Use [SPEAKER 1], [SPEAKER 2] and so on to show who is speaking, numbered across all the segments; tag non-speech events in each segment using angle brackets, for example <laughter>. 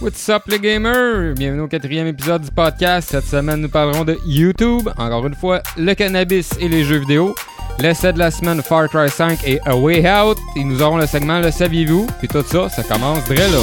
[SPEAKER 1] What's up les gamers? Bienvenue au quatrième épisode du podcast. Cette semaine, nous parlerons de YouTube, encore une fois, le cannabis et les jeux vidéo, l'essai de la semaine Far Cry 5 et A Way Out, et nous aurons le segment Le saviez-vous, puis tout ça, ça commence dès là.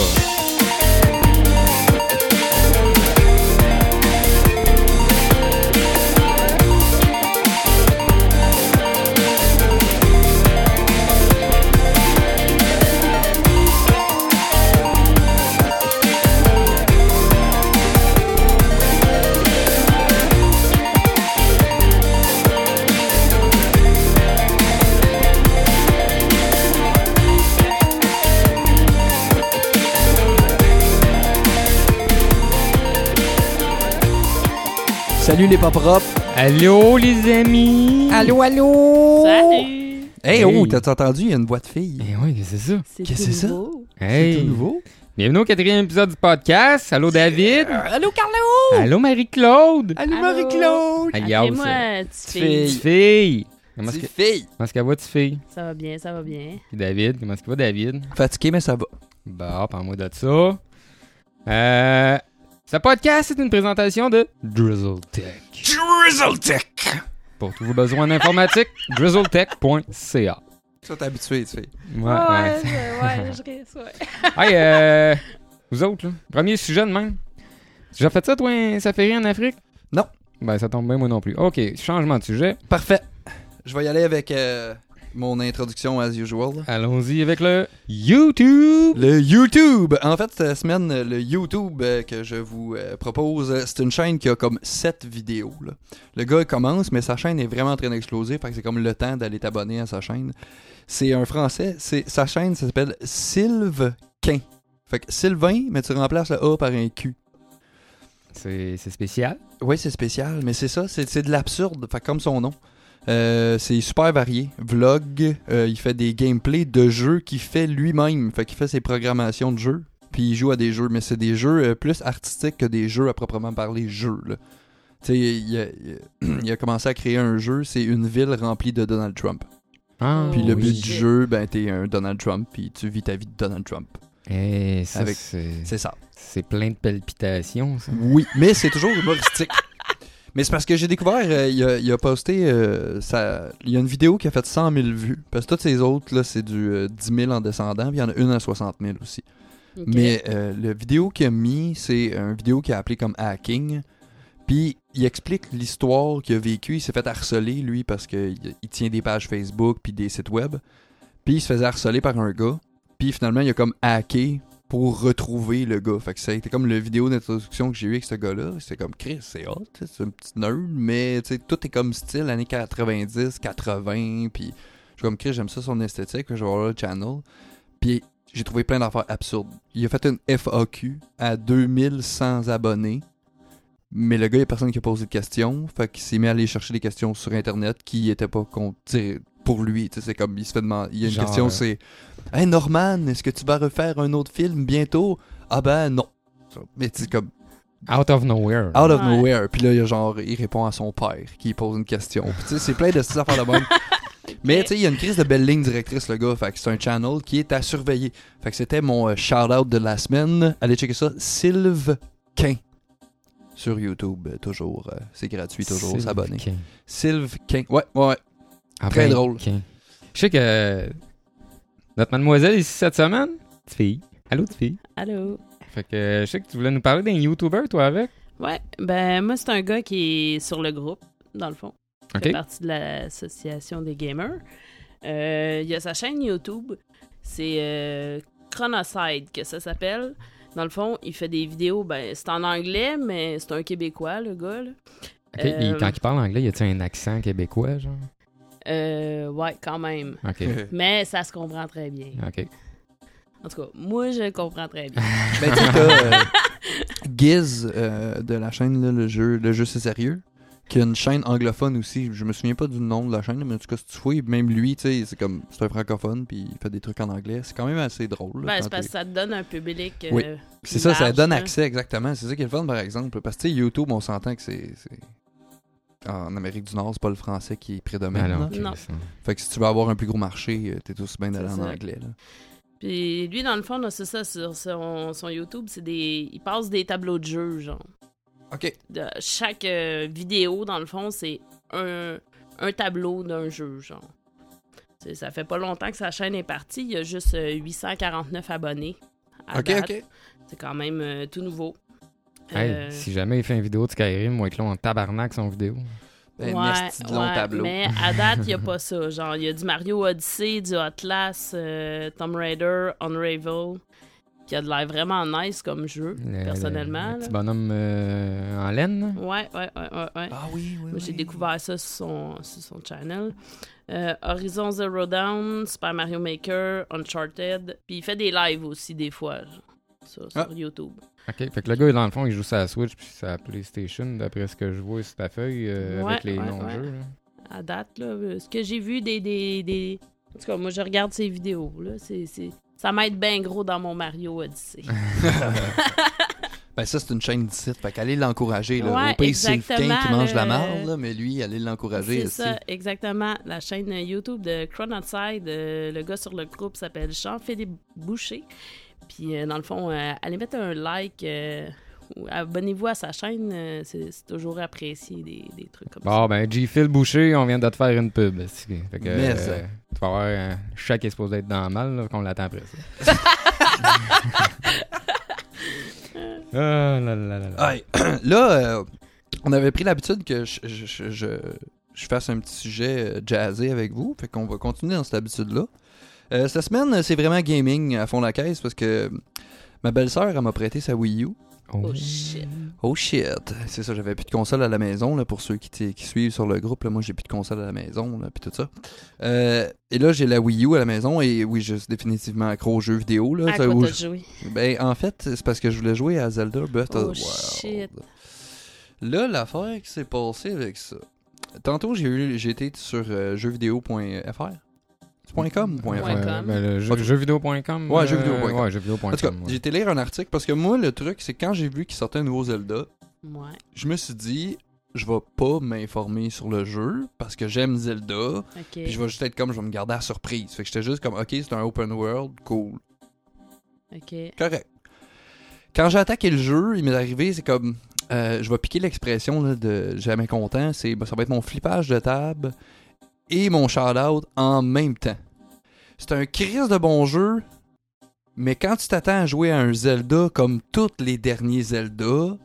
[SPEAKER 2] Salut les pas propres.
[SPEAKER 1] Allô les amis!
[SPEAKER 2] Allô, allô.
[SPEAKER 3] Salut!
[SPEAKER 2] Hey,
[SPEAKER 1] Hey.
[SPEAKER 2] oh, t'as entendu? Il y a une voix de fille.
[SPEAKER 1] Eh oui, qu'est-ce que c'est ça?
[SPEAKER 2] Qu'est-ce que c'est ça?
[SPEAKER 1] Hey!
[SPEAKER 2] C'est tout nouveau.
[SPEAKER 1] Bienvenue au quatrième épisode du podcast. Allô David!
[SPEAKER 3] Allô, Carlo!
[SPEAKER 1] Allô Marie-Claude!
[SPEAKER 2] Euh, Allô,
[SPEAKER 3] Allô.
[SPEAKER 2] Marie-Claude.
[SPEAKER 1] Allô, ça.
[SPEAKER 3] moi, petite
[SPEAKER 2] Petite
[SPEAKER 3] fille.
[SPEAKER 2] fille.
[SPEAKER 1] Petite fille! Comment est-ce
[SPEAKER 2] Petite
[SPEAKER 1] que-
[SPEAKER 2] fille.
[SPEAKER 1] comment est-ce qu'elle va, petite fille?
[SPEAKER 3] Ça va bien, ça va bien.
[SPEAKER 1] Puis David, comment est-ce qu'il va, David?
[SPEAKER 2] Fatigué, mais ça va.
[SPEAKER 1] Bah, parle-moi de ça. Euh, ce podcast est une présentation de Drizzle Tech.
[SPEAKER 2] Drizzle Tech.
[SPEAKER 1] Pour tous vos besoins en <laughs> informatique, drizzletech.ca.
[SPEAKER 2] Ça, t'es habitué, tu sais.
[SPEAKER 1] Ouais,
[SPEAKER 3] ouais,
[SPEAKER 1] Ah, ouais.
[SPEAKER 3] ouais, je reste, ouais.
[SPEAKER 1] Hey, euh, vous autres, là, premier sujet de même. J'ai fait ça, toi, un safari en Afrique?
[SPEAKER 2] Non.
[SPEAKER 1] Ben, ça tombe bien, moi non plus. Ok, changement de sujet.
[SPEAKER 2] Parfait. Je vais y aller avec euh, mon introduction as usual.
[SPEAKER 1] Allons-y avec le YouTube.
[SPEAKER 2] Le YouTube. En fait, cette semaine, le YouTube euh, que je vous euh, propose, euh, c'est une chaîne qui a comme 7 vidéos. là. Le gars il commence, mais sa chaîne est vraiment en train d'exploser. Fait que c'est comme le temps d'aller t'abonner à sa chaîne. C'est un français. C'est Sa chaîne, ça s'appelle Sylvequin. Fait que Sylvain, mais tu remplaces le A par un Q.
[SPEAKER 1] C'est c'est spécial.
[SPEAKER 2] Oui, c'est spécial, mais c'est ça, c'est c'est de l'absurde, fait comme son nom. Euh, c'est super varié. Vlog, euh, il fait des gameplays de jeux qu'il fait lui-même, fait qu'il fait ses programmations de jeux, puis il joue à des jeux, mais c'est des jeux euh, plus artistiques que des jeux à proprement parler jeux. là. Tu sais, il, a- il a- <clears throat> il a commencé à créer un jeu, c'est une ville remplie de Donald Trump.
[SPEAKER 1] Ah,
[SPEAKER 2] Puis le
[SPEAKER 3] Oh,
[SPEAKER 2] but
[SPEAKER 3] shit.
[SPEAKER 2] du jeu, ben t'es un Donald Trump, puis tu vis ta vie de Donald Trump.
[SPEAKER 1] Eh, ça,
[SPEAKER 2] Avec-
[SPEAKER 1] c'est
[SPEAKER 2] C'est ça.
[SPEAKER 1] c'est plein de palpitations, ça.
[SPEAKER 2] Oui, mais c'est toujours humoristique. Mais c'est parce que j'ai découvert, euh, il, a, il a posté, euh, sa- il y a une vidéo qui a fait 100 000 vues. Parce que toutes ces autres, là, c'est du euh, 10 000 en descendant, puis il y en a une à 60 000 aussi.
[SPEAKER 3] Ok.
[SPEAKER 2] Mais euh, le vidéo qu'il a mis, c'est une vidéo qu'il a appelée comme hacking. Puis il explique l'histoire qu'il a vécue. Il s'est fait harceler, lui, parce qu'il il tient des pages Facebook puis des sites web. Puis il se faisait harceler par un gars. Puis finalement, il a comme hacké pour retrouver le gars. Fait que ça a été comme la vidéo d'introduction que j'ai eu avec ce gars-là. C'était comme Chris, c'est hot, tu sais, c'est un petit nerd, mais tu sais, tout est comme style années 90, 80. Puis je suis comme Chris, j'aime ça son esthétique. fait que Je vais voir le channel. Puis j'ai trouvé plein d'affaires absurdes. Il a fait une FAQ à 2100 abonnés. Mais le gars, il n'y a personne qui a posé de questions. Fait qu'il s'est mis à aller chercher des questions sur Internet qui n'étaient pas con- t'sais, pour lui. T'sais, C'est comme, il se fait demander. Il y a une
[SPEAKER 1] Genre,
[SPEAKER 2] question,
[SPEAKER 1] euh,
[SPEAKER 2] c'est Hey Norman, est-ce que tu vas refaire un autre film bientôt Ah ben non. Mais c'est comme
[SPEAKER 1] Out of nowhere.
[SPEAKER 2] out of
[SPEAKER 3] Ouais.
[SPEAKER 2] nowhere. Puis là, il y a genre, il répond à son père qui pose une question. Puis tu sais, c'est plein de petites affaires de même. Mais tu sais, il y a une crise de belle ligne directrice, le gars. Fait que c'est un channel qui est à surveiller. Fait que c'était mon euh, shout-out de la semaine. Allez checker ça. Sylve Quin. Sur YouTube, euh, toujours. euh, c'est gratuit, toujours. S'abonner.
[SPEAKER 1] Sylvain.
[SPEAKER 2] Sylve Quin. Ouais, ouais, ouais.
[SPEAKER 1] Ah,
[SPEAKER 2] Très
[SPEAKER 1] ben,
[SPEAKER 2] drôle.
[SPEAKER 1] ok. Je sais que notre mademoiselle ici cette semaine, petite fille. Allô, petite fille.
[SPEAKER 3] Allô?
[SPEAKER 1] Fait que je sais que tu voulais nous parler d'un YouTuber, toi, avec.
[SPEAKER 3] Ouais, ben moi, c'est un gars qui est sur le groupe, dans le fond. Il
[SPEAKER 1] OK.
[SPEAKER 3] fait partie de l'association des gamers. Euh, il y a sa chaîne YouTube. C'est euh, Chronocide que ça s'appelle. Dans le fond, il fait des vidéos. Ben, c'est en anglais, mais c'est un Québécois, le gars. là.
[SPEAKER 1] Ok, il-
[SPEAKER 3] Euh,
[SPEAKER 1] quand il parle anglais, y a-tu un accent québécois, genre?
[SPEAKER 3] Euh, ouais, quand même.
[SPEAKER 2] <laughs>
[SPEAKER 1] Ok.
[SPEAKER 2] Euh,
[SPEAKER 3] Mais ça se comprend très bien.
[SPEAKER 1] Ok.
[SPEAKER 3] En tout cas, moi, je comprends très bien.
[SPEAKER 2] Ben, tu sais, t'as, euh, Giz euh, de la chaîne, là, le jeu, le jeu c'est sérieux, qui a une chaîne anglophone aussi. Je me souviens pas du nom de la chaîne, mais en tout cas, si tu fouilles, même lui, tu sais, c'est comme, c'est un francophone, puis il fait des trucs en anglais. C'est quand même assez drôle. là,
[SPEAKER 3] Ben, c'est
[SPEAKER 2] quand
[SPEAKER 3] parce que
[SPEAKER 2] t'es-
[SPEAKER 3] ça te donne un public. euh,
[SPEAKER 2] Oui. c'est ça, ça
[SPEAKER 3] large,
[SPEAKER 2] donne
[SPEAKER 3] là.
[SPEAKER 2] accès, exactement. C'est ça qui est le fun, par exemple. Parce que, tu sais, YouTube, on s'entend que c'est. c'est- En Amérique du Nord, c'est pas le français qui prédomine.
[SPEAKER 1] Ah non,
[SPEAKER 2] là.
[SPEAKER 1] ok,
[SPEAKER 3] Non.
[SPEAKER 1] ça-
[SPEAKER 2] Fait que si tu veux avoir un plus gros marché, euh, t'es aussi bien d'aller
[SPEAKER 3] C'est
[SPEAKER 2] en
[SPEAKER 3] ça.
[SPEAKER 2] anglais. là.
[SPEAKER 3] Puis lui, dans le fond, là, c'est ça, sur son, son YouTube, c'est des. Il passe des tableaux de jeu, genre.
[SPEAKER 2] OK.
[SPEAKER 3] De, chaque euh, vidéo, dans le fond, c'est un, un tableau d'un jeu, genre. C'est- ça fait pas longtemps que sa chaîne est partie. Il y a juste euh, 849 abonnés. à
[SPEAKER 2] OK,
[SPEAKER 3] date.
[SPEAKER 2] OK.
[SPEAKER 3] C'est quand même euh, tout nouveau.
[SPEAKER 1] Hey,
[SPEAKER 3] Euh,
[SPEAKER 1] si jamais il fait une vidéo de Skyrim, moi, Clon en tabarnak son vidéo.
[SPEAKER 2] Ben,
[SPEAKER 3] ouais,
[SPEAKER 2] nasty de long
[SPEAKER 3] ouais,
[SPEAKER 2] tableau.
[SPEAKER 3] Mais à date, il n'y a pas ça. Genre, il y a du Mario Odyssey, du Atlas, euh, Tomb Raider, Unravel, qui a de l'air vraiment nice comme jeu,
[SPEAKER 2] Mm.
[SPEAKER 1] Le-
[SPEAKER 3] personnellement.
[SPEAKER 1] Le,
[SPEAKER 3] là.
[SPEAKER 1] petit bonhomme euh, en laine. là.
[SPEAKER 3] Ouais, ouais, ouais, ouais. ouais.
[SPEAKER 2] Ah oui, oui,
[SPEAKER 3] Moi, J'ai
[SPEAKER 2] oui.
[SPEAKER 3] découvert ça sur son, sur son channel. Euh, Horizon Zero Dawn, Super Mario Maker, Uncharted. Puis il fait des lives aussi, des fois, genre, sur, sur
[SPEAKER 2] Ah.
[SPEAKER 3] YouTube.
[SPEAKER 1] OK. Fait que le gars, dans le fond, il joue sa Switch puis sa PlayStation, d'après ce que je vois sur ta feuille, euh,
[SPEAKER 3] Ouais,
[SPEAKER 1] avec les
[SPEAKER 3] ouais,
[SPEAKER 1] noms de
[SPEAKER 3] ouais.
[SPEAKER 1] jeux. là.
[SPEAKER 3] à date, là, euh, ce que j'ai vu des, des, des- En tout cas, moi, je regarde ces vidéos. Là. C'est, c'est- Ça m'aide bien gros dans mon Mario Odyssey.
[SPEAKER 2] Euh, <laughs> Ben ça, c'est une chaîne d'ici. Fait qu'allez l'encourager. là.
[SPEAKER 3] Ouais,
[SPEAKER 2] Au pays, c'est le
[SPEAKER 3] exactement,
[SPEAKER 2] fuquin qui mange de la
[SPEAKER 3] là.
[SPEAKER 2] marde, là, mais lui, allez l'encourager
[SPEAKER 3] c'est
[SPEAKER 2] aussi.
[SPEAKER 3] ça, exactement. La chaîne YouTube de Crown Outside, euh, le gars sur le groupe s'appelle Jean-Philippe Boucher. Puis, euh, dans le fond, euh, allez mettre un like. euh, ou abonnez-vous à sa chaîne. euh, c'est, c'est toujours apprécié, des, des trucs comme
[SPEAKER 2] Ah,
[SPEAKER 3] ça.
[SPEAKER 1] Bon, ben, G. Phil Boucher, on vient de te faire une pub. c'est- Fait que,
[SPEAKER 2] Mais ça.
[SPEAKER 1] euh, tu vas avoir un chat qui est supposé être dans le mal, là, qu'on l'attend après ça.
[SPEAKER 2] <laughs>
[SPEAKER 1] Ah, là, là, là, là.
[SPEAKER 2] Ouais. <clears throat> là, euh, on avait pris l'habitude que je, je, je- je- je fasse un petit sujet euh, jazzé avec vous. Fait qu'on va continuer dans cette habitude-là. Euh, cette semaine, euh, c'est vraiment gaming à fond la caisse parce que ma belle-sœur, elle m'a prêté sa Wii U.
[SPEAKER 3] Oh shit.
[SPEAKER 2] Oh shit! C'est ça, j'avais plus de console à la maison, là, pour ceux qui, t- qui suivent sur le groupe. Là, moi, j'ai plus de console à la maison, là, puis tout ça. Euh, et là, j'ai la Wii U à la maison, et oui, je suis définitivement accro aux jeux vidéo. Là,
[SPEAKER 3] À
[SPEAKER 2] Ça,
[SPEAKER 3] quoi
[SPEAKER 2] où
[SPEAKER 3] t'as
[SPEAKER 2] je-
[SPEAKER 3] joué?
[SPEAKER 2] ben, en fait, c'est parce que je voulais jouer à Zelda Breath
[SPEAKER 3] Oh,
[SPEAKER 2] of the Wild.
[SPEAKER 3] shit.
[SPEAKER 2] Là, l'affaire qui s'est passée avec ça. Tantôt, j'ai eu- j'ai été sur euh, jeuxvideo.fr. C'est point .com, point
[SPEAKER 1] Ouais,
[SPEAKER 2] fr.
[SPEAKER 3] Point com.
[SPEAKER 1] ben, le jeu-
[SPEAKER 2] Ok.
[SPEAKER 1] jeuxvideo.com.
[SPEAKER 2] Ouais,
[SPEAKER 1] euh,
[SPEAKER 2] jeuxvideo.com.
[SPEAKER 1] Ouais, jeuxvideo.com.
[SPEAKER 2] En tout cas,
[SPEAKER 1] ouais.
[SPEAKER 2] j'ai été lire un article parce que moi, le truc, c'est quand j'ai vu qu'il sortait un nouveau Zelda,
[SPEAKER 3] Ouais,
[SPEAKER 2] je me suis dit, je vais pas m'informer sur le jeu parce que j'aime Zelda.
[SPEAKER 3] ok.
[SPEAKER 2] Puis je vais juste être comme, je vais me garder à surprise. Fait que j'étais juste comme, ok, c'est un open world, cool,
[SPEAKER 3] Ok.
[SPEAKER 2] correct. Quand j'ai attaqué le jeu, il m'est arrivé, c'est comme, euh, je vais piquer l'expression là, de jamais content, c'est, ben, ça va être mon flippage de table et mon shout-out en même temps. C'est un crise de bon jeu, mais quand tu t'attends à jouer à un Zelda comme tous les derniers Zelda,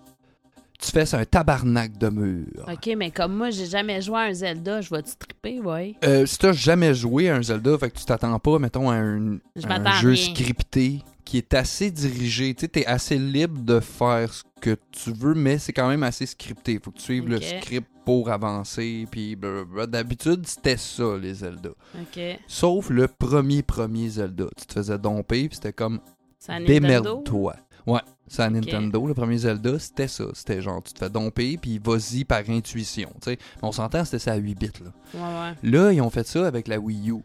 [SPEAKER 2] tu fais un tabarnak de mur.
[SPEAKER 3] Ok, mais comme moi, j'ai jamais joué à un Zelda, je vais-tu triper, ouais?
[SPEAKER 2] Euh, si t'as jamais joué à un Zelda, fait que tu t'attends pas, mettons, à un,
[SPEAKER 3] Je
[SPEAKER 2] un
[SPEAKER 3] m'attends à
[SPEAKER 2] jeu
[SPEAKER 3] rien.
[SPEAKER 2] scripté qui est assez dirigé. Tu sais, t'es assez libre de faire ce que tu veux, mais c'est quand même assez scripté. Faut que tu suives
[SPEAKER 3] Ok.
[SPEAKER 2] le script pour avancer, puis blablabla. D'habitude, c'était ça, les Zelda.
[SPEAKER 3] Ok.
[SPEAKER 2] Sauf le premier, premier Zelda. Tu te faisais domper, puis c'était comme
[SPEAKER 3] C'est à Nintendo?
[SPEAKER 2] démerde-toi. Ouais, c'est à Nintendo. Le premier Zelda, c'était ça. C'était genre, tu te fais domper, puis vas-y par intuition. tu sais. Mais on s'entend, c'était ça à 8 bits, là.
[SPEAKER 3] Ouais, ouais.
[SPEAKER 2] Là, ils ont fait ça avec la Wii U.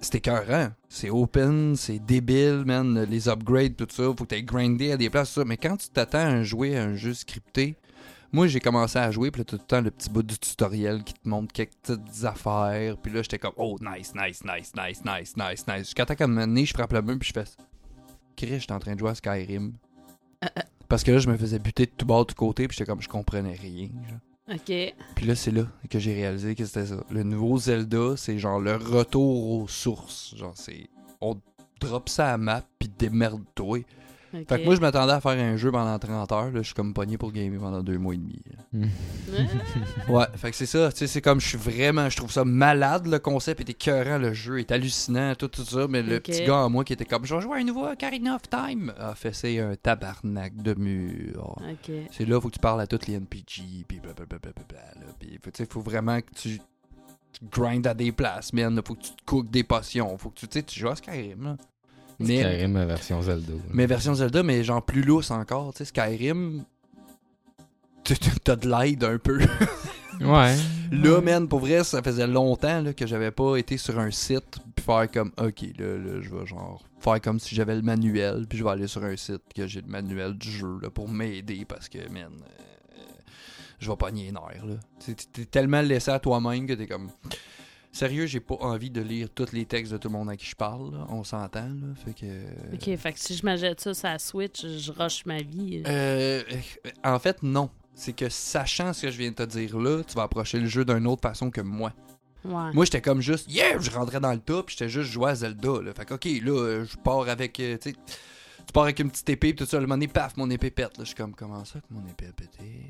[SPEAKER 2] C'était écœurant. C'est open, c'est débile, man. Les upgrades, tout ça. Faut que t'aies grindé à des places, tout ça. Mais quand tu t'attends à jouer à un jeu scripté, moi, j'ai commencé à jouer, puis là, tout le temps, le petit bout du tutoriel qui te montre quelques petites affaires. Puis là, j'étais comme, oh, nice, nice, nice, nice, nice, nice, nice. Jusqu'à temps qu'à un moment donné, je frappe le mur, puis je fais, Chris, j'étais en train de jouer à Skyrim.
[SPEAKER 3] Ah, ah.
[SPEAKER 2] Parce que là, je me faisais buter de tout bord, de tout côté, puis j'étais comme, je comprenais rien. genre.
[SPEAKER 3] Ok.
[SPEAKER 2] Puis là, c'est là que j'ai réalisé que c'était ça. Le nouveau Zelda, c'est genre le retour aux sources. Genre, c'est. On drop ça à la map, puis démerde-toi.
[SPEAKER 3] ok.
[SPEAKER 2] Fait que moi, je m'attendais à faire un jeu pendant 30 heures. Là, je suis comme pogné pour gamer pendant deux mois et demi. là. Ouais, fait que c'est ça. Tu sais, c'est comme je suis vraiment. Je trouve ça malade, le concept est écœurant, le jeu est hallucinant, tout, tout ça. Mais le
[SPEAKER 3] Ok.
[SPEAKER 2] petit gars en moi qui était comme, je vais jouer à un nouveau Ocarina of Time, a fait c'est un tabarnak de mur.
[SPEAKER 3] Ah, <laughs> ok.
[SPEAKER 2] C'est là, faut que tu parles à toutes les NPG, puis blablabla. là, Puis, tu sais, faut vraiment que tu, tu grindes à des places, man. Faut que tu te cookes des potions. Faut que tu, tu sais, tu joues à Skyrim, là. Mais,
[SPEAKER 1] Skyrim, euh, version Zelda. là.
[SPEAKER 2] mais version Zelda, mais genre plus lousse encore, tu sais, Skyrim... tu- tu- T'as de l'aide un peu.
[SPEAKER 1] Ouais.
[SPEAKER 3] Ah,
[SPEAKER 2] Là, man, pour vrai, ça faisait longtemps là, que j'avais pas été sur un site puis faire comme, ok, là, là, je vais genre faire comme si j'avais le manuel, puis je vais aller sur un site que j'ai le manuel du jeu là, pour m'aider parce que, man, euh, je vais pogner les nerfs. Là. T'es, t'es- t'es tellement laissé à toi-même que t'es comme, Sérieux, j'ai pas envie de lire tous les textes de tout le monde à qui je parle. là. On s'entend, là. Fait que.
[SPEAKER 3] Ok, fait que si je m'achète ça sur la Switch, je rush ma vie.
[SPEAKER 2] Euh, en fait, non. C'est que sachant ce que je viens de te dire là, tu vas approcher le jeu d'une autre façon que moi.
[SPEAKER 3] Ouais.
[SPEAKER 2] Moi, j'étais comme juste, yeah, je rentrais dans le tas, puis j'étais juste joué à Zelda. Là. Fait que, ok, là, euh, je pars avec, euh, tu sais, tu pars avec une petite épée, puis tout ça, le moment donné, paf, mon épée pète. Là, je suis comme, comment ça que mon épée a pété?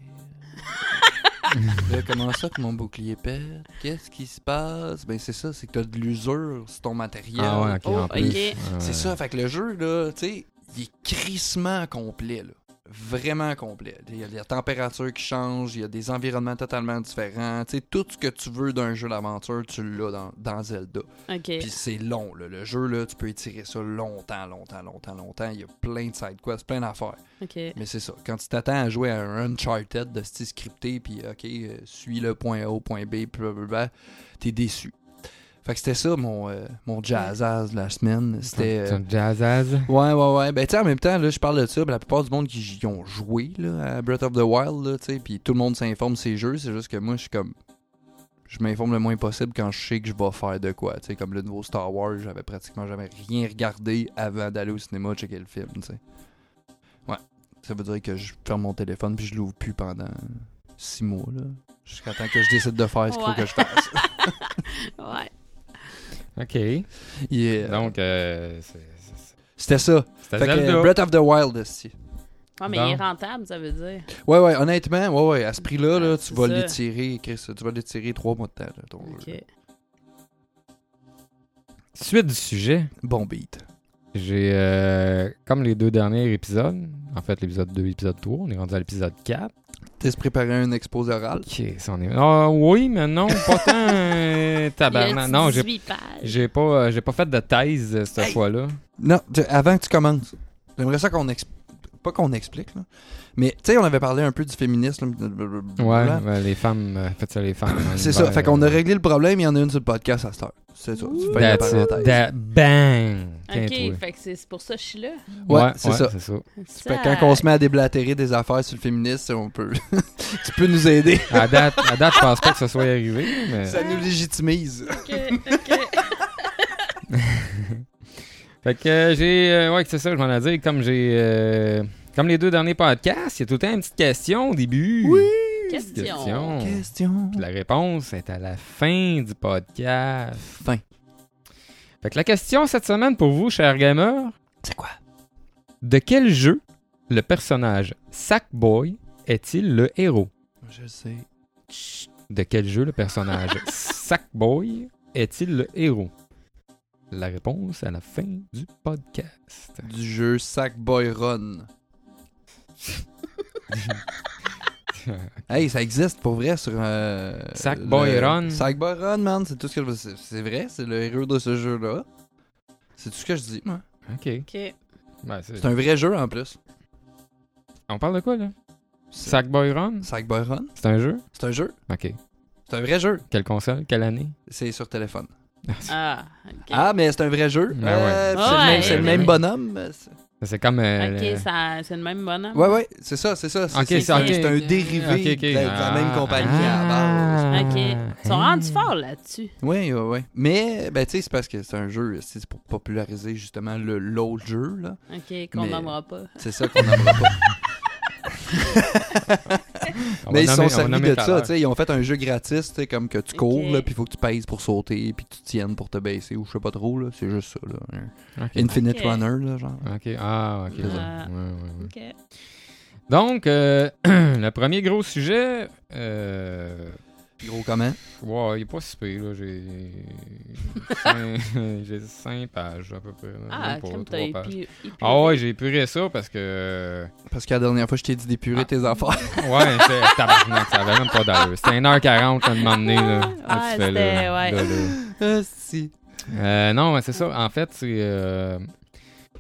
[SPEAKER 2] Là, comment ça que mon bouclier pète? Qu'est-ce qui se passe? Ben, c'est ça, c'est que t'as de l'usure sur ton matériel.
[SPEAKER 1] Ah ouais, ok,
[SPEAKER 3] Oh,
[SPEAKER 1] en
[SPEAKER 3] ok.
[SPEAKER 1] plus. Ouais.
[SPEAKER 2] C'est ça, fait que le jeu, là, tu sais, il est crissement complet, là. Vraiment complet. Il y a la température qui change, il y a des environnements totalement différents. Tu sais, tout ce que tu veux d'un jeu d'aventure, tu l'as dans, dans Zelda.
[SPEAKER 3] Ok.
[SPEAKER 2] Puis c'est long, là. Le jeu, là, tu peux étirer ça longtemps, longtemps, longtemps, longtemps. Il y a plein de side quests, plein d'affaires.
[SPEAKER 3] Ok.
[SPEAKER 2] Mais c'est ça. Quand tu t'attends à jouer à un Uncharted de style scripté, puis OK, euh, suis le point A, point B, blablabla, t'es déçu. Fait que c'était ça mon, euh, mon jazzaz de la semaine. C'était. euh,
[SPEAKER 1] C'est un jazz
[SPEAKER 2] Ouais, ouais, ouais. Ben, tu sais, en même temps, là, je parle de ça, mais la plupart du monde qui y ont joué, là, à Breath of the Wild, là, tu sais, puis tout le monde s'informe de ces jeux, c'est juste que moi, je suis comme. Je m'informe le moins possible quand je sais que je vais faire de quoi. Tu sais, comme le nouveau Star Wars, j'avais pratiquement jamais rien regardé avant d'aller au cinéma checker le film, tu sais. Ouais. Ça veut dire que je ferme mon téléphone puis je l'ouvre plus pendant six mois, là. Jusqu'à temps que je décide de faire ce qu'il faut que je fasse.
[SPEAKER 3] ouais.
[SPEAKER 1] Ok.
[SPEAKER 2] euh, Yeah.
[SPEAKER 1] Donc, euh, c'est- c'est- c'est-
[SPEAKER 2] C'était ça.
[SPEAKER 1] c'était
[SPEAKER 2] Fait que,
[SPEAKER 1] Euh, Zelda.
[SPEAKER 2] Breath of the Wild, si.
[SPEAKER 3] Ouais, Ah, mais
[SPEAKER 1] Bon.
[SPEAKER 3] il est rentable, ça veut dire.
[SPEAKER 2] Ouais, ouais, honnêtement, ouais, ouais, à ce prix-là, là,
[SPEAKER 3] Ah,
[SPEAKER 2] tu
[SPEAKER 3] c'est
[SPEAKER 2] vas
[SPEAKER 3] ça.
[SPEAKER 2] l'étirer, Chris, tu vas l'étirer trois mois de temps, là, ton
[SPEAKER 3] Ok.
[SPEAKER 2] jeu.
[SPEAKER 1] Suite du sujet.
[SPEAKER 2] Bon beat.
[SPEAKER 1] J'ai, euh, comme les deux derniers épisodes, en fait, l'épisode 2 épisode 3, on est rendu à l'épisode 4.
[SPEAKER 2] T'es préparé un exposé oral?
[SPEAKER 1] Ok, ça en est. Ah oui, mais non, pas tant.
[SPEAKER 3] <laughs>
[SPEAKER 1] euh, tabarnak.
[SPEAKER 3] Il y a
[SPEAKER 1] Non, j'ai
[SPEAKER 3] 18 pages.
[SPEAKER 1] j'ai pas, euh, j'ai pas fait de thèse euh, cette
[SPEAKER 2] Hey!
[SPEAKER 1] fois-là.
[SPEAKER 2] Non, tu- avant que tu commences, j'aimerais ça qu'on explique. Pas qu'on explique, là. Mais, tu sais, on avait parlé un peu du féminisme. là,
[SPEAKER 1] Ouais,
[SPEAKER 2] blablabla.
[SPEAKER 1] ouais, les femmes, euh, faites ça les femmes. en
[SPEAKER 2] C'est
[SPEAKER 1] hiver,
[SPEAKER 2] ça. Fait qu'on
[SPEAKER 1] euh,
[SPEAKER 2] a réglé le problème, il y en a une sur le podcast à cette heure. C'est ça. Tu fais une
[SPEAKER 1] That's it.
[SPEAKER 2] parenthèse.
[SPEAKER 1] That- bang! Tiens, toi.
[SPEAKER 3] Ok, fait que c'est c'est pour ça que je suis là.
[SPEAKER 2] Ouais, c'est ça.
[SPEAKER 1] ça.
[SPEAKER 2] Fait que Quand on se met à déblatérer des affaires sur le féminisme, on peut. <laughs> tu peux nous aider.
[SPEAKER 1] À date, à date, je pense pas que ça soit arrivé. Mais...
[SPEAKER 2] Ça nous légitimise.
[SPEAKER 3] Ok, ok.
[SPEAKER 1] Fait que euh, j'ai. euh, ouais, c'est ça, je m'en ai dit. Comme j'ai. euh, comme les deux derniers podcasts, il y a tout le temps une petite question au début.
[SPEAKER 3] Question.
[SPEAKER 1] Question.
[SPEAKER 2] Question.
[SPEAKER 1] Puis la réponse est à la fin du podcast.
[SPEAKER 2] Fin.
[SPEAKER 1] Fait que la question cette semaine pour vous, cher gamer,
[SPEAKER 2] C'est quoi?
[SPEAKER 1] de quel jeu le personnage Sackboy est-il le héros?
[SPEAKER 2] Je sais.
[SPEAKER 3] Chut.
[SPEAKER 1] De quel jeu le personnage
[SPEAKER 2] <laughs>
[SPEAKER 1] Sackboy est-il le héros? La réponse à la fin du podcast.
[SPEAKER 2] du jeu
[SPEAKER 1] <laughs>
[SPEAKER 2] Sackboy Run. Hey, ça existe pour vrai sur. euh,
[SPEAKER 1] Sackboy
[SPEAKER 2] le-
[SPEAKER 1] Run.
[SPEAKER 2] Sackboy Run, man, c'est tout ce que je c'est- C'est vrai, c'est le héros de ce jeu-là. C'est tout ce que je dis.
[SPEAKER 1] OK.
[SPEAKER 3] Ok.
[SPEAKER 1] Ben, c'est-
[SPEAKER 2] C'est un vrai jeu en plus.
[SPEAKER 1] On parle de quoi, là?
[SPEAKER 2] C'est-
[SPEAKER 1] Sackboy Run?
[SPEAKER 2] Sackboy Run,
[SPEAKER 1] C'est un jeu?
[SPEAKER 2] c'est un jeu.
[SPEAKER 1] OK.
[SPEAKER 2] C'est un vrai jeu.
[SPEAKER 1] Quelle console? Quelle année?
[SPEAKER 2] C'est sur téléphone.
[SPEAKER 3] Ah, ok. Ah
[SPEAKER 2] Ah, mais c'est un vrai jeu.
[SPEAKER 1] Ben
[SPEAKER 2] Euh,
[SPEAKER 1] ouais.
[SPEAKER 2] c'est le
[SPEAKER 3] Ouais.
[SPEAKER 2] même- C'est le, même
[SPEAKER 1] Ouais.
[SPEAKER 2] bonhomme. mais c'est-
[SPEAKER 1] C'est comme... euh, le-
[SPEAKER 3] ok, ça- c'est le même bonhomme.
[SPEAKER 2] Ouais, ouais, c'est ça, c'est ça. C'est
[SPEAKER 1] Ok,
[SPEAKER 2] c'est-
[SPEAKER 1] c'est- ok.
[SPEAKER 2] c'est un
[SPEAKER 1] Ok,
[SPEAKER 2] dérivé
[SPEAKER 1] ok.
[SPEAKER 2] de la, de la même
[SPEAKER 1] Ah,
[SPEAKER 2] compagnie à la base.
[SPEAKER 1] ah,
[SPEAKER 3] Ok. Ils sont rendus
[SPEAKER 1] ah.
[SPEAKER 3] forts là-dessus.
[SPEAKER 2] Oui, oui, oui. Mais, ben, tu sais, c'est parce que c'est un jeu, c'est pour populariser justement le l'autre jeu, là.
[SPEAKER 3] Ok, qu'on
[SPEAKER 2] Mais-
[SPEAKER 3] nommera pas.
[SPEAKER 2] C'est ça
[SPEAKER 1] <laughs>
[SPEAKER 2] qu'on n'aimera pas.
[SPEAKER 1] On va
[SPEAKER 2] Mais ils
[SPEAKER 1] nommer- on
[SPEAKER 2] sont
[SPEAKER 1] va
[SPEAKER 2] servis
[SPEAKER 1] nommer
[SPEAKER 2] de
[SPEAKER 1] tout à
[SPEAKER 2] ça,
[SPEAKER 1] l'heure.
[SPEAKER 2] tu sais. Ils ont fait un jeu gratis, tu sais, comme que tu
[SPEAKER 3] Ok.
[SPEAKER 2] cours, là, puis il faut que tu pèses pour sauter, puis tu tiennes pour te baisser, ou je sais pas trop, là. C'est juste ça, là. Un
[SPEAKER 1] OK.
[SPEAKER 2] Infinite
[SPEAKER 3] Ok.
[SPEAKER 2] Runner, là, genre.
[SPEAKER 1] OK. Ah, OK.
[SPEAKER 2] C'est
[SPEAKER 3] ça.
[SPEAKER 1] Ouais, ouais, Hmm. ouais.
[SPEAKER 3] Ok.
[SPEAKER 1] Donc, euh, <clears throat> le premier gros sujet... Euh...
[SPEAKER 2] Gros comment?
[SPEAKER 1] Ouais, il est pas si pire, là. J'ai... cinq- <laughs> J'ai cinq pages, à peu près. là.
[SPEAKER 3] Ah,
[SPEAKER 1] Même pas,
[SPEAKER 3] comme t'as
[SPEAKER 1] trois pages.
[SPEAKER 3] épu.
[SPEAKER 1] Ah ouais, j'ai épuré ça parce que...
[SPEAKER 2] Parce que la dernière fois, je t'ai dit d'épurer
[SPEAKER 1] Ah.
[SPEAKER 2] tes affaires.
[SPEAKER 1] Ouais, c'est <laughs> tabarnak, ça avait même pas d'allure. C'était 1h40 à un moment donné, là. Là, tu
[SPEAKER 3] Ouais,
[SPEAKER 1] fais, là,
[SPEAKER 3] c'était-
[SPEAKER 1] là,
[SPEAKER 3] ouais.
[SPEAKER 1] là.
[SPEAKER 2] Ah, si.
[SPEAKER 1] Euh, non, mais c'est ça. En fait, c'est. euh,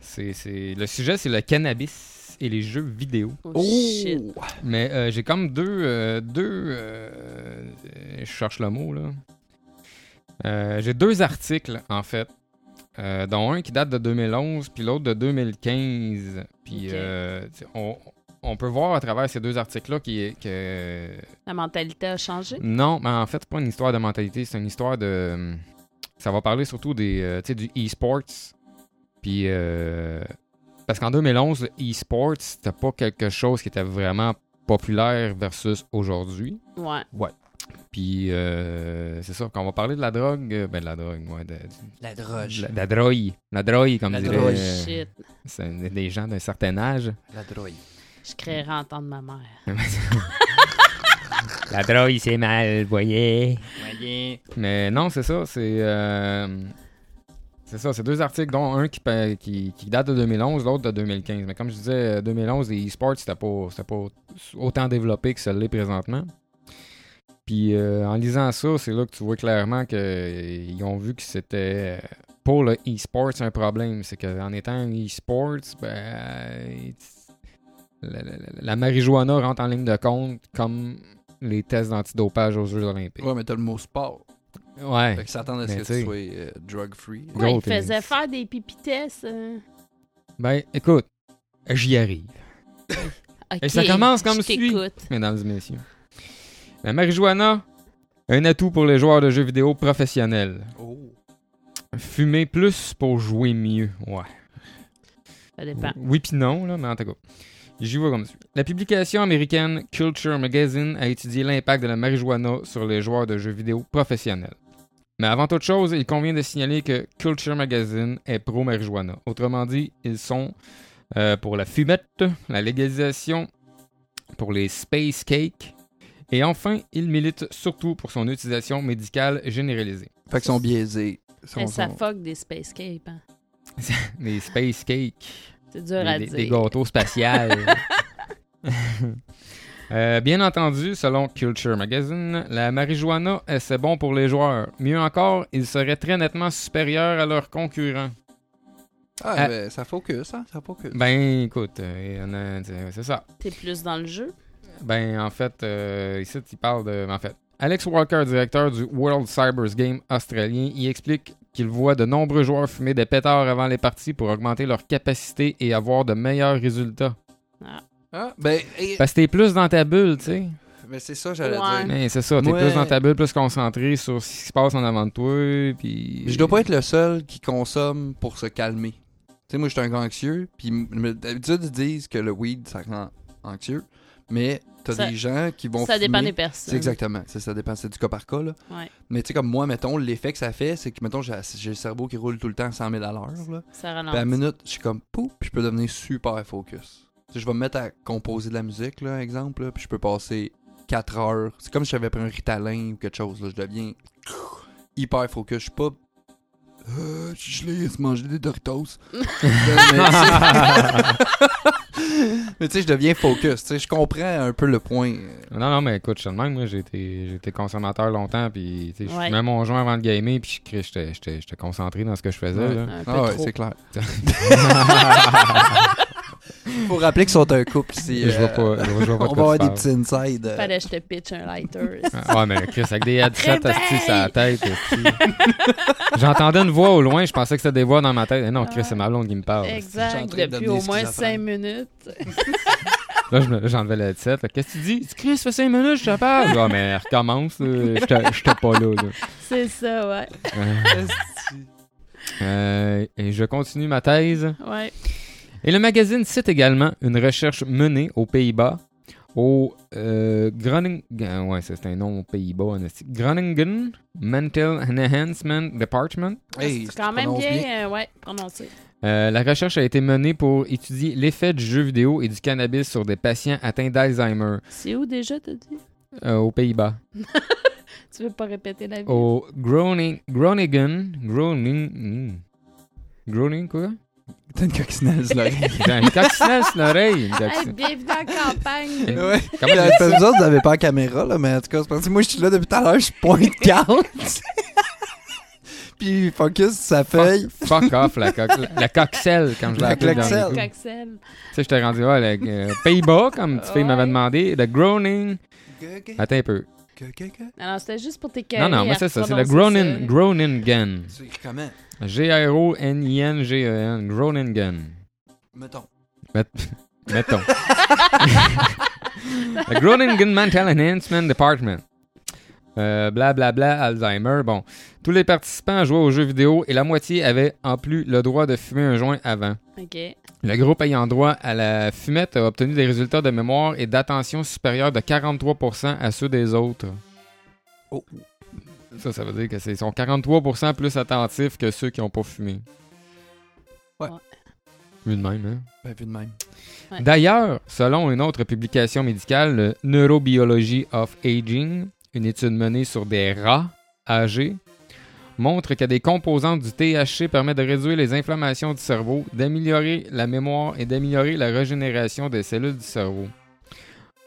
[SPEAKER 1] c'est- c'est- Le sujet, c'est le cannabis et les jeux vidéo.
[SPEAKER 3] Oh
[SPEAKER 2] Oh!
[SPEAKER 3] shit.
[SPEAKER 1] Mais euh, j'ai comme deux. euh, deux euh, euh, je cherche le mot, là. Euh, j'ai deux articles, en fait. Euh, dont un qui date de 2011, puis l'autre de 2015. Puis
[SPEAKER 3] Ok.
[SPEAKER 1] euh, tu sais, on, on peut voir à travers ces deux articles-là qui est- que.
[SPEAKER 3] La mentalité a changé.
[SPEAKER 1] Non, mais en fait, c'est pas une histoire de mentalité, c'est une histoire de. hum, Ça va parler surtout des, euh, tu sais, du e-sports. Puis. euh, Parce qu'en 2011, le e-sports, c'était pas quelque chose qui était vraiment populaire versus aujourd'hui.
[SPEAKER 3] Ouais.
[SPEAKER 1] Puis, euh, c'est ça, quand on va parler de la drogue, euh, ben de la drogue, ouais, de,
[SPEAKER 4] La
[SPEAKER 1] de
[SPEAKER 4] drogue.
[SPEAKER 1] la, de la drogue, la drogue, comme
[SPEAKER 4] Bah, La
[SPEAKER 1] dirait
[SPEAKER 4] drogue.
[SPEAKER 1] euh,
[SPEAKER 3] Oh, Shit.
[SPEAKER 1] c'est des gens d'un certain âge.
[SPEAKER 4] La drogue.
[SPEAKER 3] Je créerais entendre ma mère.
[SPEAKER 1] La drogue, c'est mal, voyez.
[SPEAKER 4] Moyen.
[SPEAKER 1] Mais non, c'est ça, c'est. euh, c'est ça, c'est deux articles, dont un qui, pa- qui, qui date de 2011, l'autre de 2015. Mais comme je disais, euh, 2011, les e-sports, c'était pas, c'était pas autant développé que ça l'est présentement. Puis euh, en lisant ça, c'est là que tu vois clairement qu'ils ont vu que c'était euh, pour le e-sports un problème. C'est qu'en étant un e-sports, ben, euh, la, la- la- la marijuana rentre en ligne de compte comme les tests d'antidopage aux Jeux Olympiques.
[SPEAKER 2] Ouais, mais t'as le mot sport.
[SPEAKER 1] Ouais.
[SPEAKER 2] Fait que s'attendre à
[SPEAKER 1] Mais
[SPEAKER 2] ce que
[SPEAKER 1] t'sais.
[SPEAKER 2] tu sois euh, drug-free.
[SPEAKER 1] Ben, Gros,
[SPEAKER 3] Ouais, il
[SPEAKER 1] t'es-
[SPEAKER 3] faisait faire des pipitesses. euh.
[SPEAKER 1] Ben, écoute, j'y arrive, Et ça
[SPEAKER 3] Ok,
[SPEAKER 1] commence comme
[SPEAKER 3] je
[SPEAKER 1] suit.
[SPEAKER 3] t'écoute.
[SPEAKER 1] mesdames et messieurs. La marijuana, un atout pour les joueurs de jeux vidéo professionnels.
[SPEAKER 2] Oh.
[SPEAKER 1] Fumer plus pour jouer mieux. Ouais.
[SPEAKER 3] Ça dépend.
[SPEAKER 1] Oui puis non, là, mais en tout cas. J'y vois comme suit. La publication américaine Culture Magazine a étudié l'impact de la marijuana sur les joueurs de jeux vidéo professionnels. Mais avant toute chose, il convient de signaler que Culture Magazine est pro-marijuana. Autrement dit, ils sont euh, pour la fumette, la légalisation, pour les space cakes, et enfin, ils militent surtout pour son utilisation médicale généralisée.
[SPEAKER 2] Fait qu'ils sont biaisés. Ils sont-
[SPEAKER 3] Eh, ça
[SPEAKER 2] sont-
[SPEAKER 3] fuck des space capes. hein.
[SPEAKER 1] Les space cakes.
[SPEAKER 3] C'est dur à
[SPEAKER 1] Des, des-
[SPEAKER 3] dire.
[SPEAKER 1] des gâteaux spatiaux.
[SPEAKER 3] <laughs>
[SPEAKER 1] Euh, bien entendu, selon Culture Magazine, la marijuana, eh, c'est bon pour les joueurs. Mieux encore, ils seraient très nettement supérieurs à leurs concurrents.
[SPEAKER 2] Ah,
[SPEAKER 1] Ah.
[SPEAKER 2] ben, ça focus, hein? Ça focus.
[SPEAKER 1] Ben, écoute, euh, il y en a- c'est- c'est ça.
[SPEAKER 3] T'es plus dans le jeu.
[SPEAKER 1] Ben, en fait, euh, ici, il parle de. En fait, Alex Walker, directeur du World Cybers Game australien, y explique qu'il voit de nombreux joueurs fumer des pétards avant les parties pour augmenter leur capacité et avoir de meilleurs résultats.
[SPEAKER 2] Ah, ben, eh,
[SPEAKER 1] Parce que t'es plus dans ta bulle, tu sais.
[SPEAKER 2] ben, c'est ça, j'allais
[SPEAKER 3] Ouais.
[SPEAKER 2] dire.
[SPEAKER 1] Mais c'est ça, t'es
[SPEAKER 2] Moi-
[SPEAKER 1] plus dans ta bulle, plus concentré sur ce qui se passe en avant de toi, puis...
[SPEAKER 2] Je dois pas être le seul qui consomme pour se calmer. Tu sais, moi, je suis un gars anxieux, puis m- m- d'habitude, ils disent que le weed, ça rend anxieux, mais t'as
[SPEAKER 3] Ça-
[SPEAKER 2] des gens qui vont
[SPEAKER 3] ça dépend
[SPEAKER 2] fumer.
[SPEAKER 3] des personnes.
[SPEAKER 2] C'est exactement, ça, ça dépend, c'est du cas par cas, là.
[SPEAKER 3] Ouais.
[SPEAKER 2] Mais tu sais, comme moi, mettons, l'effet que ça fait, c'est que, mettons, j'ai j'ai le cerveau qui roule tout le temps à 100 000 à l'heure, là. Puis
[SPEAKER 3] Ça
[SPEAKER 2] à la
[SPEAKER 3] ralentit.
[SPEAKER 2] minute, je suis comme pouf, puis je peux devenir super focus. Tu sais, je vais me mettre à composer de la musique, là, exemple, là, puis je peux passer 4 heures. C'est comme si j'avais pris un ritalin ou quelque chose, là. Je deviens hyper focus. Je suis pas. Euh, je suis gelé, se manger des Doritos. <laughs> Mais tu sais, je deviens focus. Tu sais, je comprends un peu le point. euh,
[SPEAKER 1] Non, non, mais écoute, je suis de même, moi, j'ai été, j'ai été consommateur longtemps, puis tu sais, je
[SPEAKER 3] Ouais.
[SPEAKER 1] fumais mon joint avant de gamer, puis je- j'étais- j'étais j'étais concentré dans ce que je faisais,
[SPEAKER 2] Ouais.
[SPEAKER 1] là.
[SPEAKER 3] Un peu
[SPEAKER 2] Ah ouais,
[SPEAKER 3] trop.
[SPEAKER 2] c'est
[SPEAKER 1] <laughs>
[SPEAKER 2] clair. Faut rappeler qu'ils sont un couple ici.
[SPEAKER 1] Je vois
[SPEAKER 2] euh,
[SPEAKER 1] pas, je vois- je vois pas de
[SPEAKER 2] On va
[SPEAKER 1] quoi
[SPEAKER 2] avoir
[SPEAKER 1] tu
[SPEAKER 2] des
[SPEAKER 1] parles.
[SPEAKER 2] petits insides. euh,
[SPEAKER 3] Fallait que je te pitch
[SPEAKER 2] <laughs>
[SPEAKER 3] un lighter.
[SPEAKER 1] Ah, ouais, mais Chris, avec des headshots,
[SPEAKER 3] Réveille!
[SPEAKER 1] asti, ça la tête, asti. J'entendais une voix au loin, je pensais que c'était des voix dans ma tête. Eh non, Chris, c'est ma blonde qui me parle.
[SPEAKER 2] Je suis en
[SPEAKER 3] exact.
[SPEAKER 2] train de
[SPEAKER 3] Depuis
[SPEAKER 2] donner
[SPEAKER 3] au
[SPEAKER 2] ce
[SPEAKER 3] moins
[SPEAKER 2] qu'ils ont
[SPEAKER 3] 5
[SPEAKER 2] fait.
[SPEAKER 3] minutes.
[SPEAKER 1] Là, je me- là, j'enlevais le headset. Fait, Qu'est-ce que tu dis? Tu dis, Chris, fait 5 minutes, je te parle. Ah, mais recommence, euh, j'étais j'étais pas là, là.
[SPEAKER 3] C'est ça, ouais.
[SPEAKER 1] Euh, Euh, et je continue ma thèse.
[SPEAKER 3] Ouais.
[SPEAKER 1] Et le magazine cite également une recherche menée aux Pays-Bas, au euh, Groningen, ouais, c'est un nom aux Pays-Bas, en esti. Groningen Mental Enhancement Department.
[SPEAKER 2] Hey,
[SPEAKER 3] c'est quand même
[SPEAKER 2] prononce
[SPEAKER 3] bien, euh, ouais, prononcé.
[SPEAKER 1] Euh, la recherche a été menée pour étudier l'effet du jeu vidéo et du cannabis sur des patients atteints d'Alzheimer
[SPEAKER 3] C'est où déjà, t'as dit? <laughs>
[SPEAKER 1] euh, aux Pays-Bas.
[SPEAKER 3] Tu veux pas répéter la vie?
[SPEAKER 2] Oh,
[SPEAKER 1] Au Groning, Groningen, Groningen, Groningen quoi?
[SPEAKER 2] T'as une coccinelle
[SPEAKER 3] <laughs>
[SPEAKER 2] sur l'oreille.
[SPEAKER 1] J'ai une coccinelle sur l'oreille. une
[SPEAKER 3] Ah, Hey,
[SPEAKER 1] coccinelle.
[SPEAKER 3] bienvenue en campagne!
[SPEAKER 2] Ouais.
[SPEAKER 1] Comment j'ai
[SPEAKER 2] C'est bizarre, vous avez pas la caméra, là, mais en tout cas, c'est parce que moi, je suis là depuis tout à l'heure, je pointe 40. <laughs> Puis Focus, sa feuille.
[SPEAKER 1] Fuck off, la, coque, la, la coxelle, comme je l'ai
[SPEAKER 2] <laughs> La
[SPEAKER 1] appelée dans
[SPEAKER 2] coxelle.
[SPEAKER 1] le coup. Tu
[SPEAKER 3] Coxel.
[SPEAKER 1] sais, je t'ai rendu là, avec euh, Pays-Bas, comme tu fille
[SPEAKER 3] Ouais.
[SPEAKER 1] m'avait demandé, le groaning.
[SPEAKER 2] Que-
[SPEAKER 1] Attends un peu.
[SPEAKER 2] que- que- que-
[SPEAKER 3] Non, non, c'était juste pour tes
[SPEAKER 1] Non, non, mais c'est ça, c'est le Groningen. Groningen.
[SPEAKER 2] C'est écrit comment?
[SPEAKER 1] E G-R-O-N-I-N-G-E-N. Groningen.
[SPEAKER 2] Mettons.
[SPEAKER 1] Mais- Mettons. <laughs> Le Groningen Mental Enhancement Department. Euh, Bla bla bla, Alzheimer. Bon, tous les participants jouaient aux jeux vidéo et la moitié avait en plus le droit de fumer un joint avant.
[SPEAKER 3] OK.
[SPEAKER 1] Le groupe ayant droit à la fumette a obtenu des résultats de mémoire et d'attention supérieurs de 43% à ceux des autres.
[SPEAKER 2] Oh.
[SPEAKER 1] Ça, ça veut dire que c'est- ils sont 43% plus attentifs que ceux qui n'ont pas fumé.
[SPEAKER 2] Ouais.
[SPEAKER 3] Ouais.
[SPEAKER 1] Vu de même, hein?
[SPEAKER 2] Ben, vu de même.
[SPEAKER 3] Ouais.
[SPEAKER 1] D'ailleurs, selon une autre publication médicale, le Neurobiology of Aging, une étude menée sur des rats âgés, montre que des composantes du THC permettent de réduire les inflammations du cerveau, d'améliorer la mémoire et d'améliorer la régénération des cellules du cerveau.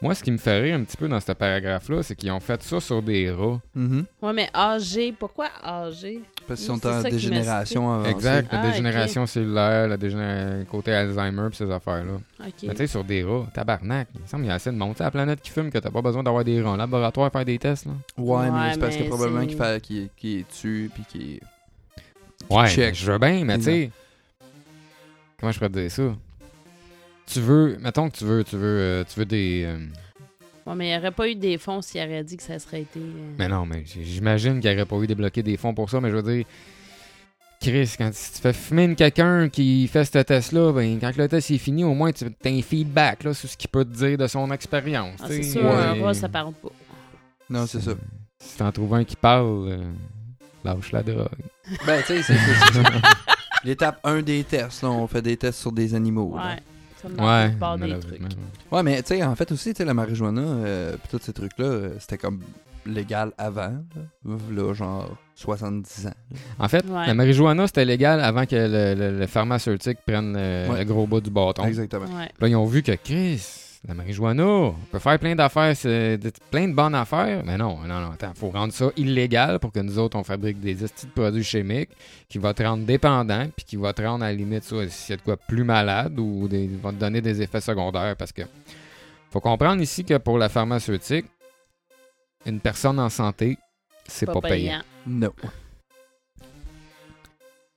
[SPEAKER 1] Moi, ce qui me fait rire un petit peu dans ce paragraphe-là, c'est qu'ils ont fait ça sur des rats.
[SPEAKER 2] Mhm.
[SPEAKER 3] Ouais, mais âgé, pourquoi âgé?
[SPEAKER 2] Parce qu'ils
[SPEAKER 3] Oui,
[SPEAKER 2] sont
[SPEAKER 3] c'est
[SPEAKER 2] en
[SPEAKER 3] ça qui m'a
[SPEAKER 2] dégénération avancée.
[SPEAKER 1] Exact, la
[SPEAKER 3] Ah, ok.
[SPEAKER 1] dégénération cellulaire, la dégénération côté Alzheimer, pis ces affaires-là. Mais
[SPEAKER 3] OK.
[SPEAKER 1] tu sais, sur des rats, tabarnak. Il me semble qu'il y a assez de monde. Tu sais, la planète qui fume que t'as pas besoin d'avoir des rats en laboratoire à faire des tests, là.
[SPEAKER 2] Ouais, mais
[SPEAKER 3] Ouais,
[SPEAKER 2] c'est parce que
[SPEAKER 3] mais
[SPEAKER 2] probablement
[SPEAKER 3] c'est-
[SPEAKER 2] qu'il fait qu'il qu'il tue puis qu'il
[SPEAKER 1] Ouais,
[SPEAKER 2] Check.
[SPEAKER 1] mais je veux bien, mais tu sais. Comment je pourrais te dire ça? Tu veux. Mettons que tu veux, tu veux, euh, tu veux des. euh,
[SPEAKER 3] Ouais, mais il n'y aurait pas eu des fonds s'il aurait dit que ça serait été. euh,
[SPEAKER 1] Mais non, mais j- j'imagine qu'il aurait pas eu débloqué des fonds pour ça, mais je veux dire. Chris, quand si tu fais fumer une quelqu'un qui fait ce test-là, ben, quand le test est fini, au moins, tu as un feedback là, sur ce qu'il peut te dire de son expérience.
[SPEAKER 3] Ah,
[SPEAKER 1] tu
[SPEAKER 3] c'est
[SPEAKER 1] sais.
[SPEAKER 3] sûr,
[SPEAKER 2] Ouais.
[SPEAKER 3] un rat, ça parle pas.
[SPEAKER 2] Non, c'est ça.
[SPEAKER 1] Si t'en trouves un qui parle, euh, lâche la drogue.
[SPEAKER 2] Ben, tu sais, c'est c'est- c'est- L'étape 1 des tests, là, on fait des tests sur des animaux. là.
[SPEAKER 3] Ouais. Comme dans la
[SPEAKER 1] Ouais,
[SPEAKER 3] plupart des trucs.
[SPEAKER 1] malheureusement, ouais.
[SPEAKER 2] Ouais, mais tu sais, en fait aussi, tu sais, la marijuana, euh, pis tous ces trucs-là, euh, c'était comme légal avant, là, V'là, genre 70 ans.
[SPEAKER 1] En fait,
[SPEAKER 3] Ouais.
[SPEAKER 1] la marijuana, c'était légal avant que le, le- le pharmaceutique prenne le,
[SPEAKER 2] Ouais.
[SPEAKER 1] le gros bout du bâton.
[SPEAKER 2] Exactement.
[SPEAKER 3] Ouais.
[SPEAKER 1] Là, ils ont vu que Chris, la marijuana, on peut faire plein d'affaires, c'est de- plein de bonnes affaires. Mais non, non, non, attends, faut rendre ça illégal pour que nous autres, on fabrique des estis de produits chimiques qui va te rendre dépendant, puis qui va te rendre à la limite, soit s'il y a de quoi plus malade ou des, va te donner des effets secondaires. Parce que faut comprendre ici que pour la pharmaceutique, une personne en santé, c'est pas, payant.
[SPEAKER 2] Non.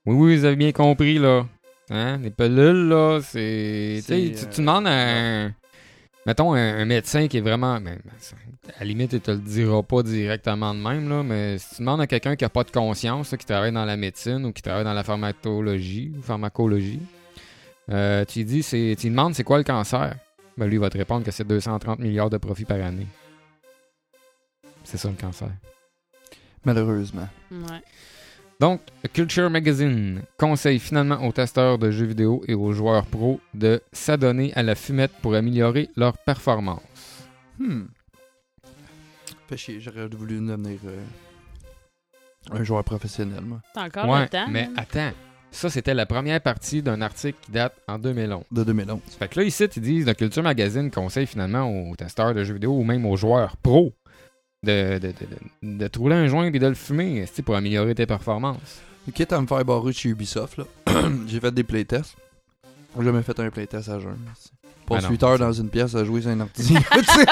[SPEAKER 1] Oui, oui, vous avez bien compris, là. Hein? Les pelules, là, c'est...
[SPEAKER 2] C'est,
[SPEAKER 1] tu sais, Tu, tu
[SPEAKER 2] euh,
[SPEAKER 1] demandes à un... Mettons, un, un médecin qui est vraiment... ben, ben, ça- à la limite, il te le dira pas directement de même, là, mais si tu demandes à quelqu'un qui a pas de conscience, là, qui travaille dans la médecine ou qui travaille dans la pharmacologie ou pharmacologie, euh, tu lui dis, c'est, tu lui demandes c'est quoi le cancer. Ben, lui, il va te répondre que c'est 230 milliards de profits par année. C'est ça, le cancer.
[SPEAKER 2] Malheureusement.
[SPEAKER 3] Ouais.
[SPEAKER 1] Donc, Culture Magazine conseille finalement aux testeurs de jeux vidéo et aux joueurs pros de s'adonner à la fumette pour améliorer leur performance.
[SPEAKER 2] Hmm. Fait chier, j'aurais voulu devenir euh, un joueur professionnel, moi.
[SPEAKER 3] T'as encore
[SPEAKER 1] Ouais,
[SPEAKER 3] le temps.
[SPEAKER 1] mais
[SPEAKER 3] hein?
[SPEAKER 1] attends, ça c'était la première partie d'un article qui date en 2011.
[SPEAKER 2] De 2011.
[SPEAKER 1] Fait que là, ici, ils disent que Culture Magazine conseille finalement aux testeurs de jeux vidéo ou même aux joueurs pros de, de, de, de- de trouver un joint et de le fumer esti, pour améliorer tes performances.
[SPEAKER 2] Quitte à me faire barrer chez Ubisoft, là, <clears throat> j'ai fait des playtests. J'ai jamais fait un playtest à jeun. Pas
[SPEAKER 1] Ah non.
[SPEAKER 2] 8 heures dans une pièce à jouer sur un ordi. Tu sais,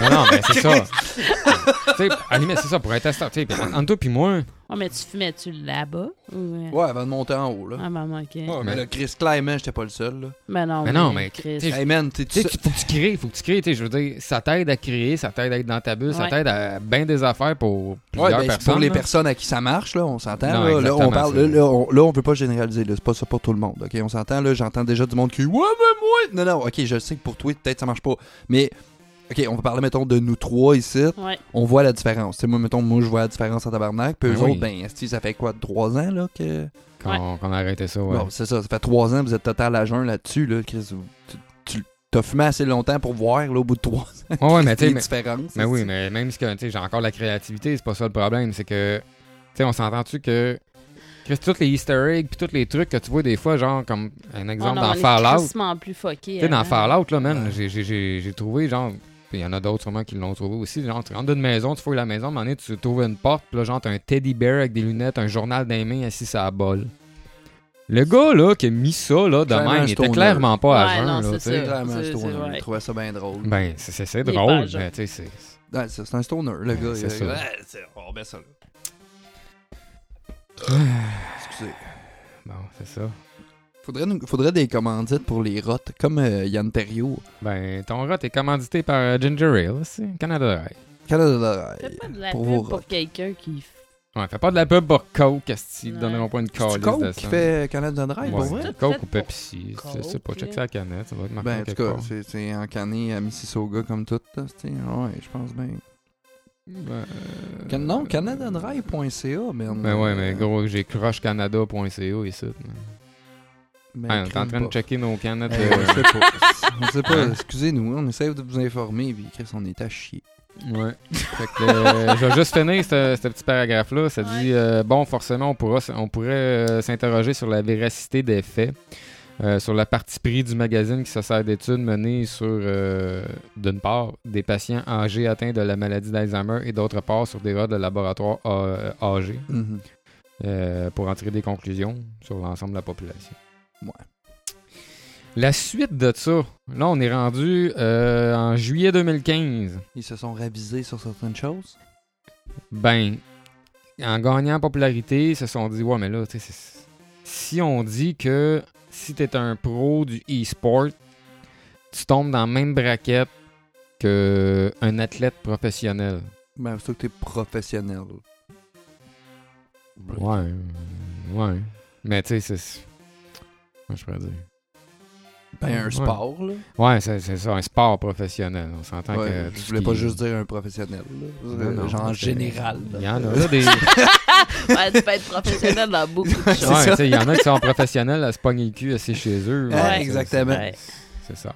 [SPEAKER 1] non, non, mais c'est ça. tu sais, à la limite, c'est ça, pour un testeur. tu sais, Entre toi puis moi,
[SPEAKER 3] Ouais, mais tu fumais-tu là-bas? Ou... euh,
[SPEAKER 2] ouais, avant de monter en haut, là.
[SPEAKER 3] Ah, maman, ok.
[SPEAKER 2] Ouais, mais
[SPEAKER 1] mais-
[SPEAKER 2] le Chris Kleiman, j'étais pas le seul, là.
[SPEAKER 3] Mais non,
[SPEAKER 1] Mais non, mais
[SPEAKER 3] Chris.
[SPEAKER 1] t'sais,
[SPEAKER 2] Hey man, t'es
[SPEAKER 1] Tu sais,
[SPEAKER 2] tu
[SPEAKER 1] tu- faut que tu crées, faut que tu crées, tu sais, je veux dire, ça t'aide à créer, ça t'aide à être dans ta bulle, ça
[SPEAKER 3] Ouais.
[SPEAKER 1] t'aide à bien des affaires pour
[SPEAKER 2] Ouais,
[SPEAKER 1] plusieurs
[SPEAKER 2] ben, c'est
[SPEAKER 1] personnes.
[SPEAKER 2] pour les
[SPEAKER 1] là.
[SPEAKER 2] personnes à qui ça marche, là, on
[SPEAKER 1] Non,
[SPEAKER 2] s'entend. Là, là,
[SPEAKER 1] exactement,
[SPEAKER 2] on parle, là,
[SPEAKER 1] c'est-
[SPEAKER 2] là, on, là, on peut pas généraliser, là, c'est pas ça pour tout le monde, ok? On s'entend, là, j'entends déjà du monde qui, ouais, mais moi, non, non, ok, je sais que pour toi, peut-être ça marche pas, mais, ok, on va parler, mettons, de nous trois ici,
[SPEAKER 3] Ouais.
[SPEAKER 2] on voit la différence. Tu sais, moi, mettons, moi, je vois la différence en tabarnak, puis eux
[SPEAKER 1] Ben oui.
[SPEAKER 2] autres, ben, esti, ça fait quoi, trois ans, là, que.
[SPEAKER 1] Qu'on qu'on a arrêté ça, ouais.
[SPEAKER 2] Bon, c'est ça, ça fait trois ans, vous êtes total à jeun là-dessus, là, Chris, vous- tu, tu- t'as fumé assez longtemps pour voir, là, au bout de trois ans,
[SPEAKER 1] Ouais, ouais, mais tu sais,
[SPEAKER 2] les
[SPEAKER 1] mais-
[SPEAKER 2] différences.
[SPEAKER 1] mais oui,
[SPEAKER 2] esti.
[SPEAKER 1] mais même si que, tu sais, j'ai encore la créativité, c'est pas ça le problème, c'est que, tu sais, on s'entend-tu que, Chris, tous les easter eggs puis tous les trucs que tu vois des fois, genre, comme un exemple
[SPEAKER 3] Oh, non,
[SPEAKER 1] dans
[SPEAKER 3] on est
[SPEAKER 1] Fallout,
[SPEAKER 3] crissement plus hein. fucké.
[SPEAKER 1] Tu sais, dans
[SPEAKER 3] avant.
[SPEAKER 1] Fallout, là, man,
[SPEAKER 2] Ouais.
[SPEAKER 1] j'ai- j'ai- j'ai j'ai trouvé, genre, il y en a d'autres sûrement qui l'ont trouvé aussi. Genre, tu rentres d'une maison, tu fouilles la maison, à un moment donné, tu trouves une porte, puis là, genre, t'as un teddy bear avec des lunettes, un journal dans les mains, assis à la bol. Le gars, là, qui a mis ça, là, de
[SPEAKER 2] Clairement
[SPEAKER 1] même,
[SPEAKER 2] un
[SPEAKER 1] il était
[SPEAKER 2] stoner.
[SPEAKER 1] clairement pas à
[SPEAKER 3] Ouais,
[SPEAKER 1] jeun,
[SPEAKER 3] non,
[SPEAKER 1] là,
[SPEAKER 3] c'est
[SPEAKER 1] tu
[SPEAKER 2] C'est
[SPEAKER 1] sais.
[SPEAKER 2] clairement un
[SPEAKER 3] C'est- c'est
[SPEAKER 2] stoner,
[SPEAKER 3] vrai.
[SPEAKER 2] je trouvais ça bien drôle.
[SPEAKER 1] Ben, c'est- c'est c'est
[SPEAKER 3] Il est
[SPEAKER 1] drôle,
[SPEAKER 3] pas à jeun.
[SPEAKER 1] mais tu sais, c'est. <sighs>
[SPEAKER 2] Ouais, c'est c'est un stoner, le gars.
[SPEAKER 1] c'est ça.
[SPEAKER 2] il- Ouais, c'est- on met ça là. Excusez.
[SPEAKER 1] Bon, c'est ça.
[SPEAKER 2] Faudrait, nous- faudrait des commandites pour les rottes, comme euh, Yann Terriot.
[SPEAKER 1] Ben, ton rot est commandité par euh, Ginger Ale, c'est Canada Dry.
[SPEAKER 2] Canada
[SPEAKER 3] Fais
[SPEAKER 2] Dry.
[SPEAKER 3] pas de la
[SPEAKER 2] Pour
[SPEAKER 3] pour
[SPEAKER 2] vos
[SPEAKER 3] pour
[SPEAKER 1] <laughs>
[SPEAKER 2] rottes.
[SPEAKER 3] quelqu'un qui. f-
[SPEAKER 1] Ouais, fais pas de la pub pour Coke, Asti, ils
[SPEAKER 3] Ouais.
[SPEAKER 1] donneront pas une
[SPEAKER 2] C'est
[SPEAKER 1] calice de
[SPEAKER 2] Coke
[SPEAKER 1] ça.
[SPEAKER 2] qui fait euh, Canada Dry,
[SPEAKER 1] Ouais,
[SPEAKER 2] Ah, pour vrai?
[SPEAKER 3] Tout
[SPEAKER 1] Coke
[SPEAKER 3] fait
[SPEAKER 1] ou Pepsi,
[SPEAKER 3] pour
[SPEAKER 1] je sais pas,
[SPEAKER 3] Coke,
[SPEAKER 1] check
[SPEAKER 3] là.
[SPEAKER 1] ça à la canette, ça va être marqué
[SPEAKER 2] Ben, en tout
[SPEAKER 1] quelque
[SPEAKER 2] cas,
[SPEAKER 1] part.
[SPEAKER 2] c'est- c'est encanné à Mississauga comme tout, là, c'est- ouais, je pense bien.
[SPEAKER 1] Ben,
[SPEAKER 2] Can- Non, canadadry.ca, merde.
[SPEAKER 1] Ben ouais, mais gros, j'ai crushcanada.ca ici.
[SPEAKER 2] Mais
[SPEAKER 1] Ah, on est en train
[SPEAKER 2] Ben, crime
[SPEAKER 1] de
[SPEAKER 2] Ben, pas.
[SPEAKER 1] checker nos canettes.
[SPEAKER 2] Euh,
[SPEAKER 1] euh,
[SPEAKER 2] on sait
[SPEAKER 1] <laughs>
[SPEAKER 2] pas. On sait pas, excusez-nous, on essaie de vous informer, puis Chris, on est à chier.
[SPEAKER 1] Ouais. Fait que, euh, je vais juste finir ce, ce petit paragraphe-là. Ça dit euh, Bon, forcément, on, pourra, s- on pourrait euh, s'interroger sur la véracité des faits, euh, sur la partie pris du magazine qui se sert d'études menées sur, euh, d'une part, des patients âgés atteints de la maladie d'Alzheimer et d'autre part, sur des rats de laboratoire euh, âgés,
[SPEAKER 2] Mm-hmm.
[SPEAKER 1] euh, pour en tirer des conclusions sur l'ensemble de la population.
[SPEAKER 2] Ouais.
[SPEAKER 1] La suite de ça, là, on est rendu euh, en juillet 2015.
[SPEAKER 2] Ils se sont ravisés sur certaines choses.
[SPEAKER 1] Ben, en gagnant en popularité, ils se sont dit, ouais, mais là, tu sais, c'est- si on dit que si t'es un pro du e-sport, tu tombes dans la même braquette qu'un athlète professionnel.
[SPEAKER 2] Ben, surtout que t'es professionnel. Ben,
[SPEAKER 1] Ouais, ouais. Mais tu sais, c'est- c'est. Moi, je pourrais dire.
[SPEAKER 2] Ben, un
[SPEAKER 1] Ouais.
[SPEAKER 2] sport, là.
[SPEAKER 1] Ouais, c'est c'est ça, un sport professionnel. On s'entend
[SPEAKER 2] Ouais,
[SPEAKER 1] que. tout
[SPEAKER 2] je
[SPEAKER 1] ce
[SPEAKER 2] voulais
[SPEAKER 1] qui-
[SPEAKER 2] pas juste dire un professionnel, là.
[SPEAKER 1] Non, non,
[SPEAKER 2] Genre en
[SPEAKER 1] c'est-
[SPEAKER 2] général.
[SPEAKER 1] Il y en
[SPEAKER 2] <laughs>
[SPEAKER 1] a là des.
[SPEAKER 3] ouais, tu peux être professionnel dans beaucoup de
[SPEAKER 2] Ouais,
[SPEAKER 3] choses.
[SPEAKER 1] Ouais,
[SPEAKER 2] ça.
[SPEAKER 1] tu sais, il y en a qui sont professionnels à se pogner le cul, à sécher chez eux.
[SPEAKER 2] Ouais,
[SPEAKER 1] c'est-
[SPEAKER 2] exactement.
[SPEAKER 1] c'est- C'est ça.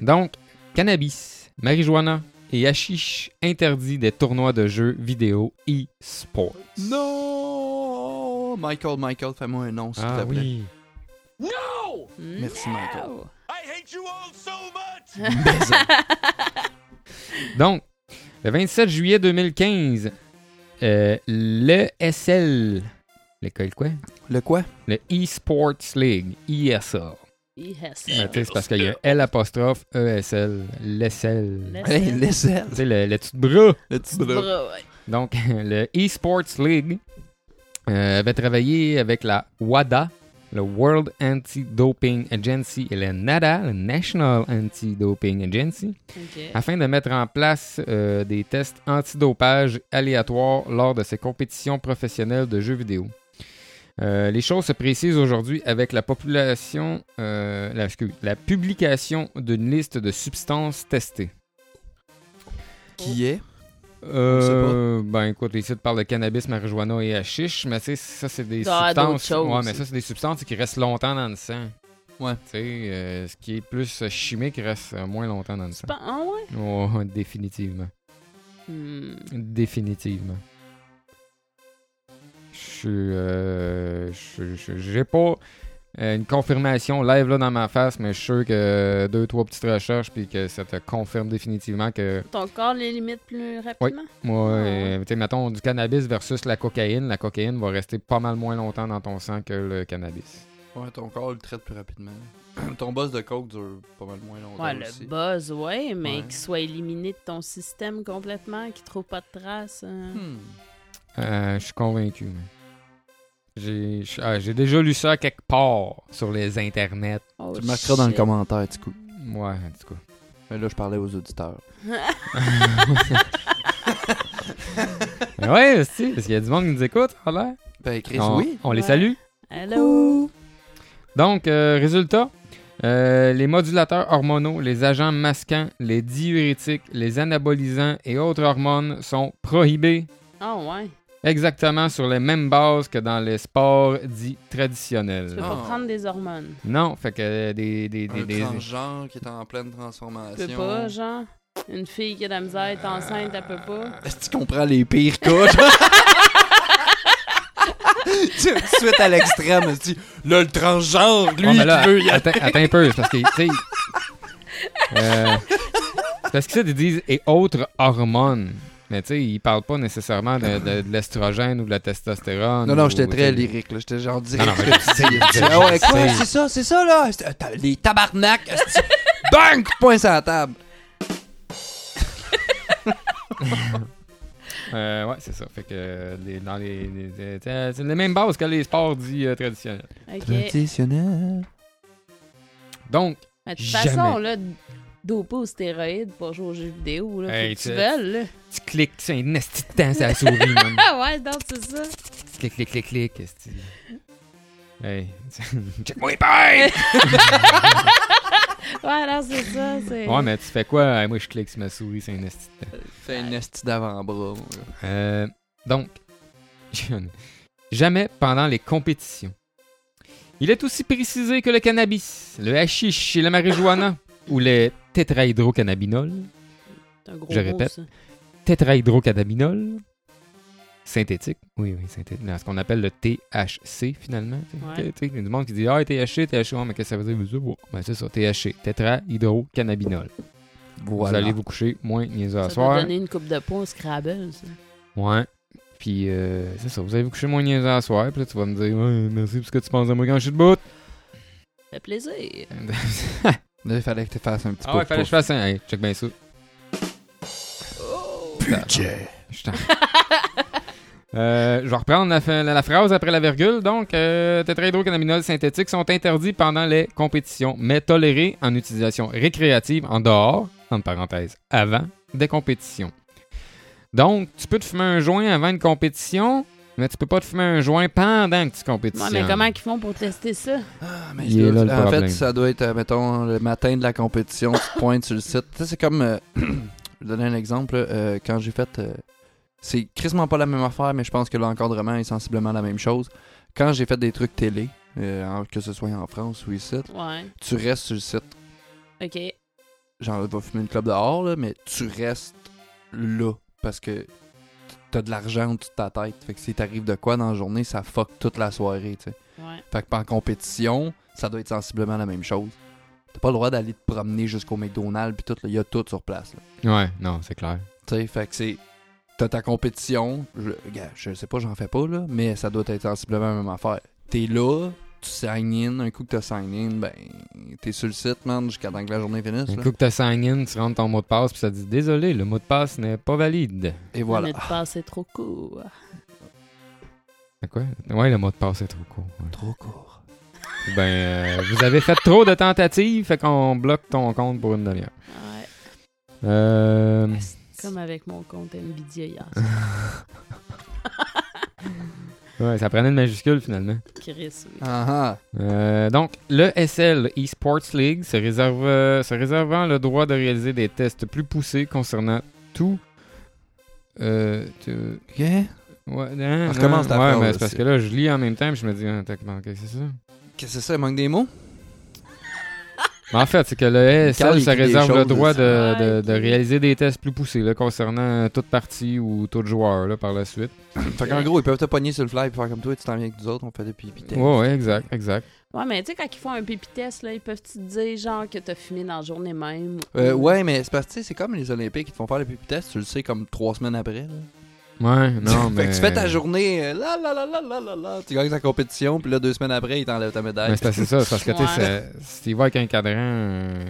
[SPEAKER 1] Donc, cannabis, marijuana et hashish interdit des tournois de jeux vidéo e-sport.
[SPEAKER 2] Non! Michael, Michael, fais-moi un nom, s'il
[SPEAKER 1] Ah
[SPEAKER 2] te plaît.
[SPEAKER 1] oui.
[SPEAKER 3] Hmm?
[SPEAKER 2] <laughs> Merci,
[SPEAKER 3] <laughs>
[SPEAKER 2] Michael.
[SPEAKER 3] Oh.
[SPEAKER 1] Donc, le 27 juillet 2015, euh, l'ESL, l'école quoi?
[SPEAKER 2] Le quoi?
[SPEAKER 1] Le eSports League, ESL.
[SPEAKER 3] Yes.
[SPEAKER 1] Mais Ben, tu sais, c'est parce qu'il y a L apostrophe E ESL, l'ESL.
[SPEAKER 3] Laisse-
[SPEAKER 2] Hey, l'aisselle.
[SPEAKER 1] Tu sais, le, le petit bras.
[SPEAKER 2] Le petit bras.
[SPEAKER 3] Bra- ouais.
[SPEAKER 1] Donc, <laughs> le eSports League euh, avait travaillé avec la WADA, le World Anti-Doping Agency, et le NADA, le National Anti-Doping Agency,
[SPEAKER 3] Ok.
[SPEAKER 1] afin de mettre en place euh, des tests antidopage aléatoires lors de ces compétitions professionnelles de jeux vidéo. Euh, les choses se précisent aujourd'hui avec la population, euh, la, excuse, la publication d'une liste de substances testées.
[SPEAKER 2] Qui est?
[SPEAKER 1] Euh, ben écoute, les sites parlent de cannabis, marijuana et hashish, mais tu sais, ça c'est des
[SPEAKER 3] Ah, d'autres
[SPEAKER 1] substances.
[SPEAKER 3] choses.
[SPEAKER 1] Ouais, mais ça c'est des substances qui restent longtemps dans le sang.
[SPEAKER 2] Ouais.
[SPEAKER 1] Tu sais, euh, ce qui est plus euh, chimique reste euh, moins longtemps dans le sang.
[SPEAKER 3] Pas- Ah ouais?
[SPEAKER 1] Ouais, <laughs> définitivement.
[SPEAKER 3] Hmm.
[SPEAKER 1] Définitivement. Je suis. euh, je- je- J'ai pas euh, une confirmation live là dans ma face, mais je suis sûr que deux, trois petites recherches, puis que ça te confirme définitivement que
[SPEAKER 3] Ton corps les limite plus rapidement?
[SPEAKER 2] Ah
[SPEAKER 1] Ouais,
[SPEAKER 3] ouais.
[SPEAKER 1] euh, tu sais, mettons du cannabis versus la cocaïne. La cocaïne va rester pas mal moins longtemps dans ton sang que le cannabis.
[SPEAKER 2] Ouais, ton corps le traite plus rapidement. <clears throat> ton boss de coke dure pas mal moins longtemps
[SPEAKER 3] Ouais, le
[SPEAKER 2] aussi.
[SPEAKER 3] buzz, ouais, mais
[SPEAKER 2] Ouais.
[SPEAKER 3] qu'il soit éliminé de ton système complètement, qu'il trouve pas de traces. hein.
[SPEAKER 2] Hmm.
[SPEAKER 1] Euh, je suis convaincu. mais- J'ai je- ah, j'ai déjà lu ça quelque part sur les internets.
[SPEAKER 3] Oh,
[SPEAKER 2] Tu le marqueras dans le
[SPEAKER 3] shit.
[SPEAKER 2] commentaire, du coup.
[SPEAKER 1] Ouais, en tout cas.
[SPEAKER 2] Mais là, je parlais aux auditeurs.
[SPEAKER 1] Mais ouais, <laughs> si, parce qu'il y a du monde qui nous écoute, ça a l'air.
[SPEAKER 2] Ben, Chris,
[SPEAKER 1] On,
[SPEAKER 2] oui.
[SPEAKER 1] on les
[SPEAKER 3] Ouais.
[SPEAKER 1] salue.
[SPEAKER 3] <laughs> Allô?
[SPEAKER 1] Donc, euh, résultat, euh, les modulateurs hormonaux, les agents masquants, les diurétiques, les anabolisants et autres hormones sont prohibés
[SPEAKER 3] Ah ouais.
[SPEAKER 1] Exactement sur les mêmes bases que dans les sports dits
[SPEAKER 3] Tu
[SPEAKER 1] traditionnels.
[SPEAKER 3] peux pas
[SPEAKER 2] Ah.
[SPEAKER 3] prendre des hormones.
[SPEAKER 1] Non, fait que euh, des. des, des,
[SPEAKER 2] Un
[SPEAKER 1] des-
[SPEAKER 2] transgenre qui est en pleine
[SPEAKER 3] Tu
[SPEAKER 2] transformation.
[SPEAKER 3] peux pas, genre. Une fille qui a de la misère, est enceinte, elle peut pas.
[SPEAKER 2] Est-ce que tu comprends les pires cas? genre? <laughs> Tu- tout de suite à l'extrême, elle se dit là, le transgenre, lui,
[SPEAKER 1] Ouais, mais là,
[SPEAKER 2] il veut. il-
[SPEAKER 1] attends, attends un peu, c'est parce que, tu sais. euh, c'est parce que ça, ils disent et autres hormones. Mais tu sais, ils parlent pas nécessairement de, de- de l'estrogène ou de la testostérone.
[SPEAKER 2] Non, non,
[SPEAKER 1] ou,
[SPEAKER 2] j'étais
[SPEAKER 1] tu
[SPEAKER 2] très
[SPEAKER 1] sais,
[SPEAKER 2] lyrique, là. J'étais genre direct.
[SPEAKER 1] Oh, Non, non, mais
[SPEAKER 2] là, tu sais,
[SPEAKER 1] je
[SPEAKER 2] tu dis, <laughs> Ah ouais,
[SPEAKER 1] sais.
[SPEAKER 2] quoi, c'est ça, c'est ça, là. C'est- euh, t'as- Les tabarnaks. esti. Bang! Point sur la table.
[SPEAKER 1] Euh, ouais, c'est ça. Fait que euh, les- dans les, les- les- euh, c'est c'est la même base que les sports dits euh, traditionnels.
[SPEAKER 3] OK.
[SPEAKER 2] Traditionnel.
[SPEAKER 1] Donc,
[SPEAKER 3] Mais De toute
[SPEAKER 1] Jamais.
[SPEAKER 3] façon, là, dopé aux stéroïdes pour jouer aux jeux vidéo, là,
[SPEAKER 1] Hey,
[SPEAKER 3] faut que tu
[SPEAKER 1] tu-
[SPEAKER 3] veuilles, là.
[SPEAKER 1] tu cliques, c'est un esti de temps sur la souris, man.
[SPEAKER 3] Ah ouais, donc c'est ça.
[SPEAKER 1] Clic, clic, clic, clic. esti. Hey, check moi épée!
[SPEAKER 3] Ouais, non, c'est ça. c'est-
[SPEAKER 1] ouais, mais tu fais quoi? Hey, moi, je clique sur ma souris, c'est un esti de temps.
[SPEAKER 2] C'est un esti d'avant-bras. mon gars.
[SPEAKER 1] Euh, donc, <laughs> jamais pendant les compétitions. Il est aussi précisé que le cannabis, le hashish et la marijuana, ou les tétrahydrocannabinols,
[SPEAKER 3] C'est un gros
[SPEAKER 1] Je
[SPEAKER 3] mot,
[SPEAKER 1] répète.
[SPEAKER 3] ça.
[SPEAKER 1] tétrahydrocannabinol synthétique. Oui, oui, synthétique. Ce qu'on appelle le THC, finalement. Tu sais,
[SPEAKER 3] Ouais.
[SPEAKER 1] tu sais, Il y a du monde qui dit Ah, THC, THC, ouais, mais qu'est-ce que ça veut dire Je sais pas. Ben, C'est ça, THC, tétrahydrocannabinol.
[SPEAKER 2] Voilà.
[SPEAKER 1] Vous allez vous coucher moins niaiseux à
[SPEAKER 3] Ça doit
[SPEAKER 1] soir.
[SPEAKER 3] donner une coupe de poids au Scrabble, ça.
[SPEAKER 1] Ouais. Puis, euh, c'est ça, vous allez vous coucher moins niaiseux à soir. Puis là, tu vas me dire Ouais, merci pour ce que tu penses de moi quand je suis debout.
[SPEAKER 3] Ça fait plaisir. <laughs>
[SPEAKER 2] Là, il fallait que tu fasses un petit
[SPEAKER 1] ah ouais, fallait que je fasse un. Hey, check bien ça.
[SPEAKER 3] Oh!
[SPEAKER 2] Budget.
[SPEAKER 1] Je t'en- Euh, je vais reprendre la, fin- la- la phrase après la virgule. Donc, euh, tétrahydrocannabinol synthétiques sont interdits pendant les compétitions, mais tolérés en utilisation récréative en dehors, entre parenthèses, avant des compétitions. Donc, tu peux te fumer un joint avant une compétition, mais tu peux pas te fumer un joint pendant que tu
[SPEAKER 3] Ouais,
[SPEAKER 1] compétitionnes.
[SPEAKER 3] mais comment ils font pour tester ça?
[SPEAKER 2] Ah, mais
[SPEAKER 1] Il est
[SPEAKER 2] je
[SPEAKER 1] là,
[SPEAKER 2] dois-
[SPEAKER 1] le
[SPEAKER 2] en
[SPEAKER 1] problème.
[SPEAKER 2] fait, ça doit être, euh, mettons, le matin de la compétition, tu te pointes sur le site. Tu sais, c'est comme. euh, <clears throat> je vais donner un exemple. là, euh, quand j'ai fait. euh, c'est crissement pas la même affaire, mais je pense que l'encadrement est sensiblement la même chose. Quand j'ai fait des trucs télé, euh, en- que ce soit en France ou ici,
[SPEAKER 3] Ouais.
[SPEAKER 2] tu restes sur le site.
[SPEAKER 3] OK.
[SPEAKER 2] Genre, va fumer une clope dehors, là, mais tu restes là. Parce que t'as de l'argent au-dessus de ta tête. Fait que si t'arrives de quoi dans la journée, ça fuck toute la soirée, tu sais.
[SPEAKER 3] Ouais.
[SPEAKER 2] Fait que en compétition, ça doit être sensiblement la même chose. T'as pas le droit d'aller te promener jusqu'au McDonald's puis tout, là, il y a tout sur place. là.
[SPEAKER 1] Ouais, non, c'est clair.
[SPEAKER 2] Tu sais, fait que c'est. T'as ta compétition, je, gars, je sais pas, j'en fais pas là, mais ça doit être sensiblement la même affaire. T'es là, tu sign in, un coup que t'as sign in, ben t'es sur le site, man, jusqu'à temps que la journée finisse.
[SPEAKER 1] Un
[SPEAKER 2] là.
[SPEAKER 1] coup que tu sign in, tu rentres ton mot de passe, puis ça dit Désolé, le mot de passe n'est pas valide.
[SPEAKER 2] Et voilà.
[SPEAKER 1] Ah,
[SPEAKER 3] Notre passe est trop court.
[SPEAKER 1] C'est quoi Ouais, le mot de passe est trop court. ouais.
[SPEAKER 2] Trop court.
[SPEAKER 1] Ben, euh, vous avez fait trop de tentatives, fait qu'on bloque ton compte pour une demi-heure.
[SPEAKER 3] Ouais.
[SPEAKER 1] Euh,
[SPEAKER 3] Comme avec mon compte
[SPEAKER 1] <laughs>
[SPEAKER 3] Nvidia hier. <laughs>
[SPEAKER 1] ouais, ça prenait une majuscule finalement.
[SPEAKER 3] Chris, oui.
[SPEAKER 2] Ah ah.
[SPEAKER 1] Euh, donc, le SL Esports League se, réserve, euh, se réservant le droit de réaliser des tests plus poussés concernant tout. Euh, tu-
[SPEAKER 2] Ok.
[SPEAKER 1] ouais, hein,
[SPEAKER 2] On recommence
[SPEAKER 1] hein,
[SPEAKER 2] la
[SPEAKER 1] Ouais,
[SPEAKER 2] phrase,
[SPEAKER 1] mais c'est parce
[SPEAKER 2] c'est-
[SPEAKER 1] que là, je lis en même temps, puis je me dis, ah, t'as manqué, c'est ça.
[SPEAKER 2] Qu'est-ce que c'est ça, il manque des mots?
[SPEAKER 1] Mais en fait, c'est que le ESL
[SPEAKER 2] Carl
[SPEAKER 1] se
[SPEAKER 2] écrit des
[SPEAKER 1] réserve le
[SPEAKER 2] choses,
[SPEAKER 1] droit de,
[SPEAKER 3] là.
[SPEAKER 1] de-
[SPEAKER 3] Ah,
[SPEAKER 1] de
[SPEAKER 3] ok.
[SPEAKER 1] réaliser des tests plus poussés là, concernant euh, toute partie ou tout joueur là, par la suite.
[SPEAKER 2] fait qu'en gros, ils peuvent te pogner sur le fly et faire comme toi, tu t'en viens avec nous autres, on fait des pipi
[SPEAKER 1] Ouais, ouais, exact, exact.
[SPEAKER 3] Ouais, mais tu sais, quand ils font un pipi test, là, ils peuvent-tu te dire, genre, que t'as fumé dans la journée même?
[SPEAKER 2] Euh, ouais, mais c'est parce que tu sais, c'est comme les Olympiques, ils te font faire le pipi test, tu le sais comme trois semaines après. là.
[SPEAKER 1] Ouais, non, mais.
[SPEAKER 2] <laughs> fait que tu fais ta journée, euh, la la la la la la la, tu gagnes ta compétition, puis là, deux semaines après, ils t'enlèvent ta médaille.
[SPEAKER 1] Mais c'est c'est ça, c'est parce que tu sais,
[SPEAKER 3] Ouais.
[SPEAKER 1] ça- si tu y vas avec un cadran, euh,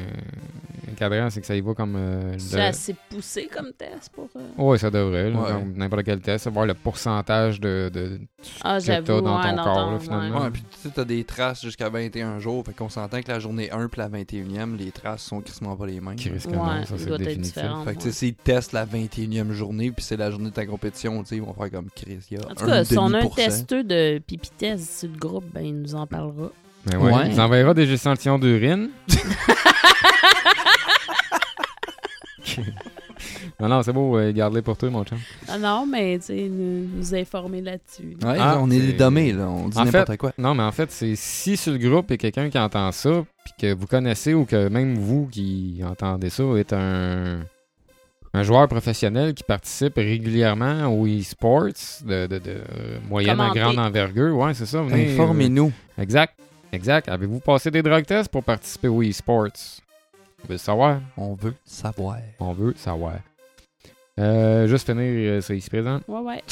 [SPEAKER 1] un cadran, c'est que ça y va comme. euh, le-
[SPEAKER 3] C'est assez poussé comme test pour. euh,
[SPEAKER 1] Ouais, ça devrait, là,
[SPEAKER 2] Ouais.
[SPEAKER 1] comme n'importe quel test, voir le pourcentage de. de-
[SPEAKER 3] Ah,
[SPEAKER 1] que t'as
[SPEAKER 3] j'avoue,
[SPEAKER 1] dans
[SPEAKER 3] ouais,
[SPEAKER 1] ton
[SPEAKER 3] dans
[SPEAKER 1] corps,
[SPEAKER 3] ton-
[SPEAKER 1] là, finalement.
[SPEAKER 2] <laughs> Ouais, puis tu sais, t'as des traces jusqu'à 21 jours, fait qu'on s'entend que la journée 1 puis la 21e, les traces sont quasiment pas les mêmes.
[SPEAKER 1] qui
[SPEAKER 2] Fait
[SPEAKER 1] risque
[SPEAKER 3] Ouais,
[SPEAKER 1] non, ça
[SPEAKER 3] il
[SPEAKER 1] c'est
[SPEAKER 3] doit être
[SPEAKER 1] définitif.
[SPEAKER 3] différent.
[SPEAKER 2] que tu sais, s'ils testent la 21e journée, puis c'est la journée de ta compétition, tu sais, ils vont faire comme Chris, il y a
[SPEAKER 3] En tout cas, si on a un
[SPEAKER 2] 1,5%.
[SPEAKER 3] testeur de pipi test sur le groupe, ben, il nous en parlera.
[SPEAKER 1] Mais ouais,
[SPEAKER 2] Ouais.
[SPEAKER 1] il nous enverra des échantillons
[SPEAKER 2] <laughs>
[SPEAKER 1] d'urine. <laughs> non, non, c'est beau, euh, garde-les pour toi, mon chum.
[SPEAKER 3] Ah non, mais tu sais, nous, nous informer là-dessus. là.
[SPEAKER 2] Ouais,
[SPEAKER 1] Ah,
[SPEAKER 2] on est
[SPEAKER 1] c'est-
[SPEAKER 2] des dommés, là, on dit
[SPEAKER 1] En
[SPEAKER 2] n'importe quoi.
[SPEAKER 1] Non, mais en fait, c'est si sur le groupe, il y a quelqu'un qui entend ça, puis que vous connaissez ou que même vous qui entendez ça est un, un joueur professionnel qui participe régulièrement aux e-sports de, de- de, euh, moyenne
[SPEAKER 3] Commentez.
[SPEAKER 1] à grande envergure. Ouais, c'est ça. venez, euh,
[SPEAKER 2] Informez-nous.
[SPEAKER 1] exact. Exact. Avez-vous passé des drug tests pour participer aux e-sports? On veut savoir.
[SPEAKER 2] On veut savoir.
[SPEAKER 1] On veut savoir. Euh, juste finir euh, ça ici présent.
[SPEAKER 2] Ah.
[SPEAKER 3] Ouais, ouais.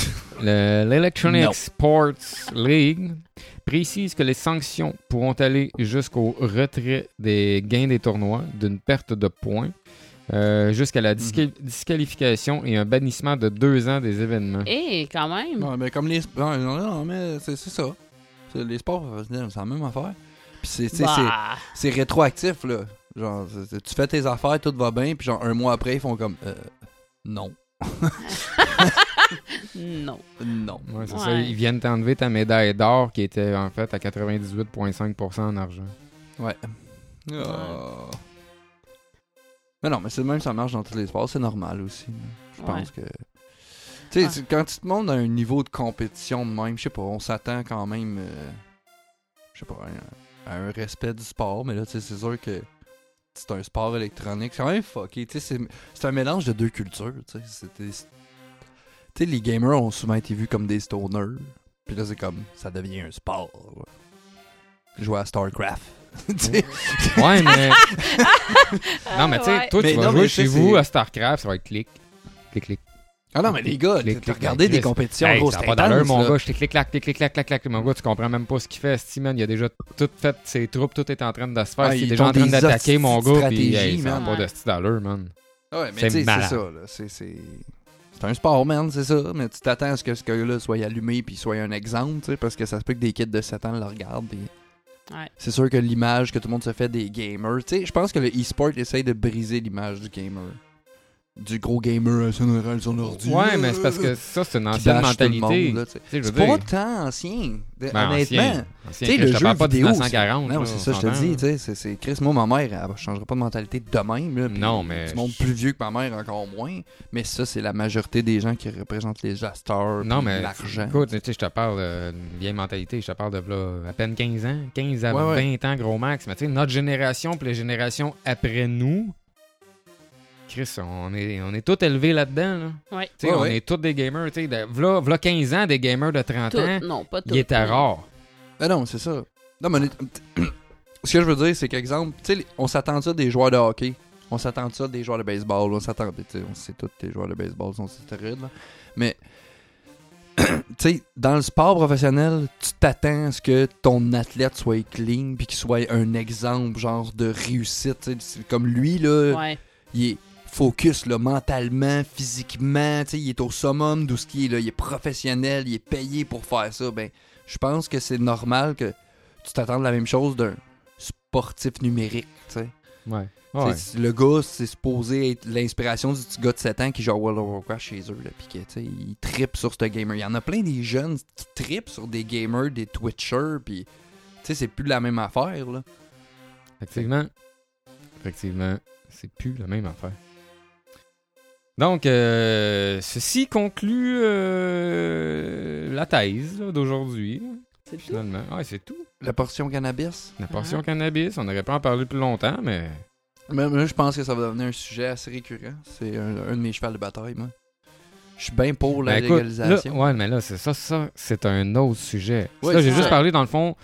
[SPEAKER 1] Le- L'Electronic
[SPEAKER 2] Non.
[SPEAKER 1] Sports League précise que les sanctions pourront aller jusqu'au retrait des gains des tournois, d'une perte de points, euh, jusqu'à la disqui-
[SPEAKER 2] Mhm.
[SPEAKER 1] disqualification et un bannissement de deux ans des événements.
[SPEAKER 3] Eh, quand même.
[SPEAKER 2] Ouais, mais comme les. Non, non, non, mais c'est c'est ça. C'est- Les sports professionnels, c'est la même affaire. Puis c'est- c'est- c'est-
[SPEAKER 3] Bah,
[SPEAKER 2] c'est rétroactif, là. Genre, c'est- c'est- tu fais tes affaires, tout va bien, puis genre, un mois après, ils font comme. Euh, non.
[SPEAKER 3] non.
[SPEAKER 2] Non.
[SPEAKER 1] Ouais, c'est
[SPEAKER 3] Ouais.
[SPEAKER 1] ça. Ils viennent t'enlever ta médaille d'or qui était en fait à 98,5% en argent.
[SPEAKER 2] <laughs> Ouais. Ah. Mais non, mais c'est le même, ça marche dans tous les sports, c'est normal aussi. là. Je pense que. Tu sais,
[SPEAKER 1] Ah.
[SPEAKER 3] Ouais.
[SPEAKER 2] c'est- quand tu te montres à un niveau de compétition de même, je sais pas, on s'attend quand même. euh, je sais pas, à un, à un respect du sport, mais là, tu sais, c'est sûr que c'est un sport électronique. C'est quand même fucké. Tu sais, c'est- c'est un mélange de deux cultures, tu sais. C'était- c'est- Tu sais, les gamers ont souvent été vus comme des stoners. Puis là, c'est comme, ça devient un sport. là. Jouer à StarCraft. <laughs> Tu sais,
[SPEAKER 1] Ouais, mais. non, mais tu sais,
[SPEAKER 3] ouais.
[SPEAKER 1] toi, tu
[SPEAKER 2] Mais
[SPEAKER 1] vas
[SPEAKER 2] non, mais
[SPEAKER 1] jouer
[SPEAKER 2] ça,
[SPEAKER 1] chez
[SPEAKER 2] c'est-
[SPEAKER 1] vous à StarCraft, ça va être clic. Clic, clic.
[SPEAKER 2] Ah non, mais les gars,
[SPEAKER 1] Les-
[SPEAKER 2] t'as
[SPEAKER 1] les-
[SPEAKER 2] regardé
[SPEAKER 1] les-
[SPEAKER 2] des
[SPEAKER 1] les-
[SPEAKER 2] compétitions
[SPEAKER 1] Hey,
[SPEAKER 2] grosses
[SPEAKER 1] ça a pas d'allure,
[SPEAKER 2] intenses,
[SPEAKER 1] mon
[SPEAKER 2] là.
[SPEAKER 1] gars. Je clic, clic, clac, clic, clic, clac, clac, clac. Mon gars, tu comprends même pas ce qu'il fait. Steam, il a déjà tout fait. Ses troupes, tout est en train de se faire.
[SPEAKER 2] Ouais,
[SPEAKER 1] il
[SPEAKER 2] Ah, ils
[SPEAKER 1] est déjà
[SPEAKER 2] ont
[SPEAKER 1] en train
[SPEAKER 2] des
[SPEAKER 1] d'attaquer, mon
[SPEAKER 2] hosties de
[SPEAKER 1] gars. Puis, hey,
[SPEAKER 2] stratégie,
[SPEAKER 1] ça a
[SPEAKER 3] man.
[SPEAKER 1] pas de style d'allure, man.
[SPEAKER 2] Ah Ouais, mais
[SPEAKER 1] C'est
[SPEAKER 2] tu sais, c'est
[SPEAKER 1] malade.
[SPEAKER 2] ça, là. C'est, c'est... c'est un sport, man, c'est ça. Mais tu t'attends à ce que ce gars-là soit allumé puis soit un exemple, tu sais, parce que ça se peut que des kids de 7 ans le regardent. puis
[SPEAKER 3] Ouais.
[SPEAKER 2] C'est sûr que l'image que tout le monde se fait des gamers, tu sais, je pense que le e-sport essaye de briser l'image du gamer. Du gros gamer à son, à son ordi.
[SPEAKER 1] Ouais, mais c'est parce que ça, c'est une
[SPEAKER 2] qui
[SPEAKER 1] ancienne
[SPEAKER 2] bâche tout le
[SPEAKER 1] mentalité.
[SPEAKER 2] monde, là, tu sais.
[SPEAKER 1] Tu sais, je veux
[SPEAKER 2] C'est
[SPEAKER 1] dire.
[SPEAKER 2] pas tant ancien, de-
[SPEAKER 1] Ben,
[SPEAKER 2] honnêtement.
[SPEAKER 1] ancien. ancien,
[SPEAKER 2] Tu sais,
[SPEAKER 1] que
[SPEAKER 2] le
[SPEAKER 1] je te
[SPEAKER 2] jeu
[SPEAKER 1] parle pas de
[SPEAKER 2] vidéo,
[SPEAKER 1] 1940.
[SPEAKER 2] Non,
[SPEAKER 1] là,
[SPEAKER 2] c'est
[SPEAKER 1] on
[SPEAKER 2] ça, je te
[SPEAKER 1] s'entend,
[SPEAKER 2] dis,
[SPEAKER 1] là.
[SPEAKER 2] tu sais, c'est- c'est Chris, moi, ma mère, elle changera pas de mentalité de même, là, puis
[SPEAKER 1] Non, mais-
[SPEAKER 2] Du monde plus vieux que ma mère, encore moins, mais ça, c'est la majorité des gens qui représentent les acheteurs,
[SPEAKER 1] Non,
[SPEAKER 2] puis
[SPEAKER 1] mais
[SPEAKER 2] l'argent.
[SPEAKER 1] écoute, tu sais, je te parle euh, d'une vieille mentalité, je te parle de là, à peine 15 ans, 15 à
[SPEAKER 2] Ouais,
[SPEAKER 1] 20
[SPEAKER 2] ouais.
[SPEAKER 1] ans, gros max. Mais tu sais, notre génération, puis les générations après nous, Chris, on est, on est tous élevés là-dedans. Là.
[SPEAKER 3] Ouais.
[SPEAKER 1] Tu sais,
[SPEAKER 2] Ouais,
[SPEAKER 1] on
[SPEAKER 2] ouais.
[SPEAKER 1] est tous des gamers. Tu sais, de- v'là, v'là 15 ans, des gamers de 30
[SPEAKER 3] Tout.
[SPEAKER 1] ans,
[SPEAKER 3] Non, pas tout.
[SPEAKER 1] il était rare.
[SPEAKER 2] Ben non, c'est ça. Non, mais honnêt- <clears throat> ce que je veux dire, c'est qu'exemple, tu sais, les- on s'attend ça des joueurs de hockey, on s'attend ça des joueurs de baseball, on s'attend, tu sais, on sait tous que les joueurs de baseball sont stéroïdes, là. mais <clears throat> tu sais, dans le sport professionnel, tu t'attends à ce que ton athlète soit clean puis qu'il soit un exemple genre de réussite, tu sais, c'est comme lui là,
[SPEAKER 3] Ouais.
[SPEAKER 2] il est focus là, mentalement, physiquement, tu sais, il est au summum d'où ce qu'il est, là, il est professionnel, il est payé pour faire ça, ben je pense que c'est normal que tu t'attendes la même chose d'un sportif numérique, tu sais.
[SPEAKER 1] Ouais.
[SPEAKER 2] Tu
[SPEAKER 1] Ouais.
[SPEAKER 2] sais, Le gars, c'est supposé être l'inspiration du petit gars de 7 ans qui joue à World of Warcraft chez eux, là, pis que, tu sais, il trippe sur ce gamer. Il y en a plein des jeunes qui trippent sur des gamers, des Twitchers, pis, tu sais, c'est plus la même affaire, là.
[SPEAKER 1] Effectivement. Effectivement. C'est plus la même affaire. Donc, euh, ceci conclut euh, la thèse là, d'aujourd'hui.
[SPEAKER 3] C'est tout.
[SPEAKER 1] Finalement, ouais, c'est tout.
[SPEAKER 2] La portion cannabis.
[SPEAKER 1] La portion cannabis, on n'aurait pas en parler plus longtemps, mais
[SPEAKER 2] Mais moi, je pense que ça va devenir un sujet assez récurrent. C'est un, un de mes chevals de bataille, moi. Je suis bien pour la
[SPEAKER 1] Ben, écoute,
[SPEAKER 2] légalisation.
[SPEAKER 1] là- ouais, mais là, c'est ça, ça, c'est un autre sujet.
[SPEAKER 2] Ouais,
[SPEAKER 1] là,
[SPEAKER 2] c'est
[SPEAKER 1] j'ai juste
[SPEAKER 3] ça.
[SPEAKER 1] parlé dans le fond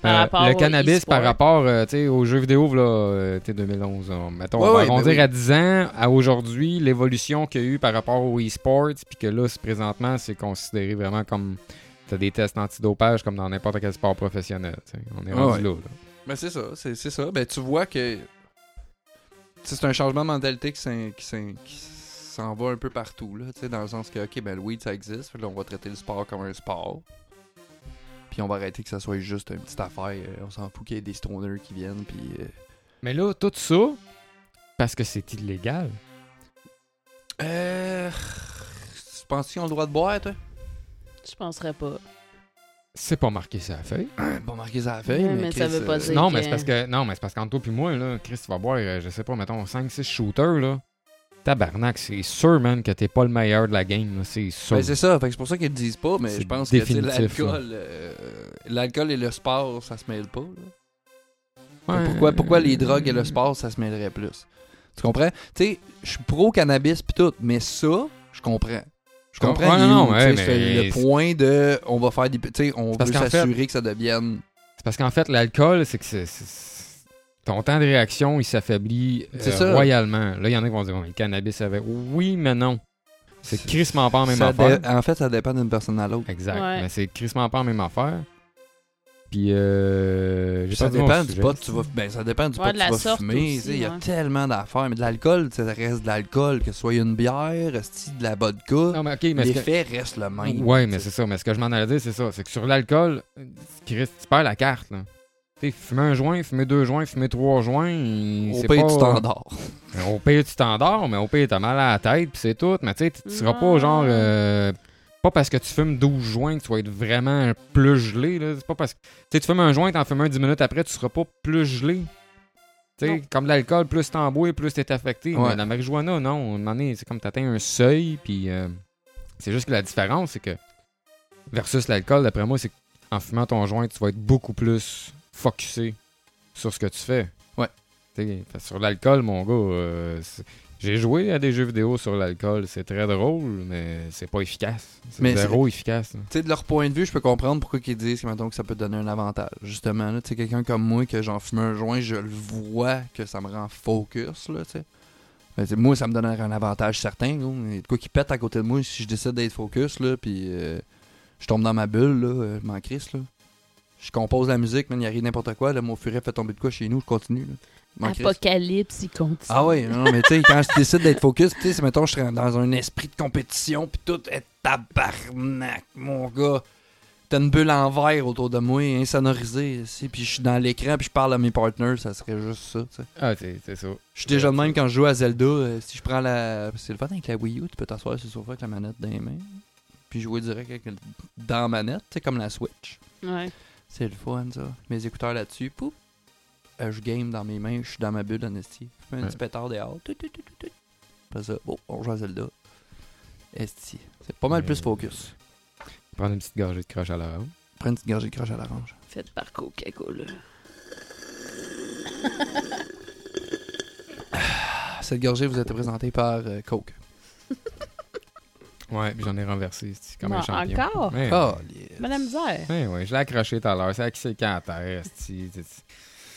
[SPEAKER 3] Par
[SPEAKER 1] euh,
[SPEAKER 3] rapport
[SPEAKER 1] le
[SPEAKER 3] au
[SPEAKER 1] cannabis
[SPEAKER 3] e-sport.
[SPEAKER 1] par rapport, euh, tu sais, aux jeux vidéo, là, euh, tu sais, 2011. on- mettons,
[SPEAKER 2] Ouais,
[SPEAKER 1] on va
[SPEAKER 2] ouais, ben
[SPEAKER 1] arrondir
[SPEAKER 2] oui.
[SPEAKER 1] à 10 ans à aujourd'hui l'évolution qu'il y a eu par rapport au e-sports, puis que là, c'est- présentement, c'est considéré vraiment comme t'as des tests antidopage comme dans n'importe quel sport professionnel. tu sais. On est
[SPEAKER 2] Ouais,
[SPEAKER 1] rendu
[SPEAKER 2] Ah ouais.
[SPEAKER 1] là. là.
[SPEAKER 2] Mais c'est ça, c'est c'est ça. Ben, tu vois que c'est un changement de mentalité qui s'en- qui s'en qui s'en va un peu partout, là, tu sais, dans le sens que, OK, ben, le weed, ça existe, fait que là, on va traiter le sport comme un sport. Puis on va arrêter que ça soit juste une petite affaire. euh, on s'en fout qu'il y ait des stoners qui viennent, puis... euh,
[SPEAKER 1] Mais là, tout ça, parce que c'est illégal.
[SPEAKER 2] Euh... Tu penses qu'ils ont le droit de boire, toi?
[SPEAKER 3] Je penserais pas.
[SPEAKER 1] C'est pas marqué sur la feuille.
[SPEAKER 2] Bon, marqué ça à la feuille,
[SPEAKER 3] Ouais,
[SPEAKER 2] mais,
[SPEAKER 3] mais ça
[SPEAKER 2] Chris,
[SPEAKER 3] veut pas
[SPEAKER 2] euh,
[SPEAKER 3] dire- C'est
[SPEAKER 1] Non,
[SPEAKER 3] que-
[SPEAKER 1] mais c'est parce que non, mais c'est parce qu'entre toi puis moi là, Chris tu vas boire, euh, je sais pas, mettons 5 6 shooters là. Tabarnak, c'est sûr man que t'es pas le meilleur de la game, là, c'est sûr.
[SPEAKER 2] Ben, c'est ça, fait que c'est pour ça qu'ils le disent pas, mais
[SPEAKER 1] C'est
[SPEAKER 2] je pense que tu sais,
[SPEAKER 1] définitif,
[SPEAKER 2] l'alcool euh, l'alcool et le sport, ça se mêle pas. là.
[SPEAKER 1] Ouais.
[SPEAKER 2] Pourquoi, pourquoi les drogues et le sport, ça se mêlerait plus? Tu comprends? Tu sais, je suis pro-cannabis pis tout, mais ça, je comprends. Je
[SPEAKER 1] Com-
[SPEAKER 2] comprends
[SPEAKER 1] ouais,
[SPEAKER 2] il est
[SPEAKER 1] non,
[SPEAKER 2] où, tu
[SPEAKER 1] ouais,
[SPEAKER 2] sais, c'est
[SPEAKER 1] mais
[SPEAKER 2] le
[SPEAKER 1] c'est-
[SPEAKER 2] point de on va faire des tu sais on
[SPEAKER 1] C'est parce
[SPEAKER 2] veut
[SPEAKER 1] qu'en
[SPEAKER 2] s'assurer que ça devienne
[SPEAKER 1] C'est parce qu'en fait l'alcool, c'est que c'est, c'est- ton temps de réaction, il s'affaiblit euh,
[SPEAKER 2] C'est ça.
[SPEAKER 1] royalement. Là, il y en a qui vont dire oh, mais le cannabis avait oui, mais non. C'est crissement pas la même
[SPEAKER 2] Ça
[SPEAKER 1] affaire.
[SPEAKER 2] dé- En fait, ça dépend d'une personne à l'autre.
[SPEAKER 1] Exact.
[SPEAKER 3] Ouais.
[SPEAKER 1] Mais c'est crissement pas la même affaire. Puis, euh, j'ai
[SPEAKER 2] Ça
[SPEAKER 1] perdu mon
[SPEAKER 2] dépend du
[SPEAKER 1] sujet.
[SPEAKER 2] pot que tu vas ben, ça dépend du
[SPEAKER 3] Ouais,
[SPEAKER 2] pot
[SPEAKER 3] de
[SPEAKER 2] que
[SPEAKER 3] la
[SPEAKER 2] tu vas
[SPEAKER 3] sorte
[SPEAKER 2] fumer,
[SPEAKER 3] aussi,
[SPEAKER 2] tu sais, il y a
[SPEAKER 3] ouais.
[SPEAKER 2] tellement d'affaires, mais de l'alcool, tu sais, ça reste de l'alcool, que ce soit une bière, esti, de la vodka,
[SPEAKER 3] Ah
[SPEAKER 1] Non, mais ok, mais ce que-
[SPEAKER 2] l'effet reste le même.
[SPEAKER 1] Ouais, mais c'est ça. Mais ce que je m'en allais dire, c'est ça. C'est que sur l'alcool, euh, Chris, tu perds la carte. Là. Tu sais, fumer un joint, fumer deux joints, fumer trois joints. euh,
[SPEAKER 2] Au
[SPEAKER 1] c'est
[SPEAKER 2] pays
[SPEAKER 1] pas-
[SPEAKER 2] du standard.
[SPEAKER 1] Au pire, tu t'endors, mais au pire, t'as mal à la tête, puis c'est tout. Mais tu sais, tu tu seras pas genre. euh, pas parce que tu fumes 12 joints que tu vas être vraiment plus gelé. là. C'est pas parce que. Tu sais, tu fumes un joint, t'en fumes un 10 minutes après, tu seras pas plus gelé. Tu sais,
[SPEAKER 3] Non.
[SPEAKER 1] comme l'alcool, plus t'en bois, plus t'es affecté.
[SPEAKER 2] Ouais.
[SPEAKER 1] Mais la marijuana, non. À un moment donné, c'est comme t'atteins un seuil, puis. euh, c'est juste que la différence, c'est que. Versus l'alcool, d'après moi, c'est qu'en fumant ton joint, tu vas être beaucoup plus focusé sur ce que tu fais.
[SPEAKER 2] Ouais.
[SPEAKER 1] T'sais, parce que sur l'alcool, mon gars, euh, c'est- j'ai joué à des jeux vidéo sur l'alcool. C'est très drôle, mais c'est pas efficace. C'est
[SPEAKER 2] Mais
[SPEAKER 1] zéro efficace. là.
[SPEAKER 2] Tu sais, de leur point de vue, je peux comprendre pourquoi ils disent que, mettons, que ça peut donner un avantage. Justement, là, tu sais, quelqu'un comme moi, que j'en fume un joint, je le vois que ça me rend focus, là, tu sais. Ben, tu sais, moi, ça me donnerait un avantage certain, gros. Il y a De quoi qui pète à côté de moi, si je décide d'être focus, là, puis euh, je tombe dans ma bulle, là, euh, je m'en crisse, là. Je compose la musique, mais il arrive n'importe quoi, là, mon furet fait tomber de quoi chez nous, je continue, là. Je m'en crisse.
[SPEAKER 3] Apocalypse, il continue.
[SPEAKER 2] Ah oui, non, mais tu sais, quand je décide d'être focus, tu sais, c'est, mettons, je serais dans un esprit de compétition, puis tout est tabarnak, mon gars. T'as une bulle en verre autour de moi, insonorisée, ici, puis je suis dans l'écran, puis je parle à mes partners, ça serait juste ça, tu sais.
[SPEAKER 1] Ah, c'est c'est ça.
[SPEAKER 2] Je suis déjà de même quand je joue à Zelda, euh, si je prends la... C'est le fun avec la Wii U, tu peux t'asseoir sur le sofa avec la manette dans les mains, puis jouer direct avec le- dans la manette, tu sais, comme la Switch.
[SPEAKER 3] Ouais.
[SPEAKER 2] C'est le fun, ça. Mes écouteurs là-dessus, poup. Euh, je game dans mes mains, je suis dans ma bulle, honestie. Je fais un
[SPEAKER 1] Ouais.
[SPEAKER 2] petit pétard dehors. Tout, tout, tout, tout, tout. Après ça, bon, on joue à Zelda. Esti. C'est pas mal
[SPEAKER 1] Mais-
[SPEAKER 2] plus focus.
[SPEAKER 1] Prendre une petite gorgée de croche à l'oreille.
[SPEAKER 2] Prends une petite gorgée de crache à l'orange.
[SPEAKER 3] Faites par Coca-Cola.
[SPEAKER 2] Ah, Cette gorgée vous a été présentée par euh, Coke.
[SPEAKER 1] Ouais, puis j'en ai renversé. C'est comme
[SPEAKER 3] Non,
[SPEAKER 1] un champion.
[SPEAKER 3] encore?
[SPEAKER 1] Ouais,
[SPEAKER 2] Ah,
[SPEAKER 3] Madame Misère.
[SPEAKER 1] ouais, ouais, je l'ai accroché tout à l'heure. C'est axé quand à terre. esti, c'est- c'est-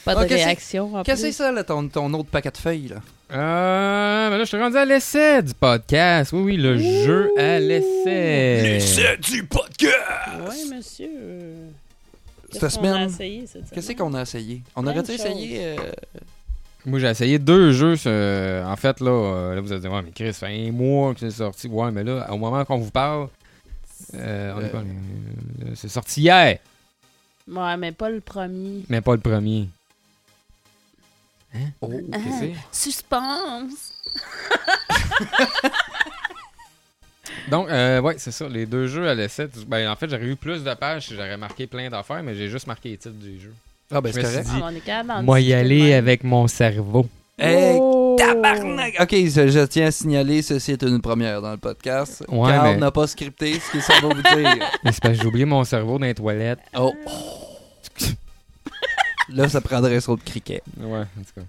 [SPEAKER 3] Pas de
[SPEAKER 2] Ah, qu'est-ce que-
[SPEAKER 3] réaction. en
[SPEAKER 2] Qu'est-ce que
[SPEAKER 3] plus.
[SPEAKER 2] c'est ça, là, ton, ton autre paquet de feuilles, là?
[SPEAKER 1] Euh, ben là, je suis rendu à l'essai du podcast. Oui, oui, le jeu à l'essai.
[SPEAKER 2] du podcast!
[SPEAKER 3] Oui, monsieur. euh,
[SPEAKER 2] Cette
[SPEAKER 3] qu'est-ce qu'on a
[SPEAKER 2] semaine,
[SPEAKER 3] essayé cette semaine?
[SPEAKER 2] Qu'est-ce qu'on a essayé? On
[SPEAKER 3] Plein
[SPEAKER 2] aurait-tu
[SPEAKER 3] de choses.
[SPEAKER 2] essayé... euh,
[SPEAKER 1] Moi, j'ai essayé deux jeux. ce- En fait, là, euh, là, vous allez dire, ouais, mais Chris, ça fait un mois que c'est sorti. Ouais, mais là, au moment qu'on vous parle, euh, on est
[SPEAKER 2] Euh.
[SPEAKER 1] quoi, euh, c'est sorti hier,
[SPEAKER 3] Ouais, mais pas le premier.
[SPEAKER 1] mais pas le premier.
[SPEAKER 2] Oh,
[SPEAKER 1] Qu'est-ce
[SPEAKER 3] Ah.
[SPEAKER 1] que c'est?
[SPEAKER 3] Suspense!
[SPEAKER 1] Donc, euh, ouais, c'est ça, les deux jeux à l'essai. tu- Ben, en fait, j'aurais eu plus de pages si j'aurais marqué plein d'affaires, mais j'ai juste marqué les titres du jeu.
[SPEAKER 2] Ah, ben
[SPEAKER 1] Je
[SPEAKER 2] c'est
[SPEAKER 1] me suis
[SPEAKER 2] correct.
[SPEAKER 1] dit,
[SPEAKER 3] Ah, on est capable d'en
[SPEAKER 1] Moi, y
[SPEAKER 3] discuter
[SPEAKER 1] aller
[SPEAKER 3] demain.
[SPEAKER 1] avec mon cerveau. <laughs>
[SPEAKER 2] Hey,
[SPEAKER 3] Oh!
[SPEAKER 2] Tabarnak! Ok, je, je tiens à signaler, ceci est une première dans le podcast.
[SPEAKER 1] Ouais,
[SPEAKER 2] Carl
[SPEAKER 1] mais-
[SPEAKER 2] n'a pas scripté ce que ça va vous dire. <laughs>
[SPEAKER 1] Mais c'est parce que j'ai oublié mon cerveau dans les toilettes.
[SPEAKER 2] Oh! Là, ça prendrait sur le cricket.
[SPEAKER 1] Ouais, en tout cas.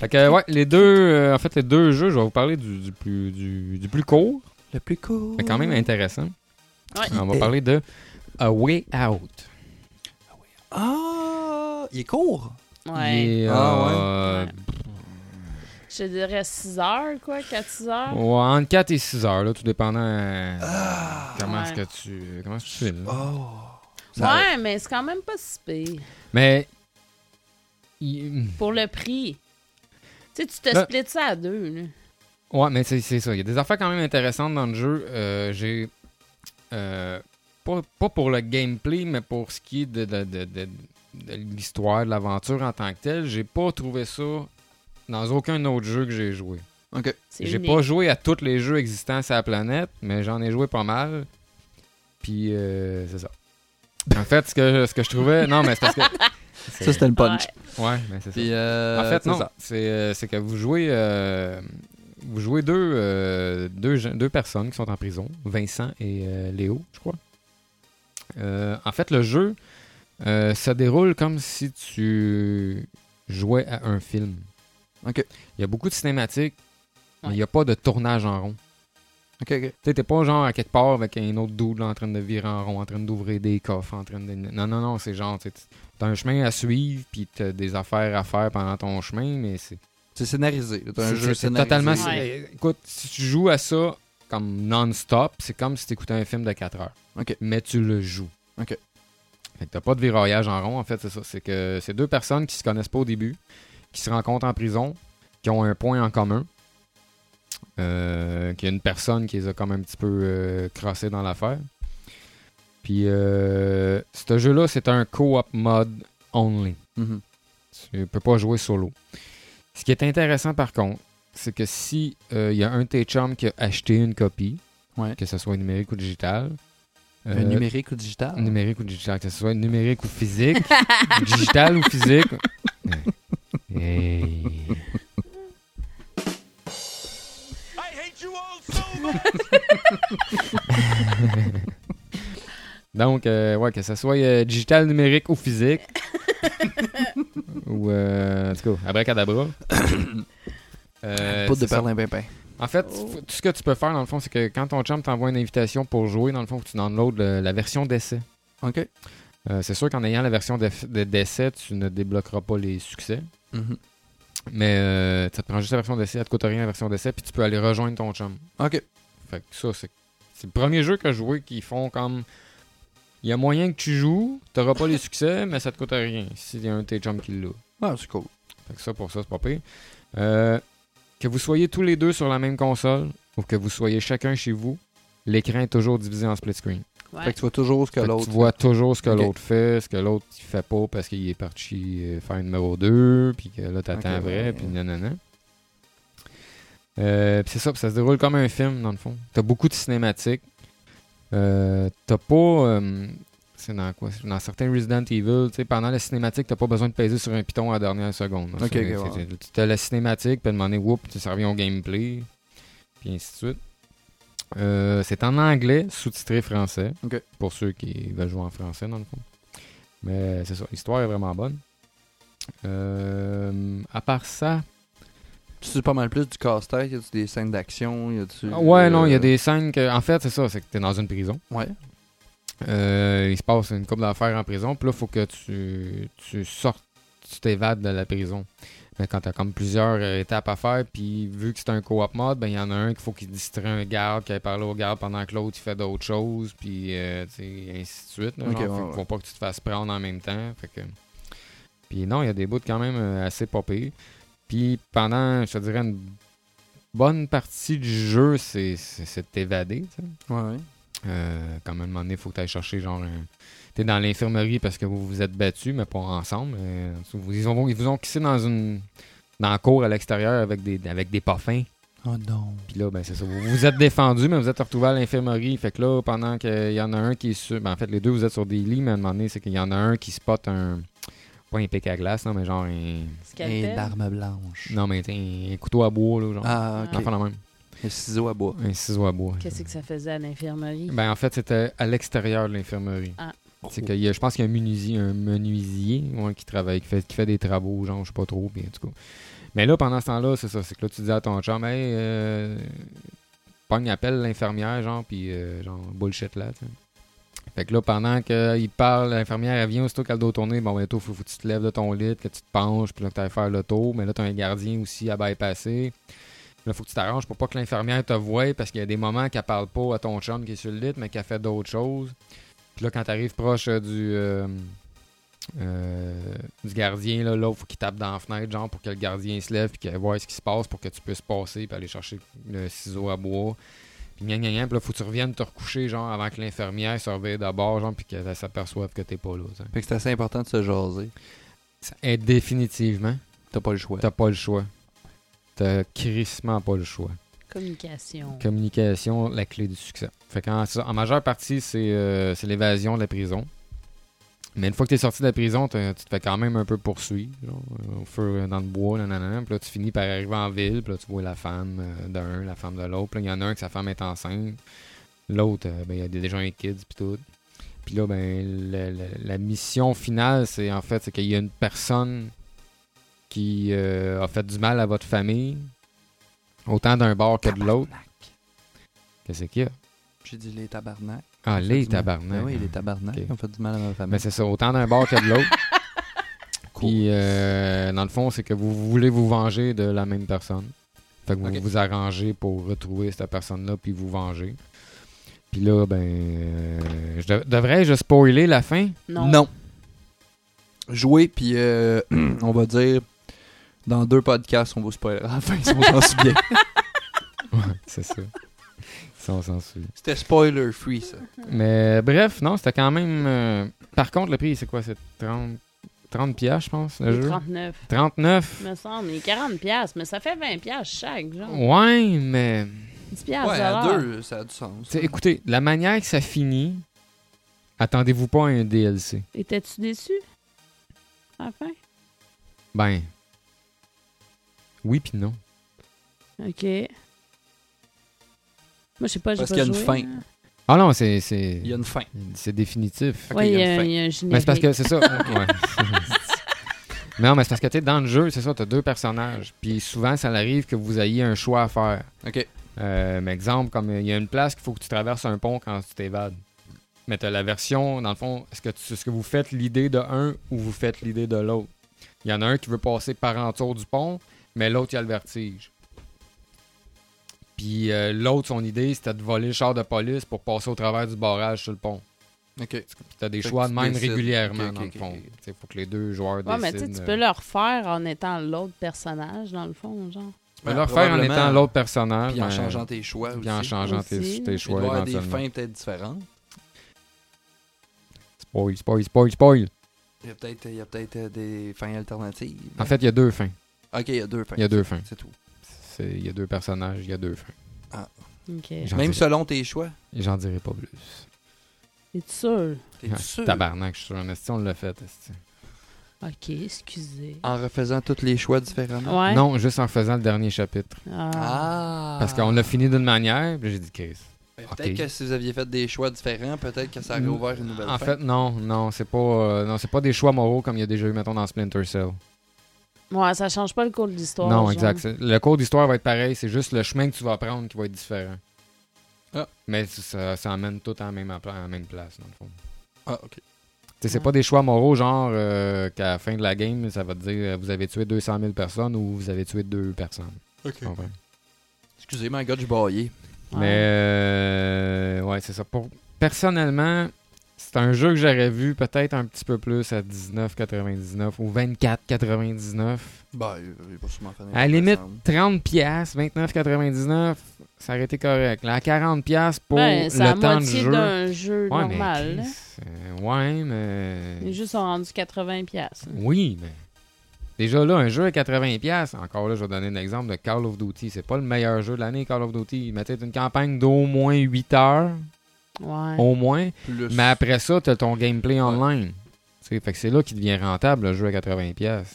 [SPEAKER 1] Fait que, ouais, les deux, euh, en fait, les deux jeux, je vais vous parler du, du plus, du, du plus court,
[SPEAKER 2] Le plus cool.
[SPEAKER 1] mais quand même intéressant.
[SPEAKER 3] Mm. Ouais.
[SPEAKER 1] On va
[SPEAKER 2] Eh.
[SPEAKER 1] parler de A Way Out.
[SPEAKER 2] Ah! Il est court!
[SPEAKER 3] Ouais.
[SPEAKER 1] Il est,
[SPEAKER 2] Ah,
[SPEAKER 1] euh,
[SPEAKER 3] Je te dirais 6 heures, quoi, 4-6 heures.
[SPEAKER 1] ouais, entre 4 et 6 heures, là, tout dépendant euh, comment
[SPEAKER 3] Ouais.
[SPEAKER 1] est-ce que tu comment est-ce que tu fais, là.
[SPEAKER 2] Ah. Oh! Ça-
[SPEAKER 3] Ouais, mais c'est quand même pas si pire.
[SPEAKER 1] Mais il- mm.
[SPEAKER 3] Pour le prix. Tu sais, tu te
[SPEAKER 1] Là-
[SPEAKER 3] splits ça à deux, là.
[SPEAKER 1] ouais, mais c'est c'est ça. Il y a des affaires quand même intéressantes dans le jeu. Euh, J'ai euh, pas, pas pour le gameplay, mais pour ce qui est de, de- de- de- de l'histoire, de l'aventure en tant que telle, j'ai pas trouvé ça dans aucun autre jeu que j'ai joué.
[SPEAKER 2] Ok.
[SPEAKER 3] C'est
[SPEAKER 1] J'ai
[SPEAKER 3] unique.
[SPEAKER 1] pas joué à tous les jeux existants sur la planète, mais j'en ai joué pas mal. Puis euh, c'est ça. En fait, ce que, ce que je trouvais. Non, mais c'est parce que.
[SPEAKER 2] Ça, c'était le punch.
[SPEAKER 3] Ouais.
[SPEAKER 1] Ouais, mais c'est ça.
[SPEAKER 2] Puis, euh,
[SPEAKER 1] en fait,
[SPEAKER 2] c'est
[SPEAKER 1] non.
[SPEAKER 2] ça.
[SPEAKER 1] C'est euh, c'est que vous jouez. euh, vous jouez deux, euh, deux, gens- deux personnes qui sont en prison, Vincent et euh, Léo, je crois. Euh, en fait, le jeu, euh, ça déroule comme si tu jouais à un film.
[SPEAKER 2] Ok.
[SPEAKER 1] Il y a beaucoup de cinématiques, mais
[SPEAKER 3] Ouais.
[SPEAKER 1] il n'y a pas de tournage en rond.
[SPEAKER 2] Ok, ok.
[SPEAKER 1] Tu sais, t'es pas genre à quelque part avec un autre dude là, en train de virer en rond, en train d'ouvrir des coffres, en train de. Non, non, non, c'est genre, tu sais, t'as un chemin à suivre, puis t'as des affaires à faire pendant ton chemin, mais c'est.
[SPEAKER 2] C'est scénarisé. là. C'est un
[SPEAKER 1] c'est-
[SPEAKER 2] jeu
[SPEAKER 1] c'est
[SPEAKER 2] scénarisé.
[SPEAKER 1] totalement.
[SPEAKER 3] Ouais.
[SPEAKER 1] Écoute, si tu joues à ça comme non-stop. C'est comme si t'écoutais un film de 4 heures.
[SPEAKER 2] OK.
[SPEAKER 1] Mais tu le joues.
[SPEAKER 2] OK.
[SPEAKER 1] Fait que t'as pas de viraillage en rond, en fait, c'est ça. C'est que c'est deux personnes qui se connaissent pas au début, qui se rencontrent en prison, qui ont un point en commun. Euh, qu'il y a une personne qui les a comme un petit peu euh, crossés dans l'affaire. Puis, euh, ce jeu-là, c'est un co-op mode only.
[SPEAKER 2] Mhm.
[SPEAKER 1] Tu peux pas jouer solo. Ce qui est intéressant par contre, c'est que si euh, il y a un de tes chums qui a acheté une copie,
[SPEAKER 2] Ouais.
[SPEAKER 1] que ce soit numérique ou digital,
[SPEAKER 2] Un
[SPEAKER 1] euh,
[SPEAKER 2] numérique ou digital?
[SPEAKER 1] numérique ou digital, que ce soit numérique ou physique, <laughs> digital ou physique. Hey. <laughs> Donc, euh, ouais, que ce soit euh, digital, numérique ou physique. ou, euh, en tout cas, abracadabra. Euh,
[SPEAKER 2] Poudre de
[SPEAKER 1] c'est ça.
[SPEAKER 2] perlimpinpin.
[SPEAKER 1] En fait, faut- tout ce que tu peux faire, dans le fond, c'est que quand ton chum t'envoie une invitation pour jouer, dans le fond, faut que tu downloades le- la version d'essai.
[SPEAKER 2] OK.
[SPEAKER 1] Euh, c'est sûr qu'en ayant la version d'eff- de- d'essai, tu ne débloqueras pas les succès.
[SPEAKER 2] Mhm.
[SPEAKER 1] Mais euh, ça te prend juste la version d'essai, elle te coûte rien la version d'essai, puis tu peux aller rejoindre ton chum.
[SPEAKER 2] OK.
[SPEAKER 1] Fait que ça, c'est c'est le premier jeu que je jouais qui font comme. Il y a moyen que tu joues, t'auras pas les succès, mais ça te coûte rien s'il y a un de tes chums qui l'a.
[SPEAKER 2] Ah, c'est cool.
[SPEAKER 1] Fait que ça, pour ça, c'est pas pire. Euh, que vous soyez tous les deux sur la même console ou que vous soyez chacun chez vous, l'écran est toujours divisé en split screen.
[SPEAKER 3] Ouais.
[SPEAKER 2] Fait que tu vois toujours ce que
[SPEAKER 1] Fait que
[SPEAKER 2] l'autre.
[SPEAKER 1] tu vois toujours ce que
[SPEAKER 2] Ok.
[SPEAKER 1] l'autre fait, ce que l'autre il fait pas parce qu'il est parti euh, faire numéro 2, puis que là t'attends
[SPEAKER 2] Ok,
[SPEAKER 1] vrai,
[SPEAKER 2] ouais.
[SPEAKER 1] puis nanana. Euh, puis c'est ça, puis ça se déroule comme un film dans le fond. T'as beaucoup de cinématiques. Euh, t'as pas. euh, c'est dans quoi C'est Dans certains Resident Evil, tu sais, pendant la cinématique, t'as pas besoin de peser sur un piton à la dernière seconde.
[SPEAKER 2] Ok, ok,
[SPEAKER 1] C'est-
[SPEAKER 2] ouais.
[SPEAKER 1] c'est- Tu t'as la cinématique, puis demander whoop, tu servis au gameplay, puis ainsi de suite. Euh, c'est en anglais, sous-titré français.
[SPEAKER 2] Ok.
[SPEAKER 1] Pour ceux qui veulent jouer en français, dans le fond. Mais c'est ça, l'histoire est vraiment bonne. Euh, à part ça.
[SPEAKER 2] Tu sais pas mal plus du casse-tête, y a-tu des scènes d'action, y a-tu.
[SPEAKER 1] Ah Ouais,
[SPEAKER 2] euh,
[SPEAKER 1] non, il y a des scènes que. En fait, c'est ça, c'est que t'es dans une prison.
[SPEAKER 2] Ouais.
[SPEAKER 1] Euh, il se passe une couple d'affaires en prison. Puis là, faut que tu, tu sortes, tu t'évades de la prison. Mais quand t'as comme plusieurs euh, étapes à faire, puis vu que c'est un co-op mode, ben il y en a un qu'il faut qu'il distrait un garde, qu'il aille parler au garde pendant que l'autre il fait d'autres choses, puis euh, tu sais, ainsi de suite. là,
[SPEAKER 2] Ok,
[SPEAKER 1] genre,
[SPEAKER 2] ouais,
[SPEAKER 1] faut,
[SPEAKER 2] ouais.
[SPEAKER 1] faut pas que tu te fasses prendre en même temps. Fait que... Puis non, il y a des bouts quand même euh, assez popés. Puis pendant, je te dirais, une bonne partie du jeu, c'est c'est- c'est de t'évader. tu sais.
[SPEAKER 2] Ouais, ouais.
[SPEAKER 1] Euh, quand même, un moment donné, faut que tu ailles chercher genre un... T'es dans l'infirmerie parce que vous vous êtes battus, mais pas ensemble. euh, vous- ils, ont, ils vous ont kissé dans une dans la cour à l'extérieur avec des, avec des parfums.
[SPEAKER 2] Oh non.
[SPEAKER 1] Puis là, ben c'est ça. Vous vous êtes défendus, mais vous êtes retrouvés à l'infirmerie. Fait que là, pendant qu'il y en a un qui est sur. Ben, en fait, les deux, vous êtes sur des lits, mais à un moment donné, c'est qu'il y en a un qui spot un. Pas un pic à glace, non, mais genre un.
[SPEAKER 2] Et
[SPEAKER 1] Eh,
[SPEAKER 3] Scalpel.
[SPEAKER 2] l'arme blanche.
[SPEAKER 1] Non, mais un, un couteau à bois, là, genre.
[SPEAKER 2] Ah,
[SPEAKER 1] Un
[SPEAKER 2] ok.
[SPEAKER 1] affaire de même.
[SPEAKER 2] Un ciseau à bois.
[SPEAKER 1] Un ciseau à bois.
[SPEAKER 3] Qu'est-ce que ça faisait à l'infirmerie?
[SPEAKER 1] Ben, en fait, c'était à l'extérieur de l'infirmerie.
[SPEAKER 3] Ah.
[SPEAKER 1] C'est qu'il y a- je pense qu'il y a un menuisier, un menuisier ouais, qui travaille, qui fait, qui fait des travaux, genre, je sais pas trop, puis en tout cas. Mais là, pendant ce temps-là, c'est ça, c'est que là, tu dis à ton chum, hey, euh, pogne, appelle l'infirmière, genre, puis euh, genre, bullshit là, tu sais. Fait que là, pendant qu'il parle, l'infirmière, elle vient aussitôt qu'elle doit tourner. Bon, ben, toi, faut, faut que tu te lèves de ton lit, que tu te penches, puis là, que t'ailles faire le tour. Mais là, t'as un gardien aussi à bypasser. Là, faut que tu t'arranges pour pas que l'infirmière te voie parce qu'il y a des moments qu'elle parle pas à ton chum qui est sur le lit, mais qu'elle fait d'autres choses. Puis là, quand t'arrives proche euh, du, euh, euh, du gardien, là, là, faut qu'il tape dans la fenêtre, genre, pour que le gardien se lève puis qu'elle voit ce qui se passe pour que tu puisses passer puis aller chercher le ciseau à bois. Puis gna gna gna, puis là, faut que tu reviennes te recoucher, genre, avant que l'infirmière surveille d'abord, genre, puis qu'elle s'aperçoive que t'es pas là, tu sais.
[SPEAKER 2] Fait que c'est assez important de se jaser.
[SPEAKER 1] Ça aide définitivement.
[SPEAKER 2] T'as pas le choix.
[SPEAKER 1] T'as pas le choix. T'as crissement pas le choix.
[SPEAKER 3] Communication.
[SPEAKER 1] Communication, la clé du succès. Fait qu'en c'est ça, en majeure partie, c'est euh, c'est l'évasion de la prison. Mais une fois que tu es sorti de la prison, t'as- tu te fais quand même un peu poursuivre, genre, euh, au feu, dans le bois, nanana. Puis là, tu finis par arriver en ville, puis là, tu vois la femme euh, d'un, la femme de l'autre. Puis là, il y en a un que sa femme est enceinte. L'autre, euh, ben, il y a déjà un kid, puis tout. Puis là, ben, la, la- la mission finale, c'est en fait, c'est qu'il y a une personne qui euh, a fait du mal à votre famille, autant d'un bord que de l'autre. Qu'est-ce qu'il y a?
[SPEAKER 2] J'ai dit les tabarnak.
[SPEAKER 1] Ah, les
[SPEAKER 2] Fait du mal.
[SPEAKER 1] tabarnak.
[SPEAKER 2] Ben oui, les tabarnak.
[SPEAKER 1] Ok.
[SPEAKER 2] On fait du mal à ma
[SPEAKER 1] Mais
[SPEAKER 2] famille.
[SPEAKER 1] c'est ça, autant d'un bord que de
[SPEAKER 2] <coughs>
[SPEAKER 1] l'autre. euh,
[SPEAKER 2] Cool.
[SPEAKER 1] Puis, euh, dans le fond, c'est que vous voulez vous venger de la même personne. Fait que vous
[SPEAKER 2] Ok.
[SPEAKER 1] vous arrangez pour retrouver cette personne-là puis vous venger. Puis là, ben. euh, je dev- Devrais-je spoiler la fin?
[SPEAKER 3] Non.
[SPEAKER 2] Jouer, puis euh, <clears throat> on va dire, dans deux podcasts, on va se parler à la fin, si on s'en <laughs> souvient.
[SPEAKER 1] Ouais, <laughs> c'est ça. Si on s'en souvient.
[SPEAKER 2] C'était spoiler free, ça.
[SPEAKER 1] Mais bref, non, c'était quand même. euh, Par contre, le prix, c'est quoi? C'est 30, 30 piastres, je pense, le
[SPEAKER 3] Il est
[SPEAKER 1] jeu?
[SPEAKER 3] 39,
[SPEAKER 1] 39?
[SPEAKER 3] me semble. Il est 40 piastres, mais ça fait 20 piastres chaque, genre.
[SPEAKER 1] Oh. Ouais, mais.
[SPEAKER 3] 10 piastres
[SPEAKER 2] Ouais,
[SPEAKER 3] de
[SPEAKER 2] à
[SPEAKER 3] l'heure.
[SPEAKER 2] deux, ça a du sens.
[SPEAKER 1] Tu sais, écoutez, la manière que ça finit, attendez-vous pas à un DLC.
[SPEAKER 3] Étais-tu déçu? À la fin?
[SPEAKER 1] Ben. Oui, puis non.
[SPEAKER 3] OK. Moi, je sais pas, j'ai
[SPEAKER 2] Parce
[SPEAKER 3] pas
[SPEAKER 2] qu'il y a une
[SPEAKER 3] joué,
[SPEAKER 2] fin.
[SPEAKER 3] hein.
[SPEAKER 1] Ah non, c'est. c'est-
[SPEAKER 2] Il y a une fin.
[SPEAKER 1] C'est définitif.
[SPEAKER 2] Ok,
[SPEAKER 3] Ouais,
[SPEAKER 2] il y
[SPEAKER 3] il y
[SPEAKER 2] a une
[SPEAKER 3] a,
[SPEAKER 2] fin.
[SPEAKER 3] il y a un
[SPEAKER 1] Mais c'est parce que
[SPEAKER 3] générique.
[SPEAKER 1] c'est ça. ouais. non, mais c'est parce que tu sais, dans le jeu, c'est ça, t'as deux personnages. Puis souvent, ça arrive que vous ayez un choix à faire.
[SPEAKER 2] OK.
[SPEAKER 1] Euh, mais exemple, comme il y a une place qu'il faut que tu traverses un pont quand tu t'évades. Mais t'as la version, dans le fond, est-ce que, tu- est-ce que vous faites l'idée de un ou vous faites l'idée de l'autre? Il y en a un qui veut passer par en dessous du pont, mais l'autre, il a le vertige. Puis euh, l'autre, son idée, c'était de voler le char de police pour passer au travers du barrage sur le pont.
[SPEAKER 2] OK.
[SPEAKER 1] T'as des
[SPEAKER 2] Fait
[SPEAKER 1] choix
[SPEAKER 2] que
[SPEAKER 1] de
[SPEAKER 2] tu
[SPEAKER 1] même
[SPEAKER 2] décides.
[SPEAKER 1] régulièrement,
[SPEAKER 2] Ok,
[SPEAKER 1] dans
[SPEAKER 2] ok,
[SPEAKER 1] le
[SPEAKER 2] ok,
[SPEAKER 1] fond.
[SPEAKER 2] ok.
[SPEAKER 1] Il faut que les deux joueurs
[SPEAKER 3] Ouais, mais tu
[SPEAKER 1] décident.
[SPEAKER 3] sais, tu
[SPEAKER 2] euh,
[SPEAKER 3] peux le refaire en étant l'autre personnage, dans le fond, genre.
[SPEAKER 1] Tu peux le refaire en étant l'autre personnage.
[SPEAKER 2] Puis en
[SPEAKER 1] mais-
[SPEAKER 2] changeant tes choix
[SPEAKER 1] Euh, puis en
[SPEAKER 2] aussi.
[SPEAKER 1] changeant tes-
[SPEAKER 3] Aussi,
[SPEAKER 1] tes
[SPEAKER 3] là.
[SPEAKER 2] Il doit
[SPEAKER 1] choix
[SPEAKER 2] y avoir des
[SPEAKER 1] éventuellement.
[SPEAKER 2] fins peut-être différentes.
[SPEAKER 1] Spoil, spoil, spoil, spoil.
[SPEAKER 2] Il y a peut-être il y a peut-être, euh, des fins alternatives.
[SPEAKER 1] En fait, il y a deux fins.
[SPEAKER 2] OK, il y a deux fins.
[SPEAKER 1] Il y a deux fins.
[SPEAKER 2] C'est tout.
[SPEAKER 1] C'est- Il y a deux personnages, il y a deux fins.
[SPEAKER 3] OK.
[SPEAKER 1] J'en
[SPEAKER 2] Même
[SPEAKER 1] dirai-
[SPEAKER 2] selon tes choix.
[SPEAKER 1] J'en dirai pas plus.
[SPEAKER 3] Es-tu sûr?
[SPEAKER 2] T'es
[SPEAKER 1] Ah,
[SPEAKER 2] sûr?
[SPEAKER 1] Tabarnak, je suis sûr. Mais si on l'a fait. esti.
[SPEAKER 3] OK, excusez.
[SPEAKER 2] En refaisant tous les choix différemment.
[SPEAKER 3] Ouais?
[SPEAKER 1] Non, juste en faisant le dernier chapitre.
[SPEAKER 3] Ah.
[SPEAKER 2] Ah!
[SPEAKER 1] Parce qu'on l'a fini d'une manière, puis j'ai dit Chris.
[SPEAKER 2] Ben,
[SPEAKER 1] ok.
[SPEAKER 2] Peut-être que si vous aviez fait des choix différents, peut-être que ça aurait
[SPEAKER 1] Mm.
[SPEAKER 2] ouvert une nouvelle
[SPEAKER 1] En
[SPEAKER 2] fin.
[SPEAKER 1] fait, non, non, c'est pas, euh, non, c'est pas des choix moraux comme il y a déjà eu, mettons, dans Splinter Cell.
[SPEAKER 3] Ouais, ça change pas le cours de l'histoire.
[SPEAKER 1] Non,
[SPEAKER 3] genre.
[SPEAKER 1] exact. C'est- Le cours d'histoire va être pareil, c'est juste le chemin que tu vas prendre qui va être différent.
[SPEAKER 2] Ah.
[SPEAKER 1] Mais ça, ça amène tout en même, en la même place, dans le fond.
[SPEAKER 2] Ah, OK.
[SPEAKER 1] Tu sais, C'est
[SPEAKER 3] Ah.
[SPEAKER 1] pas des choix moraux, genre euh, qu'à la fin de la game, ça va te dire euh, vous avez tué 200 000 personnes ou vous avez tué deux personnes. Tu comprends?
[SPEAKER 2] Excusez, my God, je baillais.
[SPEAKER 3] Ouais.
[SPEAKER 1] Mais euh, ouais, c'est ça. Pour, personnellement, c'est un jeu que j'aurais vu peut-être un petit peu plus à 19,99 ou 24,99.
[SPEAKER 2] Ben, euh, il va sûrement finir
[SPEAKER 1] À la
[SPEAKER 2] en
[SPEAKER 1] limite,
[SPEAKER 2] décembre.
[SPEAKER 1] 30 pièces, 29,99, ça aurait été correct. Là, à 40 pièces pour
[SPEAKER 3] Ben, c'est la
[SPEAKER 1] le temps de
[SPEAKER 3] moitié
[SPEAKER 1] jeu.
[SPEAKER 3] d'un jeu
[SPEAKER 1] Ouais, mais
[SPEAKER 3] normal. là.
[SPEAKER 1] Chris, euh, ouais, mais
[SPEAKER 3] Les jeux sont rendus 80$. piastres.
[SPEAKER 1] Oui, mais déjà là, un jeu à 80$, piastres, encore là, je vais donner un exemple de Call of Duty. C'est pas le meilleur jeu de l'année, Call of Duty. Mais tu sais, t'as une campagne d'au moins 8 heures,
[SPEAKER 3] Ouais.
[SPEAKER 2] Oh,
[SPEAKER 1] au moins.
[SPEAKER 2] Plus.
[SPEAKER 1] Mais après ça, t'as ton gameplay online. Tu sais, Fait que c'est là qu'il devient rentable, le jeu à 80$. piastres.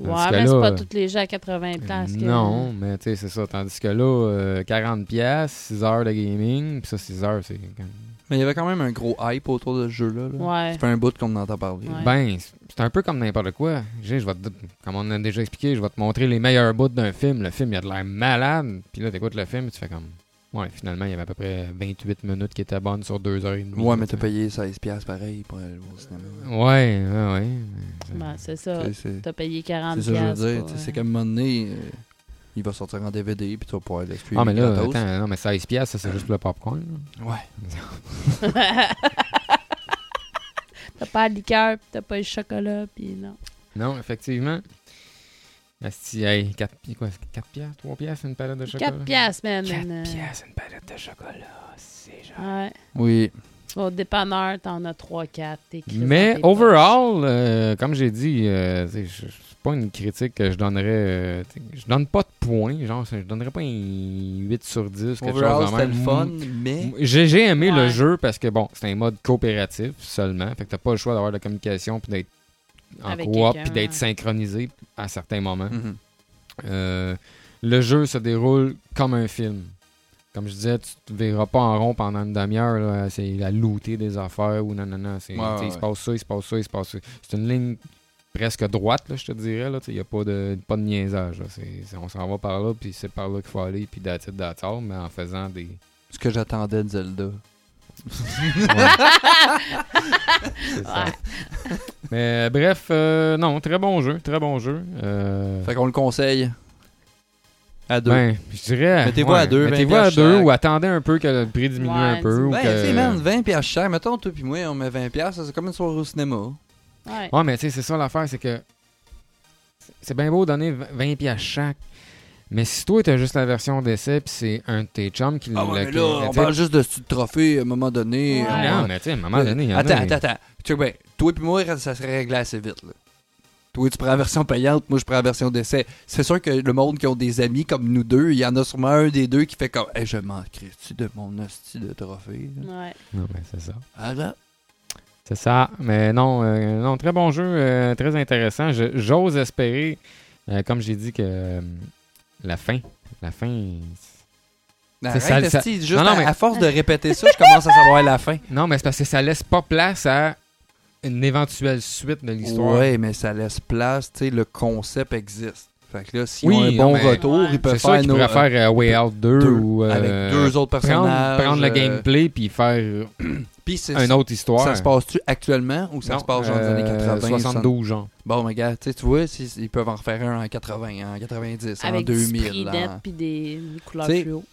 [SPEAKER 1] dans
[SPEAKER 3] Ouais,
[SPEAKER 1] ce
[SPEAKER 3] mais c'est
[SPEAKER 1] cas-là,
[SPEAKER 2] euh,
[SPEAKER 3] pas tous les jeux à 80$. piastres que-
[SPEAKER 1] Non, mais tu sais, c'est ça. Tandis que là, euh, 40$, piastres, 6 heures de gaming, puis ça, 6 heures, c'est. comme-
[SPEAKER 2] Mais il y avait quand même un gros hype autour de ce jeu-là. là.
[SPEAKER 3] Ouais.
[SPEAKER 2] Ça fait un bout qu'on en entend parler.
[SPEAKER 3] Ouais.
[SPEAKER 1] Ben, c'est un peu comme n'importe quoi. J'ai- Je vais te- comme on a déjà expliqué, je vais te montrer les meilleurs bouts d'un film. Le film, il a de l'air malade. Puis là, t'écoutes le film et tu fais comme. Ouais, finalement, il y avait à peu près 28 minutes qui étaient bonnes sur 2h30.
[SPEAKER 2] Ouais, mais t'as payé 16$ pareil pour aller au cinéma.
[SPEAKER 1] Ouais, ouais, ouais.
[SPEAKER 3] Ben, c'est ça.
[SPEAKER 2] C'est- C'est
[SPEAKER 3] T'as payé 40$.
[SPEAKER 2] c'est ça que je veux dire.
[SPEAKER 3] pour,
[SPEAKER 2] tu sais,
[SPEAKER 3] euh,
[SPEAKER 2] C'est comme un moment donné, euh, il va sortir en DVD, puis tu vas pouvoir le suivre.
[SPEAKER 1] Ah, mais là,
[SPEAKER 2] gratos.
[SPEAKER 1] attends, non, mais 16 piastres, ça, c'est juste pour le popcorn. là.
[SPEAKER 2] Ouais.
[SPEAKER 3] t'as pas le liqueur, pis t'as pas le chocolat, puis non.
[SPEAKER 1] Non, effectivement. Asti, hey, 4, quoi, 4 piastres, 3 piastres, une palette de chocolat?
[SPEAKER 3] 4 piastres, man.
[SPEAKER 1] 4
[SPEAKER 3] une, euh,
[SPEAKER 1] piastres, une palette de chocolat. C'est genre.
[SPEAKER 3] Ouais.
[SPEAKER 2] Oui.
[SPEAKER 3] Tu vas au dépanneur, t'en as 3-4.
[SPEAKER 1] Mais overall, euh, comme j'ai dit, euh, tu sais, je- je- c'est pas une critique que je donnerais. euh, tu sais, je donne pas de points. Genre, je donnerais pas un 8 sur 10. Quelque
[SPEAKER 2] Overall,
[SPEAKER 1] chose de
[SPEAKER 2] c'était
[SPEAKER 1] même.
[SPEAKER 2] le fun,
[SPEAKER 1] M-
[SPEAKER 2] mais.
[SPEAKER 1] m- J'ai j'ai aimé le
[SPEAKER 3] Ouais.
[SPEAKER 1] jeu parce que, bon, c'est un mode coopératif seulement. Fait que t'as pas le choix d'avoir de la communication puis d'être en
[SPEAKER 3] Avec
[SPEAKER 1] coop
[SPEAKER 3] quelqu'un,
[SPEAKER 1] puis d'être
[SPEAKER 3] ouais.
[SPEAKER 1] synchronisé à certains moments.
[SPEAKER 2] Mhm.
[SPEAKER 1] Euh, le jeu se déroule comme un film. Comme je disais, tu te verras pas en rond pendant une demi-heure. là, C'est la looter des affaires ou non, non, non. c'est-
[SPEAKER 2] Ouais,
[SPEAKER 1] tu sais,
[SPEAKER 2] ouais,
[SPEAKER 1] Il se
[SPEAKER 2] ouais.
[SPEAKER 1] passe ça, il se passe ça, il se passe ça. C'est une ligne presque droite, là, je te dirais. là, tu sais, Il n'y a pas de, pas de niaisage. là, c'est- c'est- on s'en va par là, puis c'est par là qu'il faut aller, puis d'attitude d'attard, mais en faisant des.
[SPEAKER 2] Ce que j'attendais de Zelda.
[SPEAKER 1] c'est ça. <laughs> mais bref, euh, non, très bon jeu, très bon jeu. Euh,
[SPEAKER 2] Fait qu'on le conseille. À deux.
[SPEAKER 1] Ben, je dirais.
[SPEAKER 2] Mettez-vous à deux,
[SPEAKER 1] Mettez-vous
[SPEAKER 2] 20
[SPEAKER 1] à deux
[SPEAKER 2] chaque.
[SPEAKER 1] ou attendez un peu que le prix diminue
[SPEAKER 3] Ouais,
[SPEAKER 1] un peu.
[SPEAKER 3] dis-
[SPEAKER 1] Ou
[SPEAKER 2] Ben,
[SPEAKER 1] que...
[SPEAKER 2] tu sais, man, 20 pièces cher. Mettons, toi puis moi, on met 20 pièces, c'est comme une soirée au cinéma.
[SPEAKER 3] <laughs> Ouais.
[SPEAKER 1] Ouais, mais tu sais, c'est ça l'affaire, c'est que c'est bien beau donner 20 pièces chaque. Mais si toi, t'as juste la version d'essai, puis c'est un de tes chums qui
[SPEAKER 2] Ah
[SPEAKER 1] l'a-
[SPEAKER 2] ouais, mais
[SPEAKER 1] qui
[SPEAKER 2] là,
[SPEAKER 1] l'a-
[SPEAKER 2] on parle juste de ce trophée à un moment donné.
[SPEAKER 3] Ouais.
[SPEAKER 2] on-
[SPEAKER 1] Non, mais tu sais, à un moment donné, il y en a
[SPEAKER 2] Euh, attends,
[SPEAKER 1] des-
[SPEAKER 2] attends, attends. Tu sais, ben, toi puis moi, ça serait réglé assez vite. Là. Toi, tu prends la version payante, moi, je prends la version d'essai. C'est sûr que le monde qui ont des amis comme nous deux, il y en a sûrement un des deux qui fait comme Hey, Je m'en crée-tu de mon hostie de trophée là?
[SPEAKER 3] Ouais.
[SPEAKER 1] Non, mais c'est ça.
[SPEAKER 2] Ah là,
[SPEAKER 1] C'est ça. Mais non, euh, non très bon jeu, euh, très intéressant. Je- J'ose espérer, euh, comme j'ai dit, que euh, la fin, la fin.
[SPEAKER 2] arrête,
[SPEAKER 1] ça- ça-
[SPEAKER 2] hostie, juste
[SPEAKER 1] Non, non,
[SPEAKER 2] à-
[SPEAKER 1] mais-
[SPEAKER 2] à force de répéter ça, je commence à savoir la fin.
[SPEAKER 1] Non, mais c'est parce que ça laisse pas place à une éventuelle suite de <laughs> l'histoire.
[SPEAKER 2] Ouais, mais ça laisse place, tu sais, le concept existe. Fait que là, s'ils
[SPEAKER 1] Oui,
[SPEAKER 2] ont un
[SPEAKER 1] non,
[SPEAKER 2] bon
[SPEAKER 1] mais-
[SPEAKER 2] retour,
[SPEAKER 3] Ouais.
[SPEAKER 2] ils peuvent
[SPEAKER 1] C'est sûr
[SPEAKER 2] faire
[SPEAKER 1] qu'ils
[SPEAKER 2] nos-
[SPEAKER 1] pourraient faire euh, Way Out 2
[SPEAKER 2] deux,
[SPEAKER 1] ou euh,
[SPEAKER 2] avec deux autres
[SPEAKER 1] prendre,
[SPEAKER 2] personnages.
[SPEAKER 1] prendre le
[SPEAKER 2] euh,
[SPEAKER 1] gameplay puis faire
[SPEAKER 2] Puis c'est
[SPEAKER 1] une autre histoire.
[SPEAKER 2] Ça se passe-tu actuellement ou ça
[SPEAKER 1] Non,
[SPEAKER 2] se passe genre dans les années
[SPEAKER 1] euh,
[SPEAKER 2] 80 60?
[SPEAKER 1] 72, genre.
[SPEAKER 2] Bon, mais gars, tu sais, tu vois, si- ils peuvent en refaire un en 80, en 90, en
[SPEAKER 3] Avec du
[SPEAKER 2] 2000.
[SPEAKER 3] spray
[SPEAKER 2] en-
[SPEAKER 3] net puis des couleurs
[SPEAKER 2] T'sais,
[SPEAKER 3] fluo.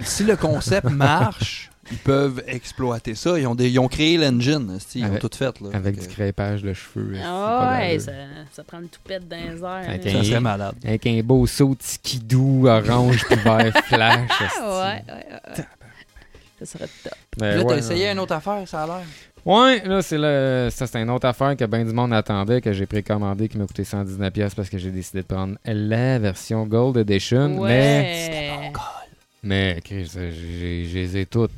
[SPEAKER 2] Si le
[SPEAKER 1] <laughs>
[SPEAKER 2] concept marche, ils peuvent exploiter ça. Ils ont, des- ils ont créé l'engine, esti, ils
[SPEAKER 1] Avec-
[SPEAKER 2] ont tout fait. Là.
[SPEAKER 1] Avec
[SPEAKER 2] Fait
[SPEAKER 1] du
[SPEAKER 2] que
[SPEAKER 1] crépage de cheveux. c'est
[SPEAKER 3] Ah
[SPEAKER 1] pas
[SPEAKER 3] ouais,
[SPEAKER 1] d'allure.
[SPEAKER 3] ça, ça prend une toupette dans les airs. hein.
[SPEAKER 1] Fait
[SPEAKER 3] là.
[SPEAKER 1] qu'un-
[SPEAKER 2] Ça serait malade.
[SPEAKER 1] Avec un beau saut de skidoo orange puis
[SPEAKER 3] <laughs>
[SPEAKER 1] vert flash. esti.
[SPEAKER 3] Ah ouais, ouais, ouais, ouais. Ça serait top.
[SPEAKER 1] Ben
[SPEAKER 2] Puis là, t'as
[SPEAKER 1] ouais,
[SPEAKER 2] essayé
[SPEAKER 1] non.
[SPEAKER 2] une autre affaire, ça a l'air.
[SPEAKER 1] Ouais, là, c'est le... ça, c'est une autre affaire que bien du monde attendait, que j'ai précommandé, qui m'a coûté 119$ piastres parce que j'ai décidé de prendre la version Gold Edition. Mais,
[SPEAKER 2] Oh,
[SPEAKER 3] Ouais.
[SPEAKER 1] mais Chris, j'ai- j'ai- je les ai toutes.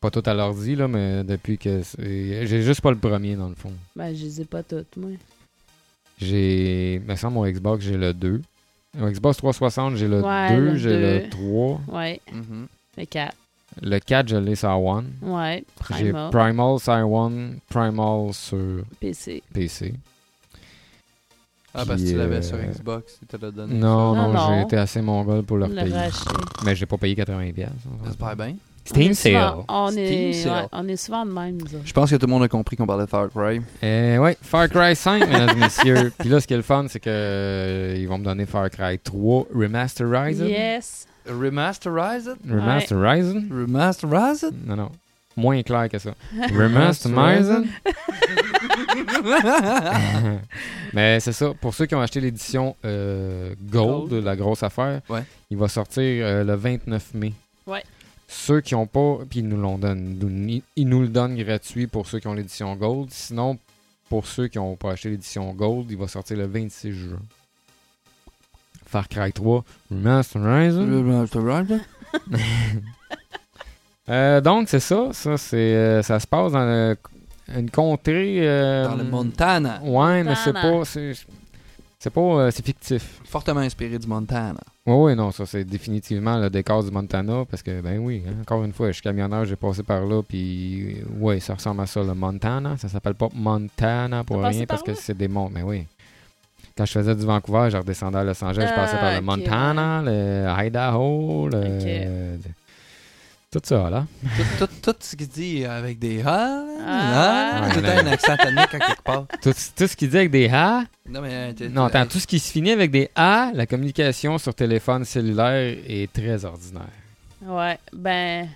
[SPEAKER 1] Pas toutes à l'ordi, là, mais depuis que. c'est- J'ai juste pas le premier, dans le fond.
[SPEAKER 3] Ben, je les ai pas toutes, moi.
[SPEAKER 1] J'ai. me semble, mon Xbox, j'ai le 2. Mon Xbox 360, j'ai le
[SPEAKER 3] Ouais,
[SPEAKER 1] 2,
[SPEAKER 3] le
[SPEAKER 1] j'ai le
[SPEAKER 3] 2.
[SPEAKER 1] 3.
[SPEAKER 3] Ouais,
[SPEAKER 2] Mhm.
[SPEAKER 3] les quatre.
[SPEAKER 1] Le 4, je l'ai sur One.
[SPEAKER 3] Ouais,
[SPEAKER 1] J'ai
[SPEAKER 3] Primal,
[SPEAKER 1] Primal sur One, Primal sur
[SPEAKER 3] PC.
[SPEAKER 1] PC.
[SPEAKER 2] Ah, parce que
[SPEAKER 1] Puis,
[SPEAKER 2] tu l'avais
[SPEAKER 1] euh,
[SPEAKER 2] sur Xbox, tu te l'as donné.
[SPEAKER 1] Non,
[SPEAKER 3] ça.
[SPEAKER 1] non,
[SPEAKER 3] Non,
[SPEAKER 1] j'ai
[SPEAKER 3] non.
[SPEAKER 1] été assez mongol pour
[SPEAKER 3] Le
[SPEAKER 1] leur payer.
[SPEAKER 3] racheter.
[SPEAKER 1] Mais j'ai pas payé 80$. piastres, on
[SPEAKER 2] Ça. J'espère bien.
[SPEAKER 1] C'était
[SPEAKER 3] On
[SPEAKER 1] une
[SPEAKER 3] est
[SPEAKER 1] sale.
[SPEAKER 3] souvent- On
[SPEAKER 2] Steam
[SPEAKER 3] est,
[SPEAKER 2] sale.
[SPEAKER 3] ouais, on est souvent de même, nous autres.
[SPEAKER 2] Je pense que tout le monde a compris qu'on parlait de Far Cry.
[SPEAKER 1] Euh, ouais, Far Cry 5, mesdames et messieurs. Puis là, ce qui est le fun, c'est que euh, ils vont me donner Far Cry 3 Remasterized.
[SPEAKER 3] Yes.
[SPEAKER 2] Remasterized?
[SPEAKER 1] Remasterized.
[SPEAKER 2] Remasterized?
[SPEAKER 1] Non, non. Moins clair que ça. Remasterized. <laughs> Mais c'est ça. Pour ceux qui ont acheté l'édition euh, Gold,
[SPEAKER 3] Gold.
[SPEAKER 1] la grosse affaire,
[SPEAKER 2] Ouais.
[SPEAKER 1] il va sortir euh, le 29 mai.
[SPEAKER 3] Ouais.
[SPEAKER 1] Ceux qui n'ont pas, puis ils nous l'ont donné- nous- ils nous le donnent gratuit pour ceux qui ont l'édition Gold. Sinon, pour ceux qui n'ont pas acheté l'édition Gold, il va sortir le 26 juin. Far Cry 3 Remasterized.
[SPEAKER 2] Remasterized?
[SPEAKER 1] Euh, donc, c'est ça. Ça, c'est, euh, ça se passe dans le- une contrée. euh,
[SPEAKER 2] Dans le Montana.
[SPEAKER 1] Ouais, mais c'est
[SPEAKER 3] Montana.
[SPEAKER 1] pas. C'est c'est pas. euh, c'est fictif.
[SPEAKER 2] Fortement inspiré du Montana.
[SPEAKER 1] Oui, oui, non, ça c'est définitivement le décor du Montana parce que, ben oui, hein, encore une fois, je suis camionneur, j'ai passé par là, puis euh, ouais, ça ressemble à ça, le Montana. Ça s'appelle pas Montana pour
[SPEAKER 3] T'as passé
[SPEAKER 1] rien
[SPEAKER 3] par
[SPEAKER 1] parce que
[SPEAKER 3] là?
[SPEAKER 1] c'est des monts, mais oui. Quand je faisais du Vancouver, je redescendais à Los Angeles, je passais
[SPEAKER 3] Ah,
[SPEAKER 1] par le
[SPEAKER 3] ok,
[SPEAKER 1] Montana, le Idaho, le. Tout ça, là.
[SPEAKER 2] tout, tout- tout ce qu'il dit avec des ah,
[SPEAKER 3] Ah.
[SPEAKER 2] ah, tout un accent tonique à quelque part.
[SPEAKER 1] Tout, tout ce qu'il dit avec des ha,
[SPEAKER 2] Non, mais. euh, t'es-
[SPEAKER 1] non,
[SPEAKER 2] t'es-
[SPEAKER 1] attends, tout ce qui se finit avec des A, la communication sur téléphone cellulaire est très ordinaire.
[SPEAKER 3] Ouais, ben.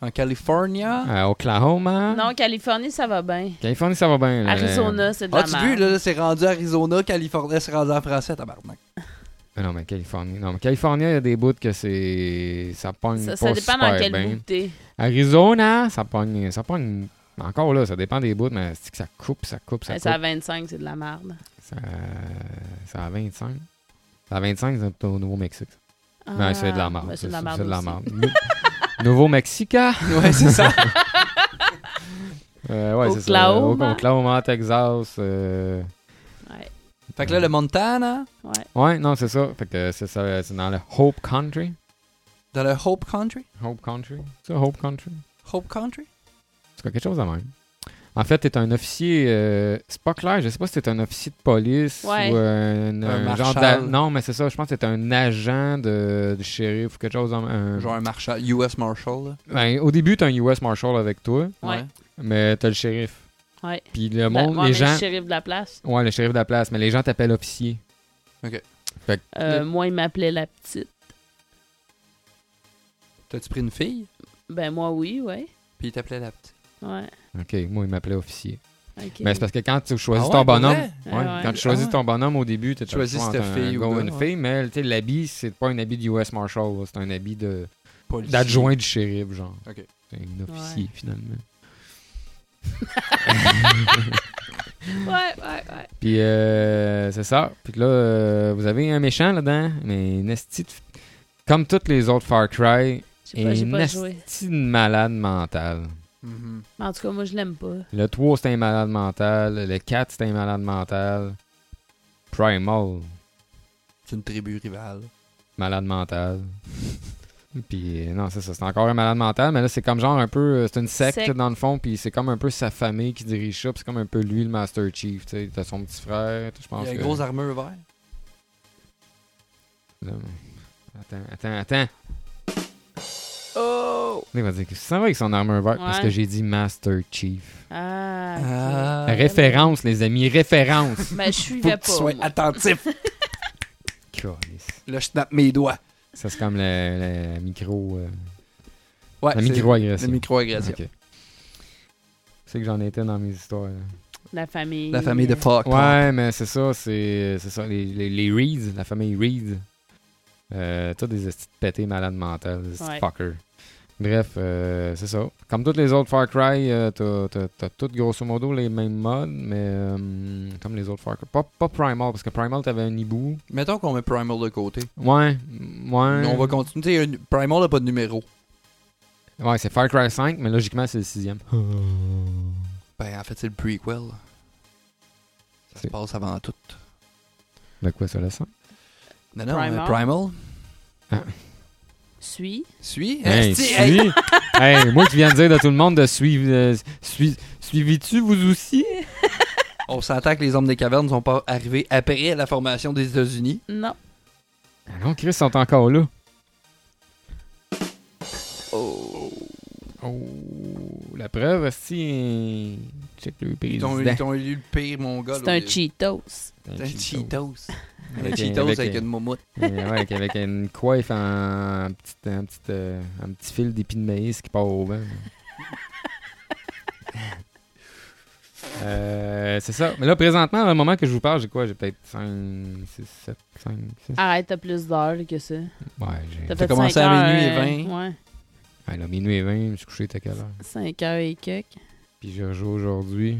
[SPEAKER 2] En Californie.
[SPEAKER 1] Euh, Oklahoma.
[SPEAKER 3] Ah. Non, Californie, ça va bien.
[SPEAKER 1] Californie, ça va bien. là.
[SPEAKER 3] Arizona, c'est de la
[SPEAKER 2] As-tu
[SPEAKER 3] merde.
[SPEAKER 2] vu, là, là, c'est rendu Arizona, Californie, c'est rendu en français, tabarnak.
[SPEAKER 1] Mais Ah non, mais Californie. Non, mais Californie, il y a des bouts que c'est. Ça pogne.
[SPEAKER 3] Ça,
[SPEAKER 1] pas
[SPEAKER 3] ça dépend dans
[SPEAKER 1] super
[SPEAKER 3] quel
[SPEAKER 1] bien.
[SPEAKER 3] bout t'es.
[SPEAKER 1] Arizona, ça pogne. Ça pogne. Encore là, ça dépend des bouts, mais c'est que ça coupe, ça coupe, ça
[SPEAKER 3] Ouais,
[SPEAKER 1] coupe.
[SPEAKER 3] C'est à 25, c'est de la merde.
[SPEAKER 1] Ça, ça a 25. Ça a 25, c'est au Nouveau-Mexique. ça.
[SPEAKER 3] Ah,
[SPEAKER 1] Non, c'est de la merde.
[SPEAKER 3] ben,
[SPEAKER 1] ça,
[SPEAKER 3] c'est de la
[SPEAKER 1] ça,
[SPEAKER 3] merde.
[SPEAKER 1] c'est de la
[SPEAKER 3] aussi.
[SPEAKER 1] merde. Nou- <laughs> Nouveau-Mexique.
[SPEAKER 2] Ouais,
[SPEAKER 1] <laughs>
[SPEAKER 2] c'est ça.
[SPEAKER 1] Euh, ouais, c'est ça. Au-
[SPEAKER 3] Oklahoma.
[SPEAKER 1] Oklahoma, Texas. euh,
[SPEAKER 3] Ouais,
[SPEAKER 2] fait que là, le Montana,
[SPEAKER 3] ouais.
[SPEAKER 1] Ouais, non, c'est ça. Fait que c'est ça, euh, c'est dans le Hope Country.
[SPEAKER 2] dans le Hope Country.
[SPEAKER 1] Hope Country. C'est ça, Hope Country.
[SPEAKER 2] Hope Country?
[SPEAKER 1] C'est quoi, quelque chose de même. En fait, t'es un officier. euh, c'est pas clair, je sais pas si t'es un officier de police
[SPEAKER 3] Ouais.
[SPEAKER 1] ou euh, un,
[SPEAKER 2] Un
[SPEAKER 1] un genre
[SPEAKER 2] marshal.
[SPEAKER 1] d'a- Non, mais c'est ça, je pense que t'es un agent de, du shérif ou quelque chose. en- un-
[SPEAKER 2] Genre un marshal, US Marshal, là.
[SPEAKER 1] Ben, au début, t'as un US Marshal avec toi,
[SPEAKER 3] Ouais.
[SPEAKER 1] mais t'as le shérif.
[SPEAKER 3] Ouais.
[SPEAKER 1] Puis le
[SPEAKER 3] Ben,
[SPEAKER 1] monde,
[SPEAKER 3] moi,
[SPEAKER 1] les
[SPEAKER 3] mais
[SPEAKER 1] gens.
[SPEAKER 3] le shérif de la place.
[SPEAKER 1] Ouais, le shérif de la place, mais les gens t'appellent officier.
[SPEAKER 3] Euh,
[SPEAKER 1] Le-
[SPEAKER 3] Moi, il m'appelait la petite.
[SPEAKER 2] T'as-tu pris une fille?
[SPEAKER 3] Ben, moi, oui, ouais.
[SPEAKER 2] Puis il t'appelait la petite.
[SPEAKER 3] Ouais.
[SPEAKER 1] Ok, moi, il m'appelait officier.
[SPEAKER 3] Ok.
[SPEAKER 1] Mais c'est parce que quand tu choisis
[SPEAKER 2] Ah ouais,
[SPEAKER 1] ton
[SPEAKER 2] pour
[SPEAKER 1] bonhomme,
[SPEAKER 2] vrai?
[SPEAKER 1] ouais,
[SPEAKER 3] Ah ouais.
[SPEAKER 1] quand tu choisis
[SPEAKER 2] Ah.
[SPEAKER 1] ton bonhomme au début, tu
[SPEAKER 2] Choisis cette fille ou
[SPEAKER 1] ou
[SPEAKER 2] gars,
[SPEAKER 1] une
[SPEAKER 2] ouais.
[SPEAKER 1] fille, mais tu sais, l'habit, c'est pas un habit du US Marshal, là, c'est un habit de
[SPEAKER 2] Policier.
[SPEAKER 1] d'adjoint du shérif, genre.
[SPEAKER 2] Ok.
[SPEAKER 1] C'est un officier,
[SPEAKER 3] Ouais.
[SPEAKER 1] finalement.
[SPEAKER 3] Ouais, ouais, ouais.
[SPEAKER 1] Puis euh, c'est ça. Puis là, euh, vous avez un méchant là-dedans, mais une esti de- comme toutes les autres Far Cry,
[SPEAKER 3] J'ai pas,
[SPEAKER 1] est
[SPEAKER 3] j'ai
[SPEAKER 1] une
[SPEAKER 3] pas joué.
[SPEAKER 1] esti de malade mental.
[SPEAKER 2] Mhm.
[SPEAKER 3] Mais en tout cas, moi, je l'aime pas.
[SPEAKER 1] Le 3, c'est un malade mental. Le 4, c'est un malade mental. Primal,
[SPEAKER 2] C'est une tribu rivale.
[SPEAKER 1] malade mental. <laughs> puis euh, non, c'est ça. C'est encore un malade mental, mais là, c'est comme genre un peu. euh, C'est une secte,
[SPEAKER 3] Secte.
[SPEAKER 1] dans le fond, puis c'est comme un peu sa famille qui dirige ça. puis c'est comme un peu lui, le Master Chief. Tu sais, t'as son petit frère. Je
[SPEAKER 2] Il
[SPEAKER 1] pense
[SPEAKER 2] y a une
[SPEAKER 1] que-
[SPEAKER 2] grosse armure verte.
[SPEAKER 1] Là, Attends, attends, attends.
[SPEAKER 3] Oh!
[SPEAKER 1] Il va dire que ça va avec son armure verte parce
[SPEAKER 3] Ouais.
[SPEAKER 1] que j'ai dit Master Chief.
[SPEAKER 3] Ah. ok.
[SPEAKER 1] Référence, les amis, référence. <laughs>
[SPEAKER 3] Ben, je suivais pas. moi.
[SPEAKER 2] attentif.
[SPEAKER 3] <laughs>
[SPEAKER 1] Câlisse.
[SPEAKER 2] Là, je tape mes doigts.
[SPEAKER 1] ça, c'est comme le, le micro. euh,
[SPEAKER 2] Ouais,
[SPEAKER 1] la
[SPEAKER 2] c'est
[SPEAKER 1] micro-agression.
[SPEAKER 2] La micro-agression.
[SPEAKER 1] Ok. C'est que j'en étais dans mes histoires. là.
[SPEAKER 3] La famille.
[SPEAKER 2] La famille de Fox.
[SPEAKER 1] Ouais, mais c'est ça, c'est c'est ça. Les, les, les Reeds, la famille Reeds. Euh, tous des petites pétés malades mentales, des estis de
[SPEAKER 3] Ouais.
[SPEAKER 1] fuckers. Bref, euh, c'est ça. Comme toutes les autres Far Cry, euh, t'as- t'as t'as toutes grosso modo les mêmes modes, mais euh, comme les autres Far Cry. Pas, pas Primal, parce que Primal, t'avais un hibou.
[SPEAKER 2] Mettons qu'on met Primal de côté.
[SPEAKER 1] Ouais, ouais.
[SPEAKER 2] On va continuer. Tu sais, une- Primal n'a pas de numéro.
[SPEAKER 1] Ouais, c'est Far Cry 5, mais logiquement, c'est le sixième.
[SPEAKER 2] Ben, en fait, c'est le prequel. Ça
[SPEAKER 1] <laughs>
[SPEAKER 2] se
[SPEAKER 1] C'est-
[SPEAKER 2] passe avant tout.
[SPEAKER 1] De quoi ça, le 5?
[SPEAKER 2] Non, non,
[SPEAKER 3] Primal.
[SPEAKER 2] euh, Primal.
[SPEAKER 3] Suis.
[SPEAKER 2] Suis.
[SPEAKER 1] <laughs> Hey,
[SPEAKER 2] Esti, hey.
[SPEAKER 1] suis. Hey, moi qui viens de dire de tout le monde de suivre. euh, suis- Suivis-tu vous aussi?
[SPEAKER 2] On s'entend que les hommes des cavernes ne sont pas arrivés après la formation des États-Unis.
[SPEAKER 3] Non.
[SPEAKER 1] Ah Non, Chris, ils sont encore là.
[SPEAKER 2] Oh.
[SPEAKER 1] Oh, la preuve, si. Check le
[SPEAKER 2] Ils
[SPEAKER 1] président.
[SPEAKER 2] ont, ils ont élu le pire mongol.
[SPEAKER 3] C'est un Cheetos.
[SPEAKER 2] C'est un Cheetos. Un
[SPEAKER 1] Avec
[SPEAKER 2] Cheetos
[SPEAKER 1] un- avec
[SPEAKER 2] avec,
[SPEAKER 1] un-
[SPEAKER 2] une moumoute.
[SPEAKER 1] Ouais, ouais, avec- avec une coiffe en, en petite- en petite, euh, en petit fil d'épis de maïs qui part au
[SPEAKER 2] <laughs>
[SPEAKER 1] vent. Euh, c'est ça. Mais là, présentement, à le moment que je vous parle, j'ai quoi? J'ai peut-être 5, 6, 7, 5, 6.
[SPEAKER 3] Arrête, t'as plus d'heures que ça.
[SPEAKER 1] Ouais, j'ai.
[SPEAKER 3] Ah. T'as fait
[SPEAKER 2] commencé
[SPEAKER 3] cinq
[SPEAKER 2] à
[SPEAKER 3] heures,
[SPEAKER 2] minuit et
[SPEAKER 3] euh, Ouais.
[SPEAKER 1] Ouais, là, minuit et 20, je me suis couché, t'as quelle heure?
[SPEAKER 3] 5 heures et quelques.
[SPEAKER 1] Puis je rejoue aujourd'hui.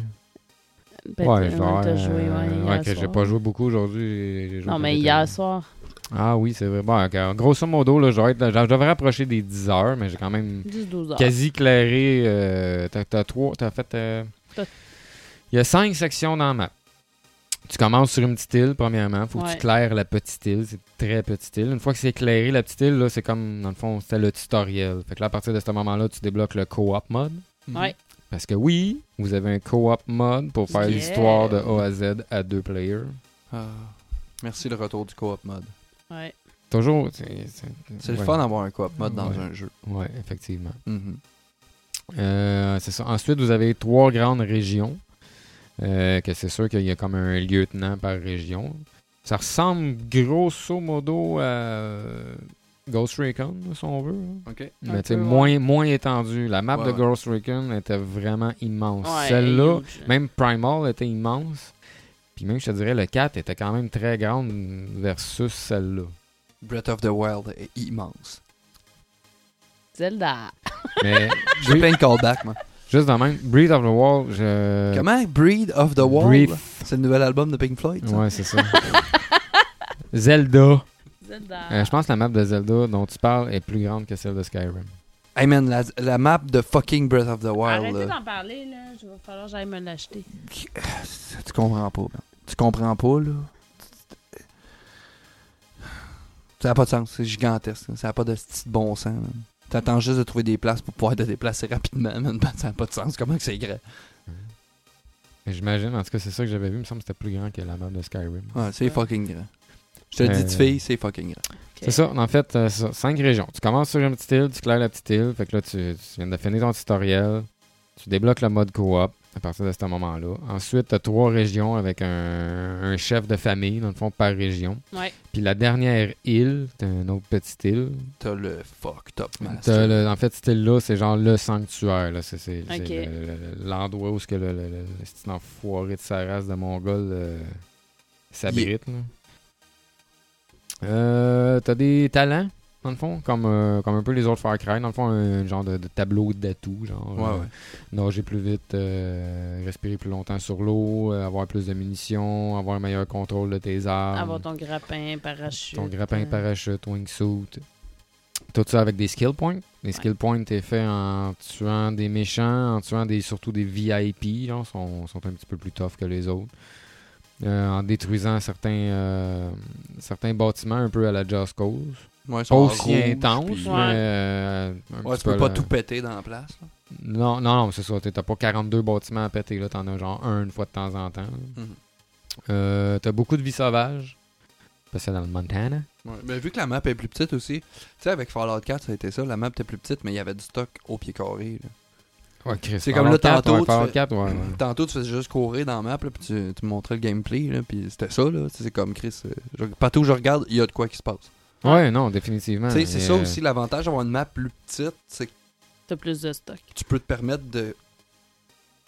[SPEAKER 3] Ben,
[SPEAKER 1] ouais,
[SPEAKER 3] t'as-
[SPEAKER 1] genre,
[SPEAKER 3] t'as joué, ouais,
[SPEAKER 1] euh,
[SPEAKER 3] hier
[SPEAKER 1] ouais, que j'ai
[SPEAKER 3] soir.
[SPEAKER 1] pas joué beaucoup aujourd'hui. j'ai- j'ai joué
[SPEAKER 3] Non,
[SPEAKER 1] que
[SPEAKER 3] mais
[SPEAKER 1] quelques-
[SPEAKER 3] hier soir,
[SPEAKER 1] Ah oui, c'est vrai. Bon, ok, grosso modo, là, je devrais être- je devrais approcher des 10 heures, mais j'ai quand même
[SPEAKER 3] 10-12 heures.
[SPEAKER 1] quasi éclairé. euh, t'as, t'as trois, t'as fait. euh,
[SPEAKER 3] T'as-
[SPEAKER 1] Il y a cinq sections dans la map. Tu commences sur une petite île, premièrement. Faut que
[SPEAKER 3] Ouais.
[SPEAKER 1] tu claires la petite île. C'est une très petite île. Une fois que c'est éclairé, la petite île, là, c'est comme, dans le fond, c'était le tutoriel. Fait que là, à partir de ce moment-là, tu débloques le co-op mode.
[SPEAKER 3] Ouais.
[SPEAKER 1] Parce que oui, vous avez un co-op mode pour faire
[SPEAKER 3] Yeah.
[SPEAKER 1] l'histoire de A à Z à deux players.
[SPEAKER 2] Ah. Merci le retour du co-op mode.
[SPEAKER 3] Ouais.
[SPEAKER 1] Toujours. C'est, c'est-
[SPEAKER 2] C'est le
[SPEAKER 1] ouais.
[SPEAKER 2] fun hein. d'avoir un co-op mode dans
[SPEAKER 1] Ouais.
[SPEAKER 2] un jeu.
[SPEAKER 1] Ouais, effectivement.
[SPEAKER 2] Mhm.
[SPEAKER 1] Euh, c'est ça. Ensuite, vous avez trois grandes régions. euh, que c'est sûr qu'il y a comme un lieutenant par région. Ça ressemble grosso modo à euh, Ghost Recon, là, si on veut. là.
[SPEAKER 2] OK.
[SPEAKER 1] Mais
[SPEAKER 3] peu,
[SPEAKER 1] tu sais,
[SPEAKER 3] ouais.
[SPEAKER 1] moins, moins étendue. La map
[SPEAKER 2] Ouais,
[SPEAKER 1] de
[SPEAKER 2] ouais.
[SPEAKER 1] Ghost Recon était vraiment immense.
[SPEAKER 3] Ouais,
[SPEAKER 1] Celle-là,
[SPEAKER 3] huge.
[SPEAKER 1] même Primal était immense. Puis même, je te dirais, le 4 était quand même très grande versus celle-là.
[SPEAKER 2] Breath of the Wild est immense.
[SPEAKER 3] Zelda. <laughs>
[SPEAKER 1] Mais
[SPEAKER 2] J'ai
[SPEAKER 1] Breath-
[SPEAKER 2] plein de callbacks, moi.
[SPEAKER 1] juste dans même, Breathe of the Wall, je...
[SPEAKER 2] Comment Breed of the Wild
[SPEAKER 1] Breathe-
[SPEAKER 2] C'est le nouvel album de Pink Floyd. ça?
[SPEAKER 1] Ouais, c'est ça. Zelda.
[SPEAKER 3] <laughs> Zelda.
[SPEAKER 1] Euh, je pense que la map de Zelda dont tu parles est plus grande que celle de Skyrim.
[SPEAKER 2] Hey man, la, la map de fucking Breath of the Wild.
[SPEAKER 3] Arrêtez
[SPEAKER 2] là.
[SPEAKER 3] d'en parler, là. Je vais falloir que j'aille me l'acheter.
[SPEAKER 2] Tu comprends pas, man. Tu comprends pas, là. Ça n'a pas de sens. C'est gigantesque. Ça n'a pas de petit bon sens, man. T'attends juste de trouver des places pour pouvoir te déplacer rapidement, man. <laughs> Ben, Ça n'a pas de sens. Comment que c'est grand?
[SPEAKER 1] Mais J'imagine, en tout cas, c'est ça que j'avais vu. Il me semble que c'était plus grand que la map de Skyrim.
[SPEAKER 2] Ouais, c'est
[SPEAKER 3] Ouais.
[SPEAKER 2] fucking grand. Je te le
[SPEAKER 1] Euh,
[SPEAKER 2] dis, tu fille, c'est fucking grand.
[SPEAKER 1] C'est ça. En fait, euh, c'est ça. cinq régions. Tu commences sur une petite île, tu claires la petite île. Fait que là, tu, tu viens de finir ton tutoriel. Tu débloques le mode coop. à partir de ce moment-là. Ensuite, tu as trois régions avec un, un chef de famille, dans le fond, par région.
[SPEAKER 3] Ouais.
[SPEAKER 1] Puis la dernière île, t'as une autre petite île.
[SPEAKER 2] T'as le fucked up
[SPEAKER 1] T'as
[SPEAKER 2] master.
[SPEAKER 1] le- en fait, cette île-là, c'est genre le sanctuaire. là. C'est c'est- c'est
[SPEAKER 3] Ok.
[SPEAKER 1] le- le- le- l'endroit où ce que le, le, le- le- cet enfoiré de sa race de Mongol euh, s'abrite. là. Euh, T'as des talents, dans le fond, comme, euh, comme un peu les autres Far Cry. Dans le fond, un genre de, de tableau d'atouts. Genre,
[SPEAKER 2] Ouais,
[SPEAKER 1] euh,
[SPEAKER 2] ouais.
[SPEAKER 1] nager plus vite, euh, respirer plus longtemps sur l'eau, euh, avoir plus de munitions, avoir un meilleur contrôle de tes armes,
[SPEAKER 3] Avoir ton grappin, parachute.
[SPEAKER 1] Ah. ton grappin
[SPEAKER 3] euh,
[SPEAKER 1] parachute, wingsuit. Tout ça avec des skill points. Les skill points, t'es fait en tuant des méchants, en tuant des, surtout des VIP, genre, sont, sont un petit peu plus tough que les autres. Euh, en détruisant certains, euh, certains bâtiments un peu à la Just Cause.
[SPEAKER 2] Ouais, ils sont
[SPEAKER 1] Pas
[SPEAKER 2] en
[SPEAKER 1] aussi
[SPEAKER 2] rouge,
[SPEAKER 1] intense,
[SPEAKER 2] puis-
[SPEAKER 1] mais.
[SPEAKER 3] Ouais.
[SPEAKER 1] euh, un
[SPEAKER 2] Ouais,
[SPEAKER 1] petit
[SPEAKER 2] tu peux
[SPEAKER 1] peu
[SPEAKER 2] pas
[SPEAKER 1] la-
[SPEAKER 2] tout péter dans la place. là.
[SPEAKER 1] non, non, non, c'est ça. T'as pas 42 bâtiments à péter, là. T'en as genre un une fois de temps en temps.
[SPEAKER 2] Mhm.
[SPEAKER 1] Euh, t'as beaucoup de vie sauvage. Parce que c'est dans le Montana.
[SPEAKER 2] Ouais, Mais vu que la map est plus petite aussi, tu sais, avec Fallout 4, ça a été ça, la map était plus petite, mais il y avait du stock au pied carré. là.
[SPEAKER 1] Ouais, Chris.
[SPEAKER 2] C'est comme
[SPEAKER 1] Fallout
[SPEAKER 2] là,
[SPEAKER 1] 4,
[SPEAKER 2] tantôt,
[SPEAKER 1] ouais,
[SPEAKER 2] tu
[SPEAKER 1] Fallout
[SPEAKER 2] fais-
[SPEAKER 1] 4, ouais, ouais.
[SPEAKER 2] Tantôt, tu faisais juste courir dans la map, là, puis tu, tu montrais le gameplay, là, puis c'était ça, là. Tu sais, C'est comme Chris. euh, je- partout où je regarde, il y a de quoi qui se passe.
[SPEAKER 1] Ouais, non, définitivement.
[SPEAKER 2] Tu sais, c'est
[SPEAKER 1] Mais,
[SPEAKER 2] ça
[SPEAKER 1] euh,
[SPEAKER 2] aussi l'avantage d'avoir une map plus petite, c'est que
[SPEAKER 3] T'as plus de stock.
[SPEAKER 2] tu peux te permettre de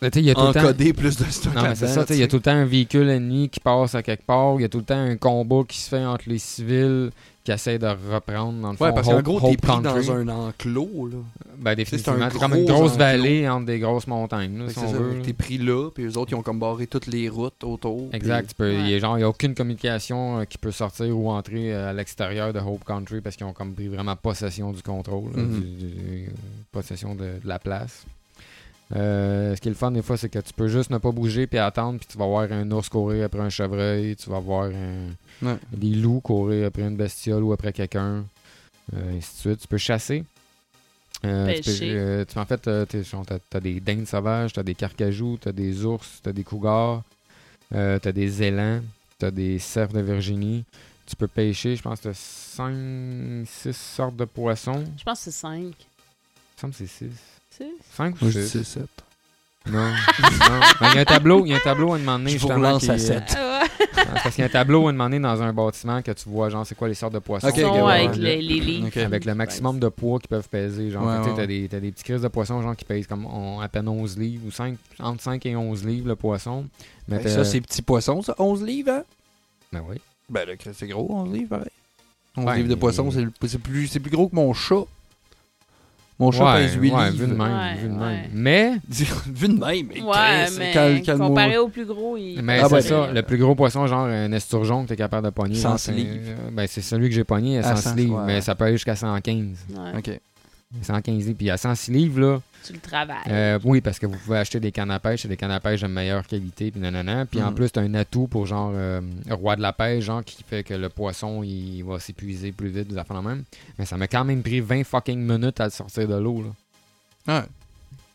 [SPEAKER 1] mais tu sais, il y a tout le temps-
[SPEAKER 2] encoder plus de stock
[SPEAKER 1] Non, mais c'est ça, tu sais, il y a tout le temps un véhicule ennemi qui passe à quelque part, il y a tout le temps un combat qui se fait entre les civils qui essaient de reprendre dans le fond.
[SPEAKER 2] Ouais, parce qu'en
[SPEAKER 1] Hope-
[SPEAKER 2] gros, t'es
[SPEAKER 1] Hope
[SPEAKER 2] pris
[SPEAKER 1] Country.
[SPEAKER 2] dans un enclos, là.
[SPEAKER 1] Ben, définitivement,
[SPEAKER 2] un
[SPEAKER 1] c'est comme une
[SPEAKER 2] gros
[SPEAKER 1] grosse
[SPEAKER 2] enclos.
[SPEAKER 1] vallée entre des grosses montagnes, là,
[SPEAKER 2] Fait que
[SPEAKER 1] si
[SPEAKER 2] c'est
[SPEAKER 1] on
[SPEAKER 2] ça,
[SPEAKER 1] veut,
[SPEAKER 2] fait que
[SPEAKER 1] là.
[SPEAKER 2] T'es pris là, puis eux autres, ils ont comme barré toutes les routes autour.
[SPEAKER 1] Exact.
[SPEAKER 2] puis-
[SPEAKER 1] tu peux- il y a
[SPEAKER 3] Ouais.
[SPEAKER 1] genre, il n'y a aucune communication euh, qui peut sortir ou entrer euh, à l'extérieur de Hope Country parce qu'ils ont comme pris vraiment possession du contrôle, là,
[SPEAKER 2] Mhm.
[SPEAKER 1] du- du- euh, possession de, de la place. Euh, ce qui est le fun des fois, c'est que tu peux juste ne pas bouger puis attendre, puis tu vas voir un ours courir après un chevreuil, tu vas voir un-
[SPEAKER 2] Ouais.
[SPEAKER 1] des loups courir après une bestiole ou après quelqu'un, euh, ainsi de suite. Tu peux chasser. Euh, tu peux-
[SPEAKER 3] Pêcher.
[SPEAKER 1] euh, tu- en fait, euh, t'es- genre, t'as t'as des dindes sauvages, t'as des carcajous, t'as des ours, t'as des cougars, euh, t'as des élans, t'as des cerfs de Virginie. Tu peux pêcher, je pense que t'as 5, 6 sortes de poissons.
[SPEAKER 3] Je pense que c'est 5.
[SPEAKER 1] Il me semble que c'est 6.
[SPEAKER 3] C'est
[SPEAKER 1] 5 ou
[SPEAKER 2] Moi, je dis
[SPEAKER 1] 6?
[SPEAKER 2] c'est ça.
[SPEAKER 1] Non. non.
[SPEAKER 2] <laughs>
[SPEAKER 1] Ben, Il y a un tableau, il y a un tableau à demander.
[SPEAKER 2] Je vous
[SPEAKER 1] justement,
[SPEAKER 2] relance
[SPEAKER 1] qui-
[SPEAKER 2] à sept.
[SPEAKER 3] Ah ouais.
[SPEAKER 1] Ah, Parce qu'il y a un tableau à demander dans un bâtiment que tu vois, genre, c'est quoi les sortes de poissons. Euh,
[SPEAKER 2] Ok,
[SPEAKER 3] Ils sont
[SPEAKER 2] ok, ouais,
[SPEAKER 3] avec
[SPEAKER 2] ouais.
[SPEAKER 3] les, les livres.
[SPEAKER 2] Ok.
[SPEAKER 1] Avec le maximum de poids qu'ils peuvent peser. Genre,
[SPEAKER 2] Ouais,
[SPEAKER 1] tu sais,
[SPEAKER 2] ouais,
[SPEAKER 1] t'as
[SPEAKER 2] ouais.
[SPEAKER 1] des, t'as des petits crises de poissons, genre, qui pèsent comme on- à peine 11 livres, ou 5, entre 5 et 11 livres le poisson. Mais
[SPEAKER 2] Hey,
[SPEAKER 1] t'as-
[SPEAKER 2] Ben, ça, c'est petit poisson, ça. 11 livres, hein?
[SPEAKER 1] Ben oui.
[SPEAKER 2] Ben là, Chris, c'est gros, 11 livres, pareil. 11
[SPEAKER 1] Ouais,
[SPEAKER 2] livres de
[SPEAKER 1] mais-
[SPEAKER 2] poisson, c'est le- c'est plus, c'est plus gros que mon chat. Mon chat
[SPEAKER 1] ouais,
[SPEAKER 2] pèse 8
[SPEAKER 1] ouais,
[SPEAKER 2] livres.
[SPEAKER 1] vu de
[SPEAKER 2] <laughs>
[SPEAKER 1] même,
[SPEAKER 3] Ouais,
[SPEAKER 1] vu de même.
[SPEAKER 3] ouais.
[SPEAKER 1] Mais,
[SPEAKER 2] Vu de même, mais
[SPEAKER 3] Ouais,
[SPEAKER 2] Chris,
[SPEAKER 3] mais
[SPEAKER 2] calme- calme-moi.
[SPEAKER 3] comparé au plus gros, il...
[SPEAKER 1] mais
[SPEAKER 2] Ah,
[SPEAKER 1] c'est
[SPEAKER 2] ouais.
[SPEAKER 1] ça, le plus gros poisson, genre un esturgeon que t'es capable de pogner.
[SPEAKER 2] 100
[SPEAKER 1] genre, c'est-
[SPEAKER 2] livres.
[SPEAKER 1] Ben, c'est celui que j'ai pogné à
[SPEAKER 2] À
[SPEAKER 1] 100
[SPEAKER 2] 100,
[SPEAKER 1] livres,
[SPEAKER 2] ouais,
[SPEAKER 1] mais
[SPEAKER 2] ouais.
[SPEAKER 1] ça peut aller jusqu'à 115.
[SPEAKER 3] Ouais,
[SPEAKER 2] Ok.
[SPEAKER 1] 115 livres. Puis à 106 livres, là,
[SPEAKER 3] Tu le travailles.
[SPEAKER 1] Euh, oui, parce que vous pouvez acheter des cannes à pêche, c'est des cannes à pêche de meilleure qualité, puis nanana. Puis en
[SPEAKER 2] Mm.
[SPEAKER 1] plus, t'as un atout pour genre euh, roi de la pêche, genre qui fait que le poisson il va s'épuiser plus vite, des affaires de même. Mais ça m'a quand même pris 20 fucking minutes à le sortir de l'eau, là.
[SPEAKER 2] Ouais.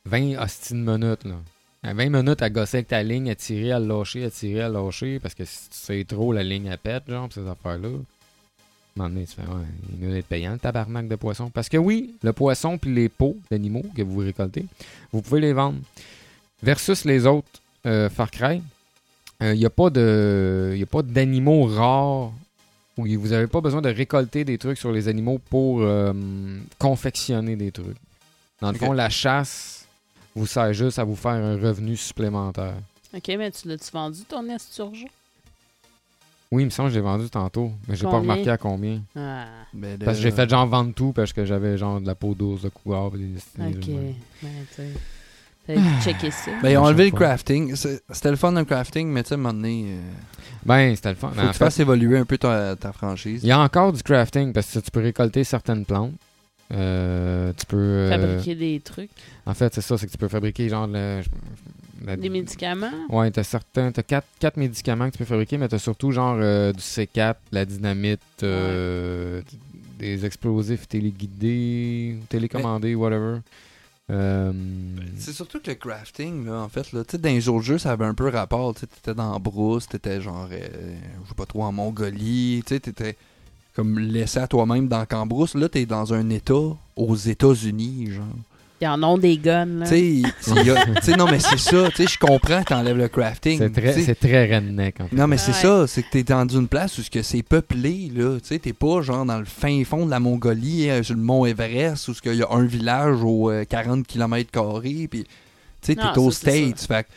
[SPEAKER 1] 20 hostiles minutes, là. À 20 minutes à gosser avec ta ligne, à tirer, à le lâcher, à tirer, à le lâcher, parce que si tu sais trop, la ligne à pète, genre, pis ces affaires-là. À un moment donné, tu fais, ouais, il doit être payant, le tabarnak de poisson. Parce que oui, le poisson puis les peaux d'animaux que vous récoltez, vous pouvez les vendre. Versus les autres euh, Far Cry, il n'y a pas de y a pas d'animaux rares où y- vous n'avez pas besoin de récolter des trucs sur les animaux pour euh, confectionner des trucs. Dans le
[SPEAKER 2] Ok.
[SPEAKER 1] fond, la chasse vous sert juste à vous faire un revenu supplémentaire.
[SPEAKER 3] Ok, mais tu l'as-tu vendu ton esturgeon?
[SPEAKER 1] Oui, il me semble que j'ai vendu tantôt, mais j'ai pas
[SPEAKER 3] Combien?
[SPEAKER 1] remarqué à combien.
[SPEAKER 3] Ah,
[SPEAKER 2] Mais
[SPEAKER 1] Parce que
[SPEAKER 2] Ben, là-
[SPEAKER 1] j'ai fait genre vendre tout parce que j'avais genre de la peau d'ours de cougar. pis des- des-
[SPEAKER 3] ok.
[SPEAKER 1] des-
[SPEAKER 3] Ben, tu sais.
[SPEAKER 1] Ah.
[SPEAKER 3] T'as checké ça.
[SPEAKER 2] Ben, ils ont
[SPEAKER 1] À
[SPEAKER 2] enlevé
[SPEAKER 1] chaque
[SPEAKER 2] le
[SPEAKER 1] fois.
[SPEAKER 2] crafting. C'est- C'était le fun, le crafting, mais tu sais, à un moment donné, euh,
[SPEAKER 1] Ben, c'était le fun.
[SPEAKER 2] faut
[SPEAKER 1] Mais
[SPEAKER 2] que
[SPEAKER 1] en
[SPEAKER 2] tu
[SPEAKER 1] fait,
[SPEAKER 2] fasses évoluer un peu ta, ta franchise.
[SPEAKER 1] il y a encore du crafting parce que tu peux récolter certaines plantes. Euh, tu peux. euh,
[SPEAKER 3] Fabriquer des trucs.
[SPEAKER 1] En fait, c'est ça, c'est que tu peux fabriquer genre le- la-
[SPEAKER 3] Des médicaments.
[SPEAKER 1] <laughs> Ouais, t'as certains, t'as quatre, quatre médicaments que tu peux fabriquer, mais t'as surtout genre euh, du C4, la dynamite, euh, d- des explosifs téléguidés, télécommandés, whatever. Euh,
[SPEAKER 2] C'est surtout que le crafting, là, en fait, là, tu sais, dans les autres jeux, ça avait un peu rapport. Tu sais, t'étais dans la brousse, t'étais genre, euh, je sais pas trop, en Mongolie, tu sais, t'étais comme laissé à toi-même dans la cambrousse. Là, t'es dans un état aux États-Unis, genre.
[SPEAKER 3] Ils en ont des guns, là.
[SPEAKER 2] Tu sais, il- il y a- tu sais, non, mais c'est ça. Tu sais, je comprends que t'enlèves le crafting.
[SPEAKER 1] C'est très,
[SPEAKER 2] tu sais.
[SPEAKER 1] c'est très redneck. En fait.
[SPEAKER 2] Non, mais c'est
[SPEAKER 3] Ouais.
[SPEAKER 2] ça, c'est que t'es dans une place où ce que c'est peuplé, là. Tu sais, t'es pas genre dans le fin fond de la Mongolie, euh, sur le mont Everest, où ce qu'il y a un village aux euh, 40 km, puis tu sais,
[SPEAKER 3] Non,
[SPEAKER 2] t'es aux
[SPEAKER 3] ça, c'est
[SPEAKER 2] States. Fait que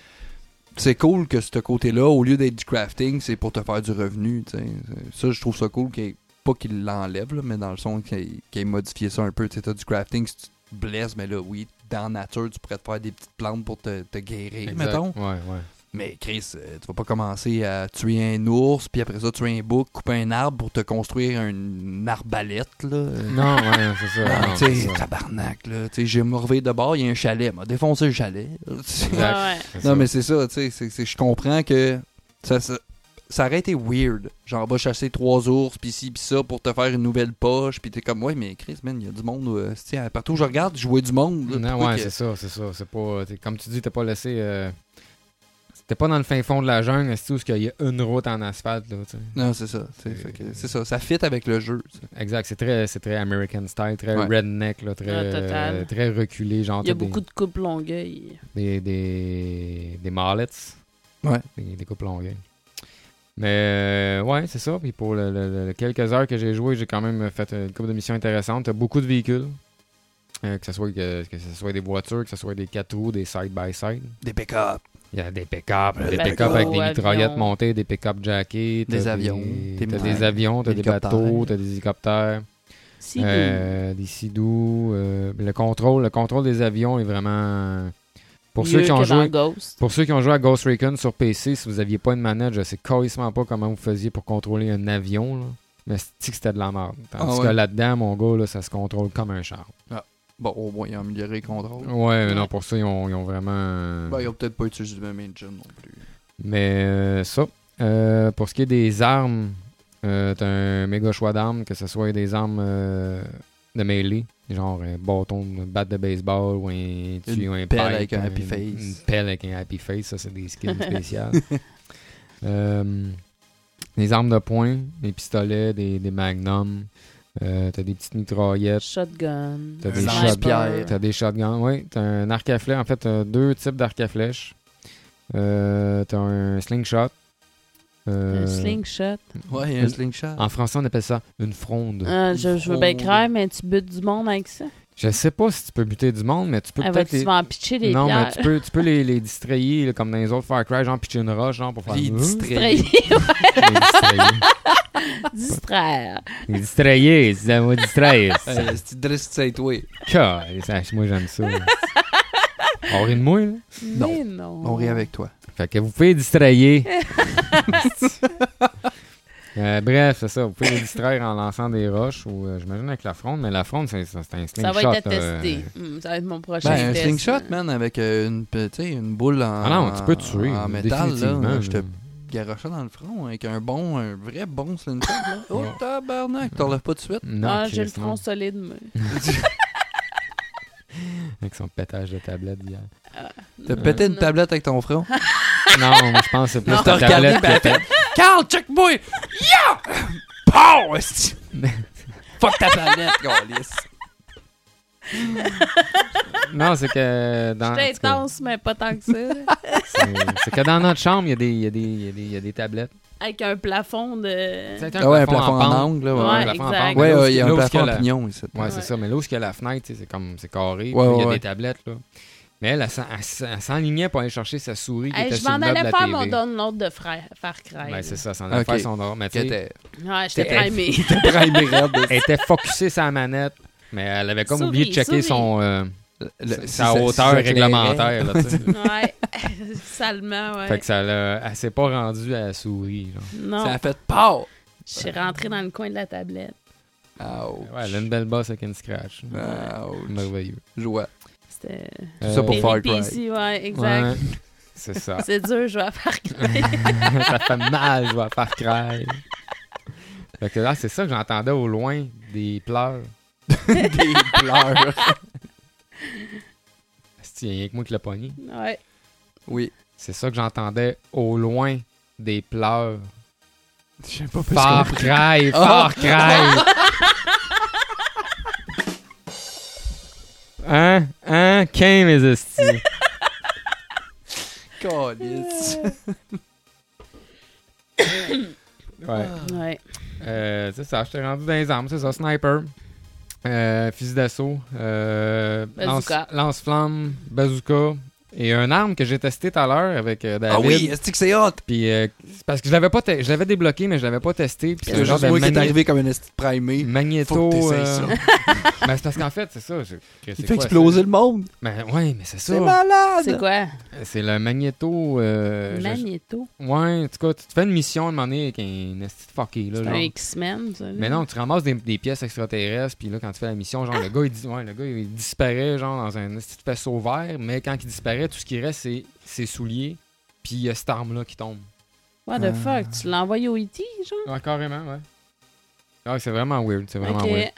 [SPEAKER 2] c'est cool que ce côté-là, au lieu d'être du crafting, c'est pour te faire du revenu, tu sais. Ça, je trouve ça cool qu'il y ait- pas qu'il l'enlève, là, mais dans le son qu'il ait- qu'il ait modifié ça un peu. Tu sais, t'as du crafting, si tu te blesses, mais là, oui, dans la nature, tu pourrais te faire des petites plantes pour te, te guérir,
[SPEAKER 1] Exact.
[SPEAKER 2] mettons.
[SPEAKER 1] Ouais, ouais.
[SPEAKER 2] Mais Chris, euh, tu vas pas commencer à tuer un ours, puis après ça tuer un bouc, couper un arbre pour te construire une arbalète, là. Euh,
[SPEAKER 1] Non, ouais, c'est ça.
[SPEAKER 2] ah,
[SPEAKER 1] non,
[SPEAKER 2] tu
[SPEAKER 1] c'est
[SPEAKER 2] sais,
[SPEAKER 1] ça.
[SPEAKER 2] tabarnak, là. Tu sais, j'ai morvé de bord, il y a un chalet, m'a défoncé le chalet.
[SPEAKER 1] Exact.
[SPEAKER 2] <laughs>
[SPEAKER 3] Ah ouais.
[SPEAKER 1] C'est ça.
[SPEAKER 2] non, mais c'est ça, tu sais, c'est- c'est- je comprends que ça, ça, ça aurait été weird. Genre, va chasser trois ours, puis ci, puis ça, pour te faire une nouvelle poche, puis t'es comme, ouais, mais Chris, man, il y a du monde, euh, tu sais, partout où je regarde, je vois du monde. là.
[SPEAKER 1] Non,
[SPEAKER 2] Pourquoi
[SPEAKER 1] ouais,
[SPEAKER 2] que-
[SPEAKER 1] c'est ça, c'est ça. C'est pas, euh, t'es- comme tu dis, t'es pas laissé. euh, t'es pas dans le fin fond de la jungle, c'est où il y a une route en asphalte. Là, tu sais.
[SPEAKER 2] Non, c'est ça. tu sais, fait que C'est ça, ça fit avec le jeu, tu sais.
[SPEAKER 1] exact, c'est très, c'est très American style, très
[SPEAKER 2] Ouais.
[SPEAKER 1] redneck, là, très,
[SPEAKER 3] Ouais, Ah, total.
[SPEAKER 1] euh, très reculé. Genre,
[SPEAKER 3] Il y a
[SPEAKER 1] t'as des-
[SPEAKER 3] beaucoup de coupes longueuil.
[SPEAKER 1] des, des, des mallets.
[SPEAKER 2] Ouais.
[SPEAKER 1] Des, des coupes longues. Mais euh, ouais, c'est ça. Puis pour le, le- le- quelques heures que j'ai joué, j'ai quand même fait une couple de missions intéressantes. T'as beaucoup de véhicules. Euh, que, ce soit, que, que ce soit des voitures, que ce soit des 4 roues, des side-by-side.
[SPEAKER 2] Des pick-up.
[SPEAKER 1] Il y a des pick-up,
[SPEAKER 2] Des
[SPEAKER 1] des pick-up
[SPEAKER 2] bateaux,
[SPEAKER 1] avec des
[SPEAKER 3] avions.
[SPEAKER 1] mitraillettes montées, des pick-up jackés. t'as
[SPEAKER 2] Des avions, des
[SPEAKER 1] T'as des
[SPEAKER 2] mitraillettes,
[SPEAKER 1] avions, t'as des
[SPEAKER 2] hélicoptères.
[SPEAKER 1] bateaux, t'as des hélicoptères.
[SPEAKER 3] Si
[SPEAKER 1] Euh, des sidous. euh, le contrôle, le contrôle des avions est vraiment. Pour ceux qui ont joué,
[SPEAKER 3] Ghost.
[SPEAKER 1] pour ceux qui ont joué à Ghost Recon sur PC, si vous aviez pas une manette, je sais carrément pas comment vous faisiez pour contrôler un avion. là. Mais c'est que c'était de la merde. Tandis
[SPEAKER 2] Ah
[SPEAKER 1] que
[SPEAKER 2] ouais.
[SPEAKER 1] là-dedans, mon gars, là, ça se contrôle comme un char.
[SPEAKER 2] Bon, au moins, ils ont amélioré le contrôle.
[SPEAKER 1] Ouais, mais non, pour ça, ils ont, ils ont vraiment. euh,
[SPEAKER 2] Ben, ils ont peut-être pas utilisé le même engine non plus.
[SPEAKER 1] Mais euh, ça. Euh, pour ce qui est des armes, euh, t'as un méga choix d'armes, que ce soit des armes euh, de mêlée, genre un bâton, une batte de baseball ou un tuyau, un
[SPEAKER 2] pelle
[SPEAKER 1] pipe,
[SPEAKER 2] avec un happy
[SPEAKER 1] une-
[SPEAKER 2] face.
[SPEAKER 1] Une pelle avec un happy face, ça c'est des skills spéciales. Euh, des armes de poing, des pistolets, des, des magnums, euh, t'as des petites mitraillettes.
[SPEAKER 3] Shotgun.
[SPEAKER 1] T'as des
[SPEAKER 2] Un
[SPEAKER 1] shotguns.
[SPEAKER 2] lance-pierre.
[SPEAKER 1] T'as des shotguns, oui. T'as un arc à flèche. En fait, t'as deux types d'arc à flèche. Euh, t'as un slingshot. Euh,
[SPEAKER 3] Un slingshot.
[SPEAKER 2] Ouais,
[SPEAKER 1] Euh,
[SPEAKER 2] un slingshot.
[SPEAKER 1] En français, on appelle ça une fronde.
[SPEAKER 3] Ah, je, je veux bien
[SPEAKER 1] Oh.
[SPEAKER 2] Fondre.
[SPEAKER 3] craindre, mais tu butes du monde avec ça.
[SPEAKER 1] Je sais pas si tu peux buter du monde, mais tu peux
[SPEAKER 3] Elle va
[SPEAKER 1] peut-être les...
[SPEAKER 3] souvent Ah, pitcher des
[SPEAKER 1] non, mais
[SPEAKER 3] pierres. <laughs>
[SPEAKER 1] tu peux, tu peux les, les distrayer, là, comme dans les autres Far Cry, genre pitcher une roche, genre pour faire...
[SPEAKER 2] Les
[SPEAKER 1] Ouh,
[SPEAKER 2] distraits.
[SPEAKER 1] les distrayer.
[SPEAKER 3] <laughs> Distraire.
[SPEAKER 1] les distrayer, c'est un mot distrayer.
[SPEAKER 2] Euh, C'est dress cette way.
[SPEAKER 1] Calisse, Moi, j'aime
[SPEAKER 3] <laughs>
[SPEAKER 1] ça. On rit de moi, là.
[SPEAKER 2] Non.
[SPEAKER 3] Mais non.
[SPEAKER 2] On rit avec toi.
[SPEAKER 1] Fait que vous pouvez les distrayer. <laughs> Euh, bref, c'est ça. Vous pouvez les distraire en lançant des roches ou, euh, j'imagine, avec la fronde. Mais la fronde, c'est c'est- c'est un slingshot. euh,
[SPEAKER 3] Ça va être à
[SPEAKER 1] là.
[SPEAKER 3] tester. Hmm, ça va être mon prochain
[SPEAKER 2] Ben, un
[SPEAKER 3] test.
[SPEAKER 2] slingshot, man, avec euh, une, pe- tu sais, une boule en,
[SPEAKER 1] Ah non, tu peux tuer.
[SPEAKER 2] en métal.
[SPEAKER 1] définitivement,
[SPEAKER 2] Là, Euh, je te
[SPEAKER 1] là.
[SPEAKER 2] garochais dans le front avec un bon, un vrai bon slingshot. Là. Oh,
[SPEAKER 1] Ouais.
[SPEAKER 2] tabarnak, t'enlèves pas
[SPEAKER 1] <laughs>
[SPEAKER 2] de suite.
[SPEAKER 1] Non,
[SPEAKER 3] Ah,
[SPEAKER 1] Chris,
[SPEAKER 3] j'ai le
[SPEAKER 1] non.
[SPEAKER 3] front solide, moi.
[SPEAKER 1] Avec son pétage de
[SPEAKER 3] <laughs>
[SPEAKER 1] tablette d'hier.
[SPEAKER 2] T'as pété une tablette avec ton front.
[SPEAKER 1] non, moi, je pense que c'est plus
[SPEAKER 2] Non.
[SPEAKER 1] ta
[SPEAKER 2] T'as regardé,
[SPEAKER 1] tablette
[SPEAKER 2] ben,
[SPEAKER 1] que ta-
[SPEAKER 2] Carl, check-moi! Yeah! Pow! esti. Fuck ta <laughs> planète, Gaulis.
[SPEAKER 1] Non, c'est que dans. en
[SPEAKER 3] J'étais
[SPEAKER 1] tout cas,
[SPEAKER 3] intense, mais pas tant que ça. là.
[SPEAKER 1] <laughs> c'est- C'est que dans notre chambre, il y a des- il y, a des- il y a des- il y a des tablettes.
[SPEAKER 3] avec un plafond de...
[SPEAKER 1] C'est
[SPEAKER 2] Ah ouais, un plafond
[SPEAKER 1] pente.
[SPEAKER 2] en angle, là.
[SPEAKER 1] Ouais,
[SPEAKER 2] Ouais,
[SPEAKER 1] un
[SPEAKER 3] Ouais,
[SPEAKER 1] plafond en
[SPEAKER 3] exact.
[SPEAKER 1] pente.
[SPEAKER 2] Ouais,
[SPEAKER 1] Mais là où-
[SPEAKER 2] ouais, il y a
[SPEAKER 1] là
[SPEAKER 2] un
[SPEAKER 1] où est-ce qu'il
[SPEAKER 2] plafond
[SPEAKER 1] la-
[SPEAKER 2] à pignon ici.
[SPEAKER 1] Ouais,
[SPEAKER 3] Ouais.
[SPEAKER 1] c'est ça. Mais là où est-ce qu'il y a la fenêtre, tu sais, c'est comme c'est carré, puis
[SPEAKER 2] Ouais,
[SPEAKER 1] il y a
[SPEAKER 2] ouais.
[SPEAKER 1] des tablettes là. Mais elle, elle, s'en- elle s'en- elle s'enlignait pour aller chercher sa souris qui
[SPEAKER 3] Hey,
[SPEAKER 1] était
[SPEAKER 3] je
[SPEAKER 1] sur le
[SPEAKER 3] m'en
[SPEAKER 1] meuble de
[SPEAKER 3] allais
[SPEAKER 1] la
[SPEAKER 3] faire
[SPEAKER 1] TV.
[SPEAKER 3] mon download de Fra- Far Cry.
[SPEAKER 1] Ben, c'est ça, s'en
[SPEAKER 2] Ok.
[SPEAKER 1] allait faire son or. Mais tu
[SPEAKER 2] Qui
[SPEAKER 1] sais,
[SPEAKER 2] était
[SPEAKER 3] Ouais, j'étais
[SPEAKER 1] T'es-
[SPEAKER 3] primée.
[SPEAKER 2] primé raide <laughs> de-
[SPEAKER 1] <laughs> elle était focusée sa manette, mais elle avait comme
[SPEAKER 3] Souris,
[SPEAKER 1] oublié de checker
[SPEAKER 3] souris.
[SPEAKER 1] son euh,
[SPEAKER 2] Le-
[SPEAKER 1] sa-
[SPEAKER 2] si
[SPEAKER 1] sa
[SPEAKER 2] ça- si
[SPEAKER 1] hauteur
[SPEAKER 2] ça éclairait.
[SPEAKER 1] réglementaire. là,
[SPEAKER 2] <laughs>
[SPEAKER 1] tu sais.
[SPEAKER 3] ouais, <laughs> salement, ouais.
[SPEAKER 1] Fait que ça l'a- elle s'est pas rendue à la souris. genre.
[SPEAKER 2] Ça
[SPEAKER 3] Non,
[SPEAKER 2] a fait peur.
[SPEAKER 3] je suis rentrée dans le coin de la tablette.
[SPEAKER 2] Ouch.
[SPEAKER 1] Ouais, elle a une belle bosse avec une scratch.
[SPEAKER 2] Ouch.
[SPEAKER 1] Merveilleux.
[SPEAKER 2] Joie. <laughs>
[SPEAKER 3] C'était
[SPEAKER 2] Tout ça
[SPEAKER 1] Euh,
[SPEAKER 2] pour
[SPEAKER 3] les
[SPEAKER 2] Far Cry.
[SPEAKER 3] péripéties, ouais, exact.
[SPEAKER 1] ouais, c'est ça.
[SPEAKER 3] C'est dur, je vais
[SPEAKER 1] <laughs>
[SPEAKER 3] faire
[SPEAKER 1] ça fait mal je vois Far Cry. Fait que là, c'est ça que j'entendais au loin, des pleurs.
[SPEAKER 2] Des pleurs.
[SPEAKER 1] Asti, y a rien que moi qui l'ai pogné.
[SPEAKER 3] Ouais.
[SPEAKER 2] Oui.
[SPEAKER 1] C'est ça que j'entendais au loin, des pleurs.
[SPEAKER 2] Je sais pas
[SPEAKER 1] Far Cry, Far Cry. Hein? Hein? ans, qu'un mes estis.
[SPEAKER 2] Calice.
[SPEAKER 1] Ouais.
[SPEAKER 3] Ouais.
[SPEAKER 1] Euh, c'est ça, je t'ai rendu dans les armes, c'est ça, sniper, euh, fusil d'assaut, euh, lance-
[SPEAKER 3] Bazooka.
[SPEAKER 1] lance-flamme, bazooka, et une arme que j'ai testée tout à l'heure avec euh, David.
[SPEAKER 2] Ah oui, est-ce que c'est hot?
[SPEAKER 1] Puis, euh, c'est parce que je l'avais pas, te- je l'avais débloqué, mais je l'avais pas testé. Puis c'est
[SPEAKER 2] C'est
[SPEAKER 1] un genre
[SPEAKER 2] juste
[SPEAKER 1] de
[SPEAKER 2] moi qui est
[SPEAKER 1] magné-
[SPEAKER 2] arrivé comme un esti de primé. Faut
[SPEAKER 1] magnéto.
[SPEAKER 2] que t'essayes
[SPEAKER 1] euh,
[SPEAKER 2] ça.
[SPEAKER 1] <laughs> ben, c'est parce qu'en fait, c'est ça. c'est- que c'est quoi,
[SPEAKER 2] Il fait exploser le monde.
[SPEAKER 1] ça? Ben, ouais, mais c'est
[SPEAKER 2] C'est
[SPEAKER 1] ça.
[SPEAKER 3] C'est
[SPEAKER 2] malade.
[SPEAKER 3] quoi?
[SPEAKER 1] C'est le magnéto. euh, je-
[SPEAKER 3] Magneto.
[SPEAKER 1] Ouais, en tout cas, tu te fais une mission à un moment donné avec un esti de fucké, là.
[SPEAKER 3] C'est
[SPEAKER 1] genre.
[SPEAKER 3] un X-Men, ça. là.
[SPEAKER 1] Mais non, tu ramasses des, des pièces extraterrestres, puis là, quand tu fais la mission, genre, le gars, il, dis- ouais, le gars, il disparaît, genre, dans un petit faisceau vert, mais quand il disparaît, tout ce qui reste, c'est ses souliers, puis il y a cette arme-là qui tombe.
[SPEAKER 3] What the fuck? Tu
[SPEAKER 1] Ah.
[SPEAKER 3] l'as envoyé au E.T., genre?
[SPEAKER 1] Ouais, carrément, ouais. Ah, c'est vraiment weird, c'est vraiment
[SPEAKER 3] Ok.
[SPEAKER 1] weird.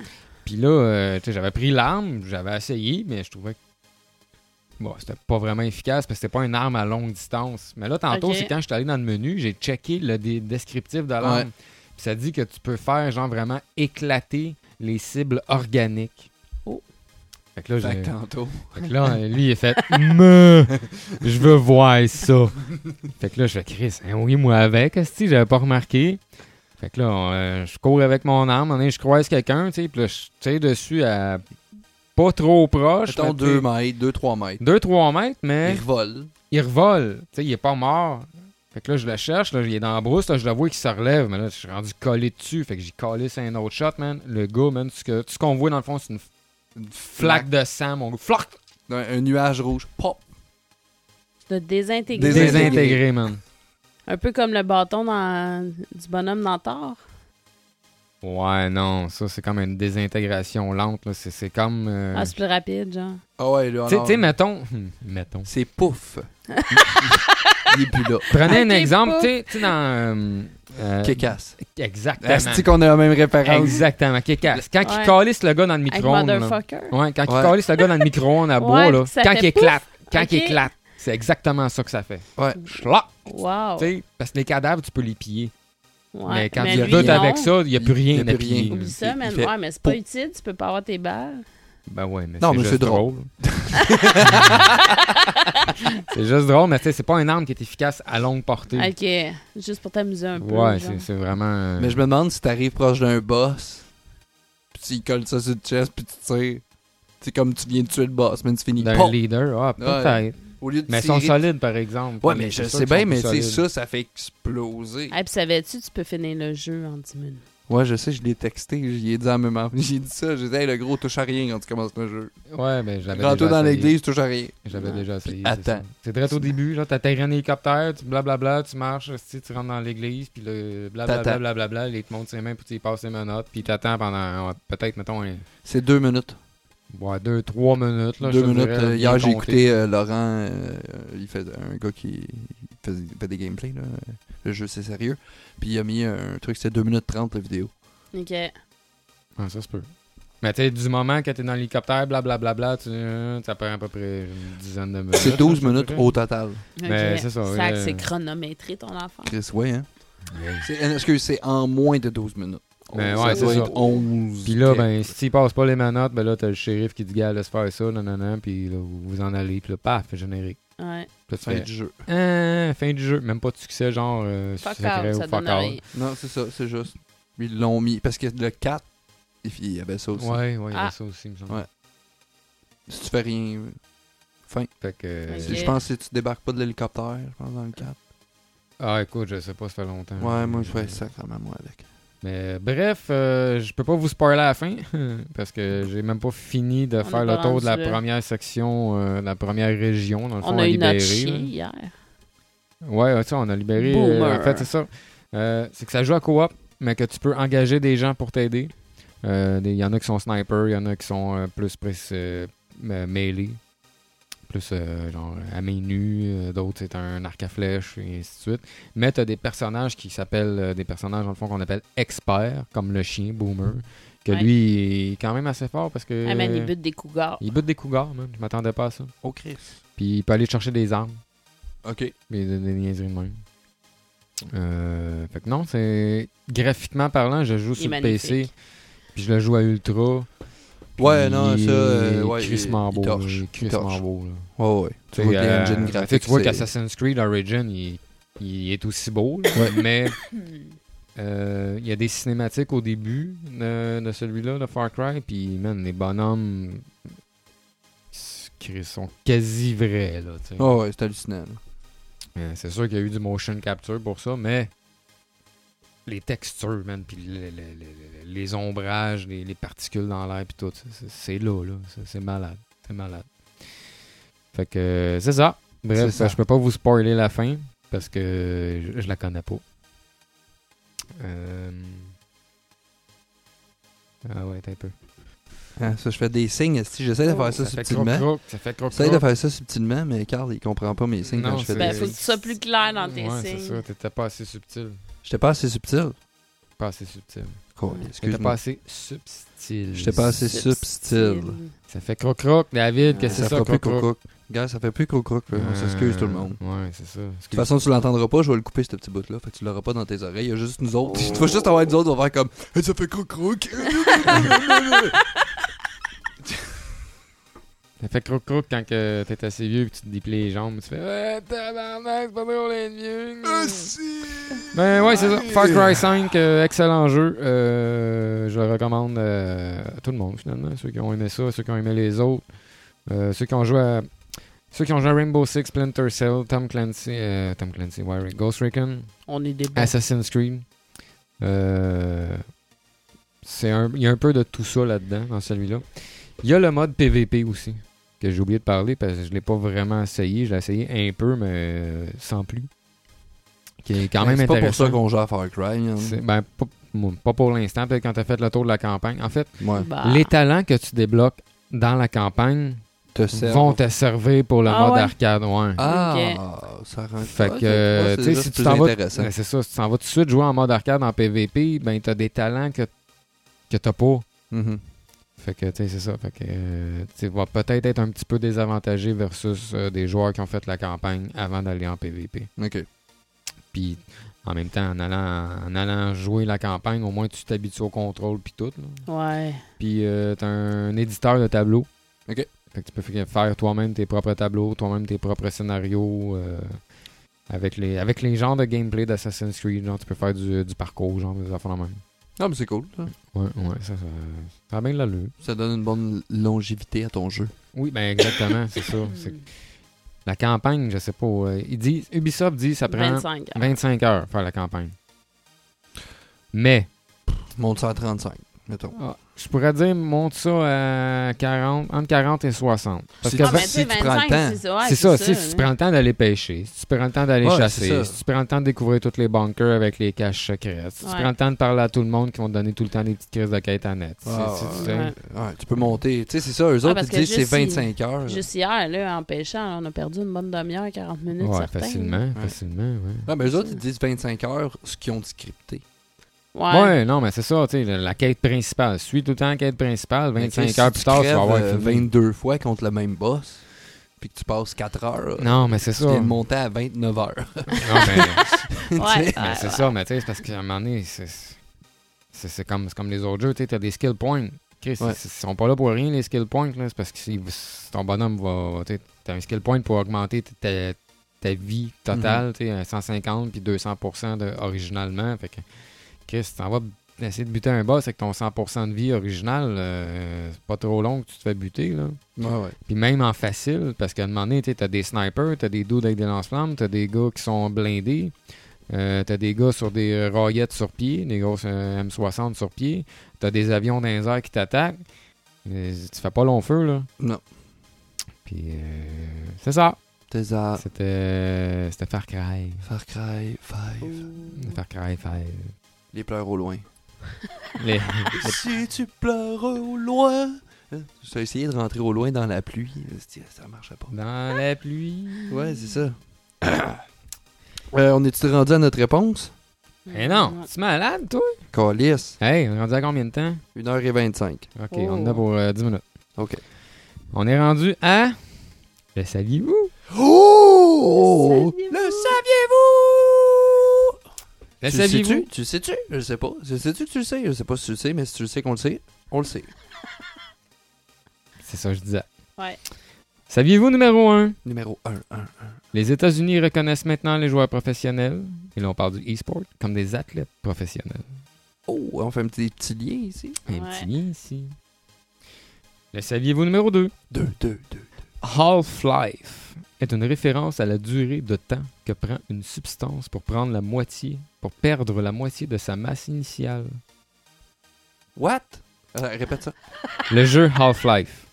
[SPEAKER 1] Puis là, euh, tu sais, j'avais pris l'arme, j'avais essayé, mais je trouvais que. Bon, c'était pas vraiment efficace parce que c'était pas une arme à longue distance. Mais là, tantôt,
[SPEAKER 3] Ok.
[SPEAKER 1] c'est quand je suis allé dans le menu, j'ai checké le dé- descriptif de l'arme.
[SPEAKER 2] Ouais.
[SPEAKER 1] Puis ça dit que tu peux faire, genre, vraiment éclater les cibles organiques.
[SPEAKER 3] Oh.
[SPEAKER 1] Fait que là,
[SPEAKER 2] Fait que
[SPEAKER 1] j'ai-
[SPEAKER 2] tantôt.
[SPEAKER 1] fait que là, lui, il a fait Meuh, Je veux voir ça. Fait que là, je fais Chris, hein, oui, moi avec, si j'avais pas remarqué. Fait que là, on, euh, je cours avec mon arme, un moment donné, je croise quelqu'un, tu sais, puis là, je tire dessus à pas trop proche.
[SPEAKER 2] Mettons
[SPEAKER 1] mais tu
[SPEAKER 2] 2
[SPEAKER 1] sais,
[SPEAKER 2] mètres, 2-3 mètres.
[SPEAKER 1] deux, trois mètres, mais
[SPEAKER 2] Il revole.
[SPEAKER 1] il revole. Tu sais, il est pas mort. Fait que là, je le cherche, là, il est dans la brousse, là, je le vois qu'il se relève, mais là, je suis rendu collé dessus. Fait que j'ai collé sur un autre shot, man. Le gars, man, ce que- tout ce qu'on voit dans le fond, c'est une
[SPEAKER 2] Une
[SPEAKER 1] flaque de sang, mon gars. Flac!
[SPEAKER 2] Un, un nuage rouge. Pop!
[SPEAKER 3] De désintégrer.
[SPEAKER 2] Désintégré.
[SPEAKER 1] Désintégré, man.
[SPEAKER 3] Un peu comme le bâton dans... du bonhomme dans Thor.
[SPEAKER 1] Ouais, non, ça c'est comme une désintégration lente. là. C'est, c'est comme. euh,
[SPEAKER 3] Ah, c'est plus rapide, genre.
[SPEAKER 2] Ah ouais, là,
[SPEAKER 1] tu sais-
[SPEAKER 2] alors,
[SPEAKER 1] tu sais, mettons. hum, mettons.
[SPEAKER 2] C'est pouf. Il- <laughs> Il est plus là.
[SPEAKER 1] <laughs> Prenez un
[SPEAKER 3] Ok,
[SPEAKER 1] exemple,
[SPEAKER 3] pas-
[SPEAKER 1] tu sais- tu sais, dans. euh, euh,
[SPEAKER 2] Kékasse.
[SPEAKER 1] exactement.
[SPEAKER 2] Est-ce Ah, qu'on a la même référence?
[SPEAKER 1] Exactement, Kékasse. Quand il
[SPEAKER 3] Ouais.
[SPEAKER 1] calisse le gars dans le
[SPEAKER 3] Avec
[SPEAKER 1] micro-ondes. là.
[SPEAKER 3] Motherfucker.
[SPEAKER 1] Ouais, quand
[SPEAKER 2] Ouais.
[SPEAKER 1] il calisse le gars dans le micro-ondes à
[SPEAKER 3] <laughs> Ouais,
[SPEAKER 1] bois, là.
[SPEAKER 3] puis ça
[SPEAKER 1] Quand
[SPEAKER 3] fait
[SPEAKER 1] il
[SPEAKER 3] pouf.
[SPEAKER 1] éclate. Quand il
[SPEAKER 3] Ok.
[SPEAKER 1] éclate. C'est exactement ça que ça fait.
[SPEAKER 2] Ouais.
[SPEAKER 1] Schlac,
[SPEAKER 3] Wow.
[SPEAKER 1] tu sais, parce que les cadavres, tu peux les piller.
[SPEAKER 3] Ouais.
[SPEAKER 1] mais quand
[SPEAKER 3] Mais
[SPEAKER 1] tu
[SPEAKER 3] lui,
[SPEAKER 1] doutes
[SPEAKER 3] non.
[SPEAKER 1] avec ça, il n'y a plus
[SPEAKER 2] Il y
[SPEAKER 1] rien
[SPEAKER 2] a plus
[SPEAKER 1] à piller.
[SPEAKER 2] rien.
[SPEAKER 1] là.
[SPEAKER 3] Oublie ça,
[SPEAKER 2] Il-
[SPEAKER 3] man.
[SPEAKER 2] il fait
[SPEAKER 3] Ouais, mais c'est pas
[SPEAKER 2] pou-
[SPEAKER 3] utile, tu peux pas avoir tes balles.
[SPEAKER 1] Ben ouais, mais
[SPEAKER 2] Non,
[SPEAKER 1] c'est
[SPEAKER 2] mais
[SPEAKER 1] juste
[SPEAKER 2] c'est
[SPEAKER 1] drôle. <laughs>
[SPEAKER 2] drôle.
[SPEAKER 1] c'est juste drôle, mais tu sais, c'est pas une arme qui est efficace à longue portée.
[SPEAKER 3] Ok. Juste pour t'amuser un peu.
[SPEAKER 1] ouais,
[SPEAKER 3] genre.
[SPEAKER 1] c'est, c'est vraiment. euh,
[SPEAKER 2] Mais je me demande si t'arrives proche d'un boss, puis tu colles ça sur le chest, puis tu tires. C'est comme tu viens de tuer le boss, mais tu finis.
[SPEAKER 1] d'un
[SPEAKER 2] Pop!
[SPEAKER 1] leader, ah, peut-être.
[SPEAKER 2] Au lieu de
[SPEAKER 1] Mais elles
[SPEAKER 2] tirer-
[SPEAKER 1] sont solides, par exemple.
[SPEAKER 2] Ouais, mais je
[SPEAKER 1] C'est sûr
[SPEAKER 2] sais
[SPEAKER 1] qu'ils
[SPEAKER 2] bien,
[SPEAKER 1] sont
[SPEAKER 2] mais
[SPEAKER 1] plus
[SPEAKER 2] tu sais,
[SPEAKER 1] solides.
[SPEAKER 2] ça, ça fait exploser.
[SPEAKER 3] Hey, puis savais-tu, tu peux finir le jeu en 10 minutes.
[SPEAKER 2] Ouais, je sais, je l'ai texté, j'y ai dit en même temps. <laughs> J'ai dit ça, j'ai dit, hey, le gros, touche à rien quand tu commences le jeu.
[SPEAKER 1] Ouais, mais j'avais déjà
[SPEAKER 2] Rentre-toi dans
[SPEAKER 1] essayé.
[SPEAKER 2] l'église, touche à rien.
[SPEAKER 1] J'avais
[SPEAKER 3] Ouais.
[SPEAKER 1] déjà essayé.
[SPEAKER 2] Puis
[SPEAKER 1] c'est ça.
[SPEAKER 2] attends.
[SPEAKER 1] C'est très au début, genre, t'atterris en hélicoptère, tu blablabla, tu marches, si tu rentres dans l'église, puis le blablabla,
[SPEAKER 2] T'attends.
[SPEAKER 1] blablabla, ils te montrent ses mains, puis tu y passes les menottes, puis t'attends pendant, euh, peut-être, mettons, un-
[SPEAKER 2] C'est deux minutes.
[SPEAKER 1] ouais, deux, trois minutes. Là, je
[SPEAKER 2] deux
[SPEAKER 1] te
[SPEAKER 2] minutes.
[SPEAKER 1] dirais,
[SPEAKER 2] euh,
[SPEAKER 1] bien
[SPEAKER 2] hier, j'ai
[SPEAKER 1] compté.
[SPEAKER 2] écouté euh, Laurent, euh, il fait un gars qui il fait, il fait des gameplays, là. euh, Le jeu, c'est sérieux. Puis il a mis un truc, c'était 2 minutes 30
[SPEAKER 1] <laughs>
[SPEAKER 2] la vidéo.
[SPEAKER 3] Ok.
[SPEAKER 1] Ouais, ça se peut. Mais tu sais, du moment que t'es dans l'hélicoptère, blablabla, tu, euh, ça prend à peu près une dizaine de minutes.
[SPEAKER 2] C'est 12 minutes
[SPEAKER 1] haut.
[SPEAKER 2] au total.
[SPEAKER 1] Mais
[SPEAKER 3] Ok.
[SPEAKER 1] c'est ça,
[SPEAKER 3] Sac,
[SPEAKER 1] euh,
[SPEAKER 3] c'est chronométré ton enfant.
[SPEAKER 2] Chris, ouais, hein. C'est, euh, excuse, c'est en moins de 12 minutes.
[SPEAKER 1] Mais
[SPEAKER 2] On-
[SPEAKER 1] Ben ouais, c'est
[SPEAKER 2] doit
[SPEAKER 1] ça.
[SPEAKER 2] être 11.
[SPEAKER 1] Puis là,
[SPEAKER 2] quelque-
[SPEAKER 1] ben, s'il passe pas les manottes, ben là, t'as le shérif qui dit, gars, laisse faire ça, non, non, non, puis là, vous vous en allez, puis là, paf, générique.
[SPEAKER 3] Ouais.
[SPEAKER 1] Puis là, tu
[SPEAKER 2] Fin
[SPEAKER 1] fais,
[SPEAKER 2] du jeu.
[SPEAKER 1] Ah, fin du jeu, même pas de succès, genre, euh,
[SPEAKER 3] Fuck
[SPEAKER 1] secret
[SPEAKER 3] out,
[SPEAKER 1] ou
[SPEAKER 3] ça
[SPEAKER 1] fuck
[SPEAKER 3] donne
[SPEAKER 1] out.
[SPEAKER 3] rien.
[SPEAKER 2] Non, c'est ça, c'est juste. Ils l'ont mis. Parce que le 4, il y avait ça aussi.
[SPEAKER 1] Ouais, ouais, il y a
[SPEAKER 3] Ah.
[SPEAKER 1] ça aussi, me semble.
[SPEAKER 2] Ouais. Si tu fais rien.
[SPEAKER 1] Fait que. euh,
[SPEAKER 3] Ok.
[SPEAKER 2] si- Je pense que si tu débarques pas de l'hélicoptère, je pense dans le 4.
[SPEAKER 1] Ah, écoute, je sais pas, ça fait longtemps.
[SPEAKER 2] Ouais, moi,
[SPEAKER 1] euh.
[SPEAKER 2] je fais ça quand même, moi, avec.
[SPEAKER 1] Mais bref, euh, je peux pas vous spoiler à la fin, <laughs> parce que j'ai même pas fini de
[SPEAKER 3] On
[SPEAKER 1] faire
[SPEAKER 3] est
[SPEAKER 1] le
[SPEAKER 3] pas
[SPEAKER 1] tour de la
[SPEAKER 3] rendu là.
[SPEAKER 1] première section, euh, la première région, dans le fond,
[SPEAKER 3] On a
[SPEAKER 1] à
[SPEAKER 3] eu notre
[SPEAKER 1] libérer,
[SPEAKER 3] chien
[SPEAKER 1] là.
[SPEAKER 3] hier.
[SPEAKER 1] Ouais, ouais, ça, on a libéré.
[SPEAKER 3] Boomer.
[SPEAKER 1] euh, en fait, c'est ça. Euh, c'est que ça joue à coop, mais que tu peux engager des gens pour t'aider. Euh, des- Il y en a qui sont sniper, il y en a qui sont euh, plus, plus euh, euh, mêlés. Plus euh, genre à main nue, euh, d'autres c'est un arc à flèche, et ainsi de suite. Mais tu as des personnages qui s'appellent, euh, des personnages dans le fond qu'on appelle experts, comme le chien Boomer, que
[SPEAKER 3] Ouais.
[SPEAKER 1] lui est quand même assez fort parce que.
[SPEAKER 3] Ah, man, il bute des cougars.
[SPEAKER 1] Euh, il bute des cougars, man. je m'attendais pas à ça.
[SPEAKER 2] Oh, Chris.
[SPEAKER 1] Puis il peut aller chercher des armes.
[SPEAKER 2] OK.
[SPEAKER 1] Mais des, des niaiseries de même. Euh, fait que non, c'est graphiquement parlant, je joue
[SPEAKER 3] Il est
[SPEAKER 1] sur le
[SPEAKER 3] magnifique.
[SPEAKER 1] PC, puis je le joue à ultra.
[SPEAKER 2] Ouais, non, ça, euh, ouais,
[SPEAKER 1] Crissement
[SPEAKER 2] il-
[SPEAKER 1] beau.
[SPEAKER 2] il torche,
[SPEAKER 1] là,
[SPEAKER 2] il
[SPEAKER 1] crissement
[SPEAKER 2] torche.
[SPEAKER 1] beau, là.
[SPEAKER 2] Ouais, ouais. Tu
[SPEAKER 1] Tu
[SPEAKER 2] vois que
[SPEAKER 1] sais,
[SPEAKER 2] les
[SPEAKER 1] euh,
[SPEAKER 2] engines
[SPEAKER 1] tu sais,
[SPEAKER 2] graphiques,
[SPEAKER 1] Tu vois
[SPEAKER 2] c'est-
[SPEAKER 1] qu'Assassin's Creed Origin, il, il est aussi beau, là,
[SPEAKER 3] <laughs>
[SPEAKER 1] mais euh, il y a des cinématiques au début de, de celui-là, de Far Cry, puis man, les bonhommes ils sont quasi vrais, là, tu sais.
[SPEAKER 2] Ouais, ouais, c'est hallucinant. là.
[SPEAKER 1] Euh, C'est sûr qu'il y a eu du motion capture pour ça, mais les textures, man, puis le- le- le- le- les ombrages, les, les particules dans l'air, puis tout, c'est- c'est là, là. C'est- C'est malade. C'est malade. Fait que euh, c'est ça.
[SPEAKER 2] C'est
[SPEAKER 1] Bref,
[SPEAKER 2] ça.
[SPEAKER 1] je peux pas vous spoiler la fin parce que je, je la connais pas. Euh, Ah ouais, t'as un peu.
[SPEAKER 2] Hein, ça, je fais des signes, si j'essaie de faire ça,
[SPEAKER 1] fait
[SPEAKER 2] subtilement.
[SPEAKER 1] croc-croc, Oh, ça fait croc-croc.
[SPEAKER 2] J'essaie de faire ça subtilement, mais Carl, il comprend pas mes signes
[SPEAKER 1] Non,
[SPEAKER 2] quand je fais
[SPEAKER 1] c'est-
[SPEAKER 3] Ben,
[SPEAKER 2] des
[SPEAKER 3] faut que
[SPEAKER 2] signes.
[SPEAKER 3] tu sois plus clair dans tes
[SPEAKER 1] Ouais, c'est
[SPEAKER 3] signes.
[SPEAKER 1] ça. T'étais pas assez subtil.
[SPEAKER 2] J'étais pas assez subtil.
[SPEAKER 1] Pas assez subtil.
[SPEAKER 2] Cool,
[SPEAKER 1] T'étais pas
[SPEAKER 2] excuse-moi.
[SPEAKER 1] assez subtil.
[SPEAKER 2] J'étais pas assez subtil.
[SPEAKER 1] Ça fait croc-croc, David, que c'est
[SPEAKER 2] Ça
[SPEAKER 1] ça,
[SPEAKER 2] fait plus
[SPEAKER 1] croc-croc.
[SPEAKER 2] croc-croc. Gars, ça fait plus croc-croc. là. On s'excuse tout le monde.
[SPEAKER 1] Ouais, c'est ça.
[SPEAKER 2] De toute façon, tu l'entendras pas, je vais le couper, ce petit bout-là. Fait que tu l'auras pas dans tes oreilles. Il y a juste nous autres. Tu vas juste avoir nous autres, on va faire comme Hey, ça fait croc-croc.
[SPEAKER 1] Ça fait croc-croc quand que t'es assez vieux et tu te déplies les jambes. Tu fais Ouais, tabarnak, c'est pas drôle d'être vieux.
[SPEAKER 2] Ah, si.
[SPEAKER 1] Ben ouais, c'est ça. Far Cry 5, euh, excellent jeu. Euh, je le recommande euh, à tout le monde, finalement. Ceux qui ont aimé ça, ceux qui ont aimé les autres, euh, ceux qui ont joué à. Ceux qui ont joué à Rainbow Six, Splinter Cell, Tom Clancy, euh, Tom Clancy, ouais, Ghost Recon,
[SPEAKER 3] On est des bons.
[SPEAKER 1] Assassin's Creed. Euh, c'est un- il y a un peu de tout ça là-dedans, dans celui-là. Il y a le mode PVP aussi, que j'ai oublié de parler parce que je l'ai pas vraiment essayé. Je l'ai essayé un peu, mais euh, sans plus. Qui est quand même
[SPEAKER 2] Mais Ben, C'est pas pour
[SPEAKER 1] intéressant.
[SPEAKER 2] ça qu'on joue à Far Cry. hein.
[SPEAKER 1] C'est- ben, pas, moi, pas pour l'instant, peut-être quand tu as fait le tour de la campagne. En fait,
[SPEAKER 2] Ouais.
[SPEAKER 3] Bah.
[SPEAKER 1] les talents que tu débloques dans la campagne
[SPEAKER 2] Te sert.
[SPEAKER 1] vont te servir pour le
[SPEAKER 3] Ah
[SPEAKER 1] mode
[SPEAKER 3] ouais?
[SPEAKER 1] arcade. ouais.
[SPEAKER 2] Ah, ça rend.
[SPEAKER 1] Fait que,
[SPEAKER 2] Ouais, c'est- ouais,
[SPEAKER 1] tu
[SPEAKER 2] c'est
[SPEAKER 1] sais,
[SPEAKER 2] juste
[SPEAKER 1] si tu
[SPEAKER 2] plus
[SPEAKER 1] t'en vas,
[SPEAKER 2] intéressant.
[SPEAKER 1] ben, c'est ça, si tu t'en vas tout de suite jouer en mode arcade en PVP, ben t'as des talents que, que t'as pas.
[SPEAKER 2] Mhm.
[SPEAKER 1] Fait que, tu sais, c'est ça. Fait que, euh, tu sais, va peut-être être un petit peu désavantagé versus euh, des joueurs qui ont fait la campagne avant d'aller en PVP.
[SPEAKER 2] Ok.
[SPEAKER 1] Puis, en même temps, en allant, en allant jouer la campagne, au moins tu t'habitues au contrôle puis tout. là.
[SPEAKER 3] Ouais.
[SPEAKER 1] Puis euh, t'as un éditeur de tableaux.
[SPEAKER 2] Ok.
[SPEAKER 1] Fait que tu peux fa- faire toi-même tes propres tableaux, toi-même tes propres scénarios. euh, avec les avec les genres de gameplay d'Assassin's Creed, genre tu peux faire du, du parcours, genre des affaires de même.
[SPEAKER 2] Ah, mais c'est cool. Ça.
[SPEAKER 1] Ouais, ouais, ça, ça, ça a bien de l'allure.
[SPEAKER 2] Ça donne une bonne longévité à ton jeu.
[SPEAKER 1] Oui, ben exactement, c'est
[SPEAKER 3] <laughs>
[SPEAKER 1] ça.
[SPEAKER 3] Hmm.
[SPEAKER 1] C'est- La campagne, je sais pas. euh, ils disent- Ubisoft dit que ça prend
[SPEAKER 3] 25 ans.
[SPEAKER 1] 25 heures faire la campagne. Mais
[SPEAKER 2] Monte ça à 35, mettons.
[SPEAKER 1] ah, je pourrais dire monte ça à 40, entre 40 et 60. Parce
[SPEAKER 2] Si
[SPEAKER 1] que
[SPEAKER 2] tu-
[SPEAKER 1] vingt-
[SPEAKER 3] Ah, mais tu
[SPEAKER 2] si
[SPEAKER 3] sais,
[SPEAKER 2] tu prends le
[SPEAKER 3] 25,
[SPEAKER 2] temps.
[SPEAKER 3] c'est ça. ouais,
[SPEAKER 1] c'est ça, si
[SPEAKER 3] hein.
[SPEAKER 1] tu prends le temps d'aller pêcher, si tu prends le temps d'aller
[SPEAKER 2] Ouais, c'est
[SPEAKER 1] chasser,
[SPEAKER 2] ça.
[SPEAKER 1] si tu prends le temps de découvrir tous les bunkers avec les caches secrètes, si tu
[SPEAKER 3] Ouais.
[SPEAKER 1] prends le temps de parler à tout le monde qui vont te donner tout le temps des petites crises de quête à net. C'est-
[SPEAKER 2] Ah,
[SPEAKER 1] c'est-
[SPEAKER 2] ouais.
[SPEAKER 1] c'est-
[SPEAKER 3] Ouais.
[SPEAKER 2] Ouais, tu peux monter. Tu sais, c'est ça,
[SPEAKER 1] Ah,
[SPEAKER 2] eux autres,
[SPEAKER 3] parce
[SPEAKER 2] ils
[SPEAKER 3] que
[SPEAKER 2] disent c'est
[SPEAKER 3] juste si-
[SPEAKER 2] 25 heures.
[SPEAKER 3] Juste hier, là, en pêchant, on a perdu une bonne demi-heure, 40 minutes.
[SPEAKER 1] Ouais,
[SPEAKER 3] certains.
[SPEAKER 1] facilement, facilement, ouais.
[SPEAKER 2] Ah, mais eux autres, ils disent 25 heures, ce qu'ils ont scripté.
[SPEAKER 1] Ouais.
[SPEAKER 3] Ouais.
[SPEAKER 1] <laughs> non, mais c'est ça, tu sais, la, la quête principale. Suis tout le temps la quête principale,
[SPEAKER 2] Mais
[SPEAKER 1] 25
[SPEAKER 2] tu sais,
[SPEAKER 1] heures
[SPEAKER 2] si
[SPEAKER 1] plus tard, tu vas avoir
[SPEAKER 2] crèves, euh,
[SPEAKER 1] fini.
[SPEAKER 2] 22 fois contre le même boss, puis que tu passes 4 heures.
[SPEAKER 1] Non, mais c'est
[SPEAKER 2] Tu
[SPEAKER 1] ça.
[SPEAKER 2] viens de
[SPEAKER 1] Non,
[SPEAKER 2] monter à 29 heures.
[SPEAKER 1] mais,
[SPEAKER 3] Ouais, <laughs> ouais,
[SPEAKER 1] mais Ben, c'est
[SPEAKER 3] ouais.
[SPEAKER 1] ça, mais tu sais, c'est parce qu'à un moment donné, c'est- c'est c'est comme, c'est comme les autres jeux, tu sais, t'as des skill points. Chris,
[SPEAKER 2] Ouais.
[SPEAKER 1] ils sont pas là pour rien, les skill points, là. C'est parce que si, si ton bonhomme va. tu sais, T'as un skill point pour augmenter t- ta, ta vie totale, tu sais, à 150 puis 200 de, originalement. Fait que, Chris, si t'en vas essayer de buter un boss avec ton 100 de vie originale, euh, c'est pas trop long que tu te fais buter, là.
[SPEAKER 2] Ouais, ouais.
[SPEAKER 1] Puis même en facile, parce qu'à un moment donné, tu sais, t'as des snipers, t'as des dudes avec des lance-flammes, t'as des gars qui sont blindés, euh, t'as des gars sur des euh, raillettes sur pied, des grosses euh, M60 sur pied, t'as des avions dans les airs qui t'attaquent. Euh, Tu fais pas long feu, là.
[SPEAKER 2] Non.
[SPEAKER 1] Puis euh, c'est ça.
[SPEAKER 2] Tes à
[SPEAKER 1] C'était c'était Far Cry.
[SPEAKER 2] Far Cry 5.
[SPEAKER 1] Far Cry 5.
[SPEAKER 2] Les pleurs au loin.
[SPEAKER 1] Les-
[SPEAKER 2] si tu pleures au loin. Hein, J'ai essayé de rentrer au loin dans la pluie. Hostie, Ça marchait pas.
[SPEAKER 1] Dans la pluie.
[SPEAKER 2] Ouais, c'est ça. <coughs> Euh, on est-tu rendu à notre réponse?
[SPEAKER 1] Eh non, tu es malade, toi?
[SPEAKER 2] Calice,
[SPEAKER 1] Hey, on est rendu à combien de temps?
[SPEAKER 2] 1h25.
[SPEAKER 1] OK,
[SPEAKER 3] Oh.
[SPEAKER 1] on en a pour euh, 10 minutes.
[SPEAKER 2] OK.
[SPEAKER 1] On est rendu à... Le saviez-vous?
[SPEAKER 2] Oh!
[SPEAKER 3] Le saviez-vous?
[SPEAKER 2] Le
[SPEAKER 1] Le
[SPEAKER 2] saviez-vous? tu le
[SPEAKER 1] saviez-vous?
[SPEAKER 2] sais-tu? Tu le sais-tu? Je le sais pas. Je sais-tu que tu le sais? Je sais pas si tu le sais, mais si tu le sais qu'on le sait, on le sait.
[SPEAKER 1] C'est ça que je disais.
[SPEAKER 3] Ouais.
[SPEAKER 1] Saviez-vous numéro 1?
[SPEAKER 2] Numéro 1, 1.
[SPEAKER 1] Les États-Unis reconnaissent maintenant les joueurs professionnels, et là on parle du e-sport, comme des athlètes professionnels.
[SPEAKER 2] Oh, on fait un petit, petit lien ici.
[SPEAKER 1] Un
[SPEAKER 3] Ouais.
[SPEAKER 1] petit lien ici. Le saviez-vous numéro 2?
[SPEAKER 2] 2, 2, 2.
[SPEAKER 1] Half-life est une référence à la durée de temps que prend une substance pour prendre la moitié, pour perdre la moitié de sa masse initiale.
[SPEAKER 2] What? Euh, répète ça.
[SPEAKER 1] Le jeu Half-Life.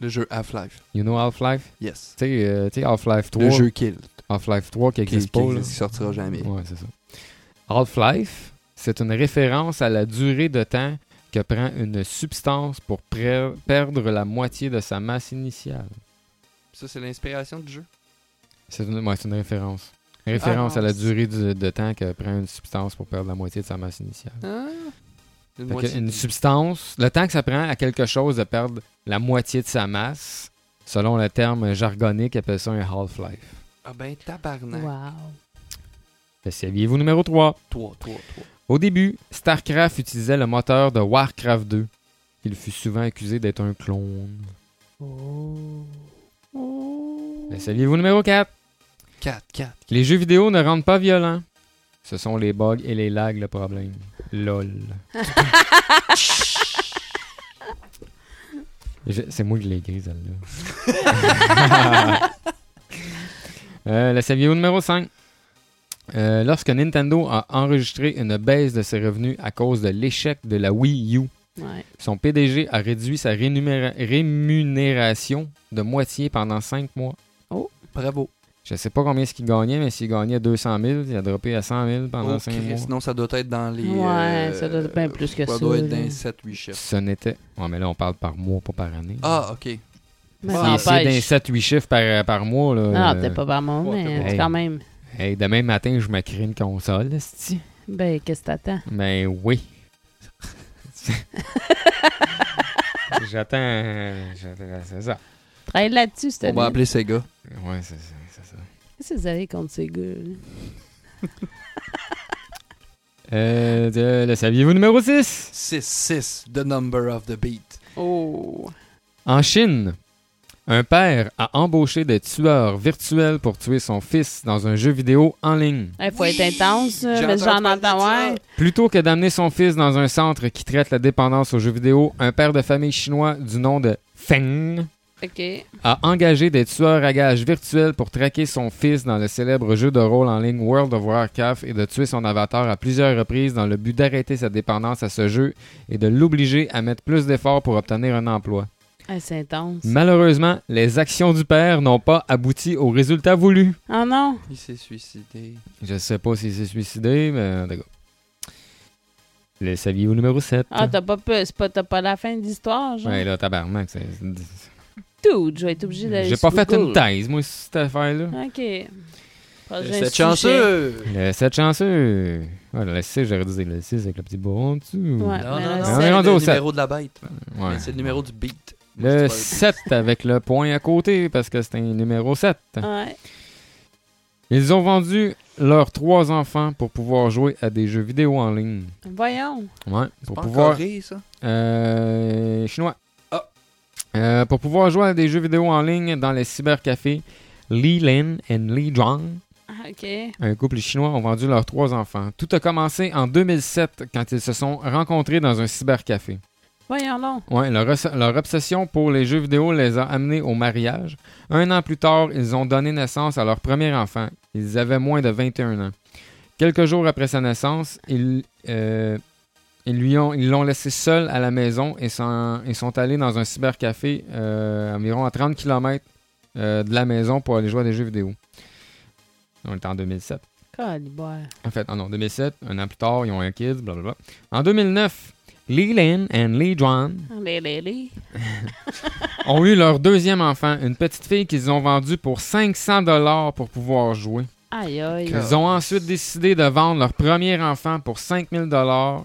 [SPEAKER 2] Le jeu Half-Life.
[SPEAKER 1] You know Half-Life?
[SPEAKER 2] Yes.
[SPEAKER 1] Tu sais, euh, tu sais, Half-Life 3.
[SPEAKER 2] Le jeu Kill.
[SPEAKER 1] Half-Life 3 qui
[SPEAKER 2] Qui,
[SPEAKER 1] existe
[SPEAKER 2] qui
[SPEAKER 1] pas. là.
[SPEAKER 2] existe, qui sortira jamais.
[SPEAKER 1] Ouais, c'est ça. Half-Life, c'est une référence à la durée de temps que prend une substance pour pre- perdre la moitié de sa masse initiale.
[SPEAKER 2] Ça, c'est l'inspiration du jeu.
[SPEAKER 1] C'est une, ouais, c'est une référence. Une référence
[SPEAKER 2] Ah,
[SPEAKER 1] à la
[SPEAKER 2] c'est-
[SPEAKER 1] durée du- de temps que prend une substance pour perdre la moitié de sa masse initiale.
[SPEAKER 2] Ah. Une
[SPEAKER 1] Fait que
[SPEAKER 2] moitié
[SPEAKER 1] une
[SPEAKER 2] du-
[SPEAKER 1] substance, le temps que ça prend à quelque chose de perdre la moitié de sa masse, selon le terme jargonique, appelle ça un half-life.
[SPEAKER 2] Ah ben, tabarnak.
[SPEAKER 3] Wow.
[SPEAKER 1] Le saviez-vous numéro 3?
[SPEAKER 2] 3, 3, 3.
[SPEAKER 1] Au début, StarCraft utilisait le moteur de Warcraft 2. Il fut souvent accusé d'être un clone.
[SPEAKER 3] Oh.
[SPEAKER 1] Le saviez-vous numéro 4?
[SPEAKER 2] 4, 4.
[SPEAKER 1] Les jeux vidéo ne rendent pas violents. Ce sont les bugs et les lags le problème. LOL. Je- C'est moi qui l'ai écrit, celle-là. <laughs> euh, la saviez-vous numéro 5? Euh, lorsque Nintendo a enregistré une baisse de ses revenus à cause de l'échec de la Wii U,
[SPEAKER 3] Ouais.
[SPEAKER 1] son PDG a réduit sa rénuméra- rémunération de moitié pendant 5 mois.
[SPEAKER 2] Bravo.
[SPEAKER 1] Je sais pas combien ce qu'il gagnait, mais s'il gagnait 200 000, il a droppé à 100 000 pendant
[SPEAKER 2] Oh,
[SPEAKER 1] 5
[SPEAKER 2] Christ,
[SPEAKER 1] mois.
[SPEAKER 2] Sinon, ça doit être dans les.
[SPEAKER 3] Ouais,
[SPEAKER 2] euh,
[SPEAKER 3] ça doit être bien plus que
[SPEAKER 2] ça.
[SPEAKER 3] ça,
[SPEAKER 2] doit être
[SPEAKER 3] là.
[SPEAKER 2] dans 7, 8 chiffres.
[SPEAKER 1] Ce n'était. Ouais, mais là, on parle par mois, pas par année.
[SPEAKER 2] Ah, ok.
[SPEAKER 3] Mais
[SPEAKER 2] Ah,
[SPEAKER 1] Si
[SPEAKER 3] ça
[SPEAKER 1] c'est d'un
[SPEAKER 3] empêche.
[SPEAKER 1] 7-8 chiffres par, par mois, là.
[SPEAKER 3] Ah,
[SPEAKER 1] euh,
[SPEAKER 3] peut-être pas par mon,
[SPEAKER 2] Ouais,
[SPEAKER 3] mais
[SPEAKER 1] t'es
[SPEAKER 3] c'est
[SPEAKER 1] pas-
[SPEAKER 3] quand même.
[SPEAKER 1] hey, demain matin, je me crée une console, esti.
[SPEAKER 3] Ben, qu'est-ce que t'attends?
[SPEAKER 1] Ben oui. <laughs> J'attends. j'attends- C'est ça.
[SPEAKER 3] Travaille là-dessus, c'était.
[SPEAKER 2] On va appeler Sega.
[SPEAKER 1] Ouais, c'est ça. c'est ça.
[SPEAKER 3] Qu'est-ce que vous avez contre ces gars? là?
[SPEAKER 1] Euh, de- le saviez-vous numéro 6?
[SPEAKER 2] 6, 6. The number of the beat.
[SPEAKER 3] Oh.
[SPEAKER 1] En Chine, un père a embauché des tueurs virtuels pour tuer son fils dans un jeu vidéo en ligne.
[SPEAKER 3] Il faut
[SPEAKER 2] Oui!
[SPEAKER 3] être intense,
[SPEAKER 2] J'ai
[SPEAKER 3] mais j'en
[SPEAKER 2] entendu parler de
[SPEAKER 3] entends,
[SPEAKER 2] ça.
[SPEAKER 3] ouais.
[SPEAKER 1] Plutôt que d'amener son fils dans un centre qui traite la dépendance aux jeux vidéo, un père de famille chinois du nom de Feng
[SPEAKER 3] OK.
[SPEAKER 1] a engagé des tueurs à gages virtuels pour traquer son fils dans le célèbre jeu de rôle en ligne World of Warcraft et de tuer son avatar à plusieurs reprises dans le but d'arrêter sa dépendance à ce jeu et de l'obliger à mettre plus d'efforts pour obtenir un emploi.
[SPEAKER 3] Ah, c'est intense.
[SPEAKER 1] Malheureusement, les actions du père n'ont pas abouti au résultat voulu.
[SPEAKER 3] Oh non!
[SPEAKER 2] Il s'est suicidé.
[SPEAKER 1] Je sais pas s'il s'est suicidé, mais d'accord. Le saviez-vous numéro 7?
[SPEAKER 3] Ah, t'as pas, pu- c'est pas, t'as pas la fin de l'histoire, genre?
[SPEAKER 1] Hein? ouais, là, tabarnak. c'est-
[SPEAKER 3] Dude, je vais être obligé d'aller
[SPEAKER 1] J'ai
[SPEAKER 3] sur
[SPEAKER 1] pas fait
[SPEAKER 3] Google.
[SPEAKER 1] une thèse, moi, sur cette affaire-là.
[SPEAKER 3] OK. Prochain
[SPEAKER 2] Vous êtes
[SPEAKER 3] Ah, sujet.
[SPEAKER 2] chanceux!
[SPEAKER 1] Le 7 chanceux. Ouais, le 6, j'aurais dit le 6 avec le petit bourron en dessous.
[SPEAKER 3] Ouais,
[SPEAKER 2] Non, non,
[SPEAKER 3] mais là,
[SPEAKER 2] non,
[SPEAKER 1] On
[SPEAKER 3] c'est-
[SPEAKER 1] est rendu
[SPEAKER 2] le
[SPEAKER 1] au
[SPEAKER 2] numéro de la bête.
[SPEAKER 1] Ouais.
[SPEAKER 2] Mais C'est le numéro du beat.
[SPEAKER 1] Le
[SPEAKER 2] C'est
[SPEAKER 1] 7 avec le point à côté, parce que c'est un numéro 7.
[SPEAKER 3] Ouais.
[SPEAKER 1] Ils ont vendu leurs trois enfants pour pouvoir jouer à des jeux vidéo en ligne.
[SPEAKER 3] Voyons.
[SPEAKER 1] Ouais, pour
[SPEAKER 2] pas en
[SPEAKER 1] pouvoir
[SPEAKER 2] Corée, ça?
[SPEAKER 1] Euh, chinois.
[SPEAKER 2] Ah.
[SPEAKER 1] Euh, pour pouvoir jouer à des jeux vidéo en ligne dans les cybercafés, Li Lin et Li Zhang,
[SPEAKER 3] Ah, OK.
[SPEAKER 1] un couple chinois, ont vendu leurs trois enfants. Tout a commencé en 2007 quand ils se sont rencontrés dans un cybercafé.
[SPEAKER 3] Voyons donc.
[SPEAKER 1] Ouais, leur, os- leur obsession pour les jeux vidéo les a amenés au mariage. Un an plus tard, ils ont donné naissance à leur premier enfant. Ils avaient moins de 21 ans. Quelques jours après sa naissance, ils, euh, ils lui ont, ils l'ont laissé seul à la maison et sont, ils sont allés dans un cybercafé euh, environ à 30 km de la maison pour aller jouer à des jeux vidéo. On était en 2007.
[SPEAKER 3] Calibre.
[SPEAKER 1] En fait, en 2007, un an plus tard, ils ont un kid, blablabla. En 2009, Lee Lin et Lee Juan
[SPEAKER 3] Les, les, les.
[SPEAKER 1] ont eu leur deuxième enfant, une petite fille qu'ils ont vendue pour 500 dollars pour pouvoir jouer.
[SPEAKER 3] Aïe, aïe.
[SPEAKER 2] Que-
[SPEAKER 1] Ils ont ensuite décidé de vendre leur premier enfant pour 5000 dollars.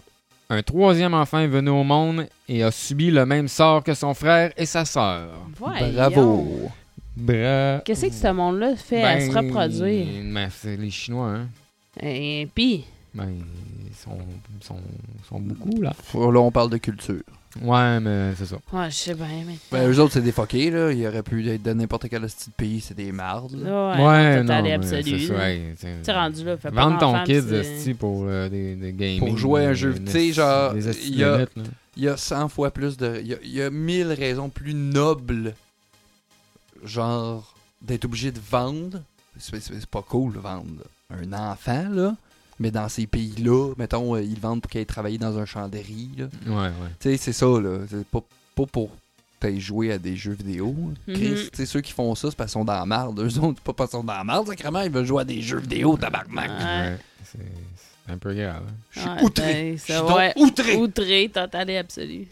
[SPEAKER 1] Un troisième enfant est venu au monde et a subi le même sort que son frère et sa sœur.
[SPEAKER 3] Voyons.
[SPEAKER 2] Bravo!
[SPEAKER 1] Bra...
[SPEAKER 3] Qu'est-ce que ce monde-là fait à se
[SPEAKER 1] Ben,
[SPEAKER 3] reproduire?
[SPEAKER 1] ben, c'est les Chinois, hein?
[SPEAKER 3] Et puis,
[SPEAKER 1] Ben, ils sont, ils sont, ils sont beaucoup, là.
[SPEAKER 2] Oh, Là, on parle de culture.
[SPEAKER 1] Ouais, mais c'est ça.
[SPEAKER 3] Ouais, je sais bien, mais.
[SPEAKER 2] Ben, eux autres, c'est des fuckés, là. Ils auraient pu être de n'importe quel style de pays, c'est des mardes, là.
[SPEAKER 3] Ouais,
[SPEAKER 1] ouais,
[SPEAKER 3] total
[SPEAKER 1] mais
[SPEAKER 3] et
[SPEAKER 1] c'est
[SPEAKER 3] absolu.
[SPEAKER 1] ça,
[SPEAKER 3] là.
[SPEAKER 1] hey, t'sais,
[SPEAKER 3] T'es rendu là, fais pas
[SPEAKER 1] Vendre ton
[SPEAKER 3] d'enfant,
[SPEAKER 1] kid
[SPEAKER 3] puis c'est-
[SPEAKER 1] esti, pour euh, des, des gaming.
[SPEAKER 2] Pour jouer à un
[SPEAKER 1] euh,
[SPEAKER 2] jeu.
[SPEAKER 1] des-
[SPEAKER 2] Tu sais, genre,
[SPEAKER 1] des esti
[SPEAKER 2] il y a-
[SPEAKER 1] de lunettes, là.
[SPEAKER 2] Il y a 100 fois plus de. Il y a, il y a 1000 raisons plus nobles, genre, d'être obligé de vendre. C'est c'est- c'est pas cool de vendre un enfant, là. Mais dans ces pays-là, mettons, euh, ils le vendent pour qu'il aille travailler dans un champ de riz, là.
[SPEAKER 1] Ouais, ouais.
[SPEAKER 2] Tu sais, c'est ça, là. C'est pas, pas pour t'ailles jouer à des jeux vidéo.
[SPEAKER 3] Mhm.
[SPEAKER 2] Chris, tu sais, ceux qui font ça, c'est parce qu'ils sont dans la marde. Eux autres, c'est pas parce qu'ils sont dans la marde, sacrément, ils veulent jouer à des jeux vidéo, tabarnak.
[SPEAKER 3] Ouais.
[SPEAKER 1] Ouais, C'est c'est un peu grave. hein.
[SPEAKER 2] Je suis
[SPEAKER 3] Ouais,
[SPEAKER 2] outré.
[SPEAKER 3] ben,
[SPEAKER 2] Je suis
[SPEAKER 3] ça,
[SPEAKER 2] donc
[SPEAKER 3] ouais.
[SPEAKER 2] outré.
[SPEAKER 3] Outré, total et absolu.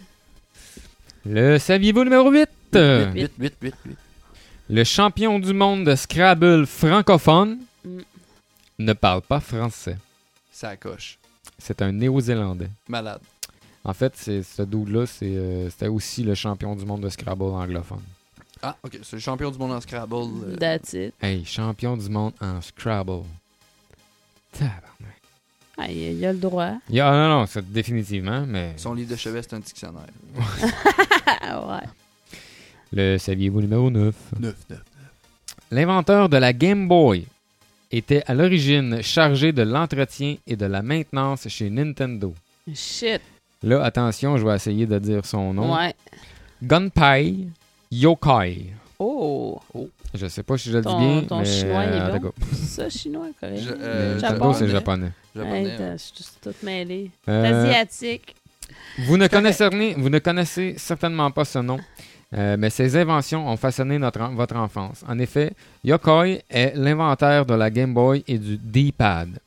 [SPEAKER 1] Le saviez-vous numéro 8?
[SPEAKER 2] Huit, huit, huit, huit.
[SPEAKER 1] Le champion du monde de Scrabble francophone
[SPEAKER 3] Mm.
[SPEAKER 1] ne parle pas français.
[SPEAKER 2] Ça coche.
[SPEAKER 1] C'est un Néo-Zélandais.
[SPEAKER 2] Malade.
[SPEAKER 1] En fait, c'est ce dude-là, c'est, euh, c'était aussi le champion du monde de Scrabble anglophone.
[SPEAKER 2] Ah, ok, c'est le champion du monde en Scrabble. euh,
[SPEAKER 3] That's it.
[SPEAKER 1] Hey, champion du monde en Scrabble. Tabarnak.
[SPEAKER 3] Ah, il il a
[SPEAKER 1] <laughs>
[SPEAKER 3] le droit.
[SPEAKER 1] Il y a- Ah non, non, c'est définitivement, mais...
[SPEAKER 2] Son livre de chevet, c'est un dictionnaire.
[SPEAKER 3] Ah, ouais.
[SPEAKER 1] Le saviez-vous numéro 9?
[SPEAKER 2] 9, 9.
[SPEAKER 1] L'inventeur de la Game Boy était à l'origine chargé de l'entretien et de la maintenance chez Nintendo.
[SPEAKER 3] Shit.
[SPEAKER 1] Là, attention, je vais essayer de dire son nom.
[SPEAKER 3] Ouais.
[SPEAKER 1] Gunpei Yokai.
[SPEAKER 3] Oh.
[SPEAKER 1] Je sais pas si je le dis
[SPEAKER 3] Ton-
[SPEAKER 1] bien,
[SPEAKER 3] ton
[SPEAKER 1] mais euh,
[SPEAKER 3] chinois, il est
[SPEAKER 1] en
[SPEAKER 3] bon.
[SPEAKER 1] tout cas,
[SPEAKER 3] ça, chinois, coréen.
[SPEAKER 2] Je- euh,
[SPEAKER 1] mais
[SPEAKER 3] japonais.
[SPEAKER 1] Nintendo, c'est japonais.
[SPEAKER 2] Japonais.
[SPEAKER 3] Hey, t'as- je suis toute mêlée.
[SPEAKER 1] Euh,
[SPEAKER 3] Asiatique.
[SPEAKER 1] vous, ne connaissez, vous ne connaissez certainement pas ce nom, euh, mais ses inventions ont façonné notre en- votre enfance. En effet, Yokoi est l'inventaire de la Game Boy et du D-pad,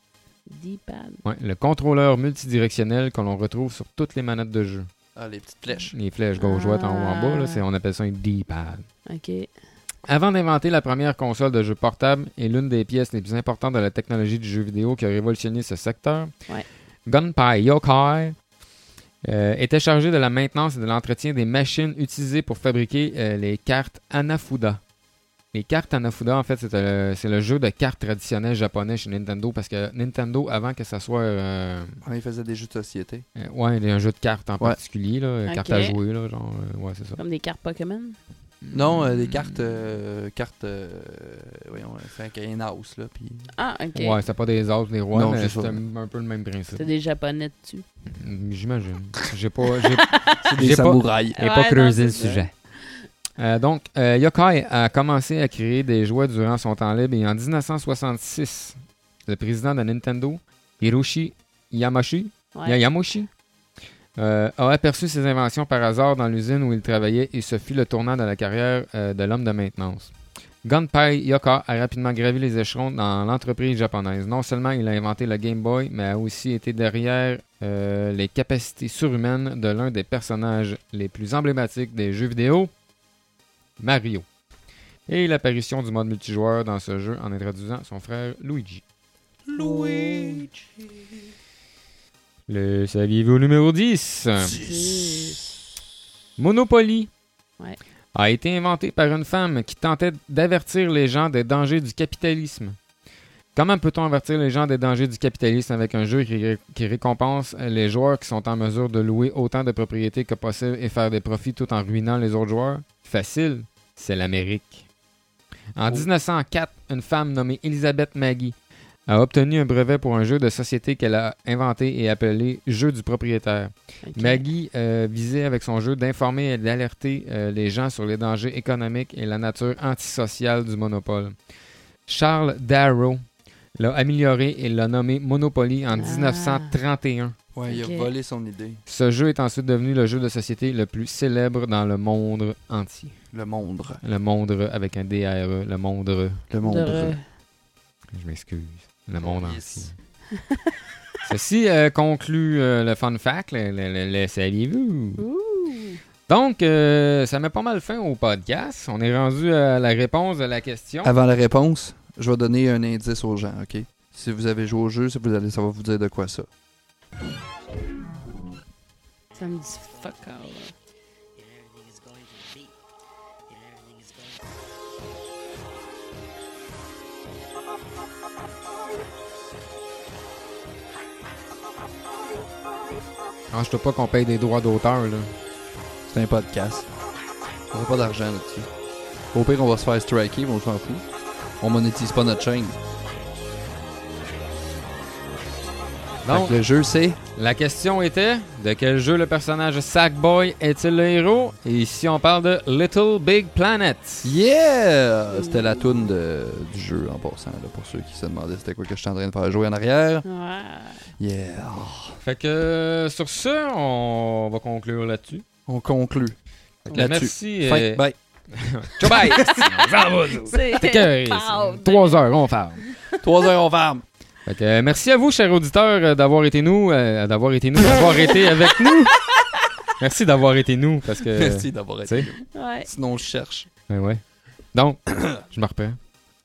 [SPEAKER 3] D-pad.
[SPEAKER 1] Ouais, le contrôleur multidirectionnel que l'on retrouve sur toutes les manettes de jeu.
[SPEAKER 2] Ah, les petites flèches.
[SPEAKER 1] Les flèches gauche, droite, en haut, en bas, là, c'est- on appelle ça un D-pad.
[SPEAKER 3] OK.
[SPEAKER 1] Avant d'inventer la première console de jeu portable et l'une des pièces les plus importantes de la technologie du jeu vidéo qui a révolutionné ce secteur,
[SPEAKER 3] Ouais.
[SPEAKER 1] Gunpei Yokai euh, était chargé de la maintenance et de l'entretien des machines utilisées pour fabriquer euh, les cartes Anafuda. Les cartes Anafuda, en fait, c'est euh, c'est le jeu de cartes traditionnel japonais chez Nintendo parce que Nintendo, avant que ça soit euh,
[SPEAKER 2] Ah, ils faisaient des jeux de société.
[SPEAKER 1] euh, ouais, un jeu de cartes en particulier, là, euh,
[SPEAKER 3] Ok.
[SPEAKER 1] cartes à jouer, là, genre, euh, ouais, c'est ça.
[SPEAKER 3] Comme des cartes Pokémon.
[SPEAKER 2] Non, euh, des cartes. euh, cartes. euh, voyons, euh, c'est un house, là. Puis...
[SPEAKER 3] Ah, OK.
[SPEAKER 1] Ouais, c'était pas des autres, des rois,
[SPEAKER 2] Non,
[SPEAKER 1] mais
[SPEAKER 2] c'est ça.
[SPEAKER 1] c'était un peu le même principe.
[SPEAKER 3] T'as des japonais dessus.
[SPEAKER 1] Mm, J'imagine.
[SPEAKER 3] <laughs>
[SPEAKER 1] J'ai pas, j'ai
[SPEAKER 2] C'est
[SPEAKER 1] J'ai pas-
[SPEAKER 2] des samouraïs.
[SPEAKER 1] j'ai
[SPEAKER 3] Ah! Ouais,
[SPEAKER 1] pas
[SPEAKER 3] non,
[SPEAKER 1] creusé le
[SPEAKER 3] c'est ça.
[SPEAKER 1] sujet. Euh, donc, euh, Yokai a commencé à créer des jouets durant son temps libre et en 1966, le président de Nintendo, Hiroshi Yamashi,
[SPEAKER 3] Ouais.
[SPEAKER 1] Yayamoshi, euh, a aperçu ses inventions par hasard dans l'usine où il travaillait et ce fut le tournant de la carrière euh, de l'homme de maintenance. Gunpei Yoka a rapidement gravi les échelons dans l'entreprise japonaise. Non seulement il a inventé le Game Boy, mais a aussi été derrière euh, les capacités surhumaines de l'un des personnages les plus emblématiques des jeux vidéo, Mario. Et l'apparition du mode multijoueur dans ce jeu en introduisant son frère Luigi.
[SPEAKER 2] Louis.
[SPEAKER 1] Le saviez-vous numéro 10? Monopoly
[SPEAKER 3] Ouais.
[SPEAKER 1] a été inventé par une femme qui tentait d'avertir les gens des dangers du capitalisme. Comment peut-on avertir les gens des dangers du capitalisme avec un jeu qui, ré- qui récompense les joueurs qui sont en mesure de louer autant de propriétés que possible et faire des profits tout en ruinant les autres joueurs? Facile, c'est l'Amérique. En
[SPEAKER 2] Oh.
[SPEAKER 1] 1904, une femme nommée Elizabeth Maggie a obtenu un brevet pour un jeu de société qu'elle a inventé et appelé Jeu du propriétaire.
[SPEAKER 3] Ok.
[SPEAKER 1] Maggie euh, visait avec son jeu d'informer et d'alerter euh, les gens sur les dangers économiques et la nature antisociale du monopole. Charles Darrow l'a amélioré et l'a nommé Monopoly en
[SPEAKER 3] Ah.
[SPEAKER 1] 1931.
[SPEAKER 2] Ouais, il
[SPEAKER 3] Ok.
[SPEAKER 2] a volé son idée.
[SPEAKER 1] Ce jeu est ensuite devenu le jeu de société le plus célèbre dans le monde entier.
[SPEAKER 2] Le monde.
[SPEAKER 1] Le monde avec un DRE, E, le monde.
[SPEAKER 2] Le
[SPEAKER 3] De
[SPEAKER 2] monde.
[SPEAKER 3] re-
[SPEAKER 1] Je m'excuse. Le monde entier.
[SPEAKER 2] Yes.
[SPEAKER 1] Ceci euh, conclut euh, le fun fact, le, le- le- le saviez-vous?
[SPEAKER 3] Ouh.
[SPEAKER 1] Donc, euh, ça met pas mal fin au podcast. On est rendu à la réponse de la question.
[SPEAKER 2] Avant la réponse, je vais donner un indice aux gens, OK? Si vous avez joué au jeu, ça, vous allez, ça va vous dire de quoi ça.
[SPEAKER 3] Ça me dit fuck all.
[SPEAKER 1] Range-toi pas qu'on paye des droits d'auteur, là.
[SPEAKER 2] C'est un podcast. On n'a pas d'argent là-dessus. Au pire, on va se faire striker, mais on s'en fout. On monétise pas notre chaîne.
[SPEAKER 1] Donc,
[SPEAKER 2] Fait que le jeu, c'est.
[SPEAKER 1] la question était de quel jeu le personnage Sackboy est-il le héros Et ici, on parle de Little Big Planet.
[SPEAKER 2] Yeah! C'était la toune de- du jeu en passant, là, pour ceux qui se demandaient c'était quoi que je suis en train de faire jouer en arrière.
[SPEAKER 3] Ouais.
[SPEAKER 2] Yeah!
[SPEAKER 1] Fait que euh, sur ça, on va conclure là-dessus.
[SPEAKER 2] On conclut. Fait que
[SPEAKER 1] Ben,
[SPEAKER 2] là-dessus.
[SPEAKER 1] Merci.
[SPEAKER 2] Fin.
[SPEAKER 1] euh,
[SPEAKER 2] Bye.
[SPEAKER 1] ciao, bye.
[SPEAKER 2] <laughs>
[SPEAKER 3] C'est
[SPEAKER 1] T'es carré,
[SPEAKER 3] Pow.
[SPEAKER 1] c'est Trois heures, on ferme.
[SPEAKER 2] 3 heures, on ferme.
[SPEAKER 1] Fait que, euh, merci à vous, chers auditeurs, euh, d'avoir été nous, euh, d'avoir été nous, d'avoir été avec nous. Merci d'avoir été nous, parce que.
[SPEAKER 2] <laughs> Merci d'avoir été.
[SPEAKER 1] tu sais.
[SPEAKER 2] là.
[SPEAKER 3] Ouais.
[SPEAKER 2] Sinon, je cherche.
[SPEAKER 1] Ben ouais. Donc, <coughs> je me reprends.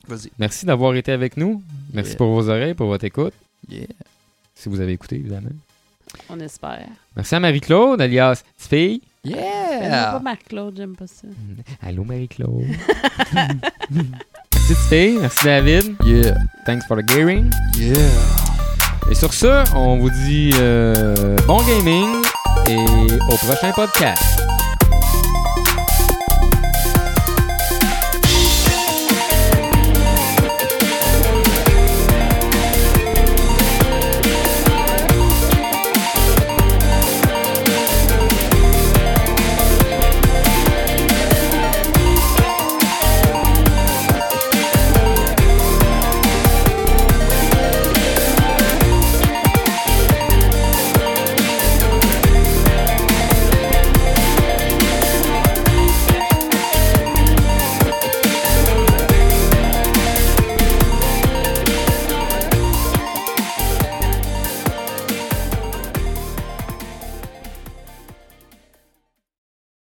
[SPEAKER 2] Vas-y.
[SPEAKER 1] Merci d'avoir été avec nous. Merci
[SPEAKER 2] Yeah.
[SPEAKER 1] pour vos oreilles, pour votre écoute,
[SPEAKER 2] Yeah.
[SPEAKER 1] si vous avez écouté, évidemment.
[SPEAKER 3] On espère.
[SPEAKER 1] Merci à Marie-Claude, alias petite fille.
[SPEAKER 3] Mais
[SPEAKER 2] Yeah!
[SPEAKER 3] pas Marc-Claude, j'aime pas ça.
[SPEAKER 1] Mm. Allô, Marie-Claude. Petite fille, merci David.
[SPEAKER 2] Yeah!
[SPEAKER 1] Thanks for the gaming.
[SPEAKER 2] Yeah!
[SPEAKER 1] Et sur ce, on vous dit euh, bon gaming et au prochain podcast.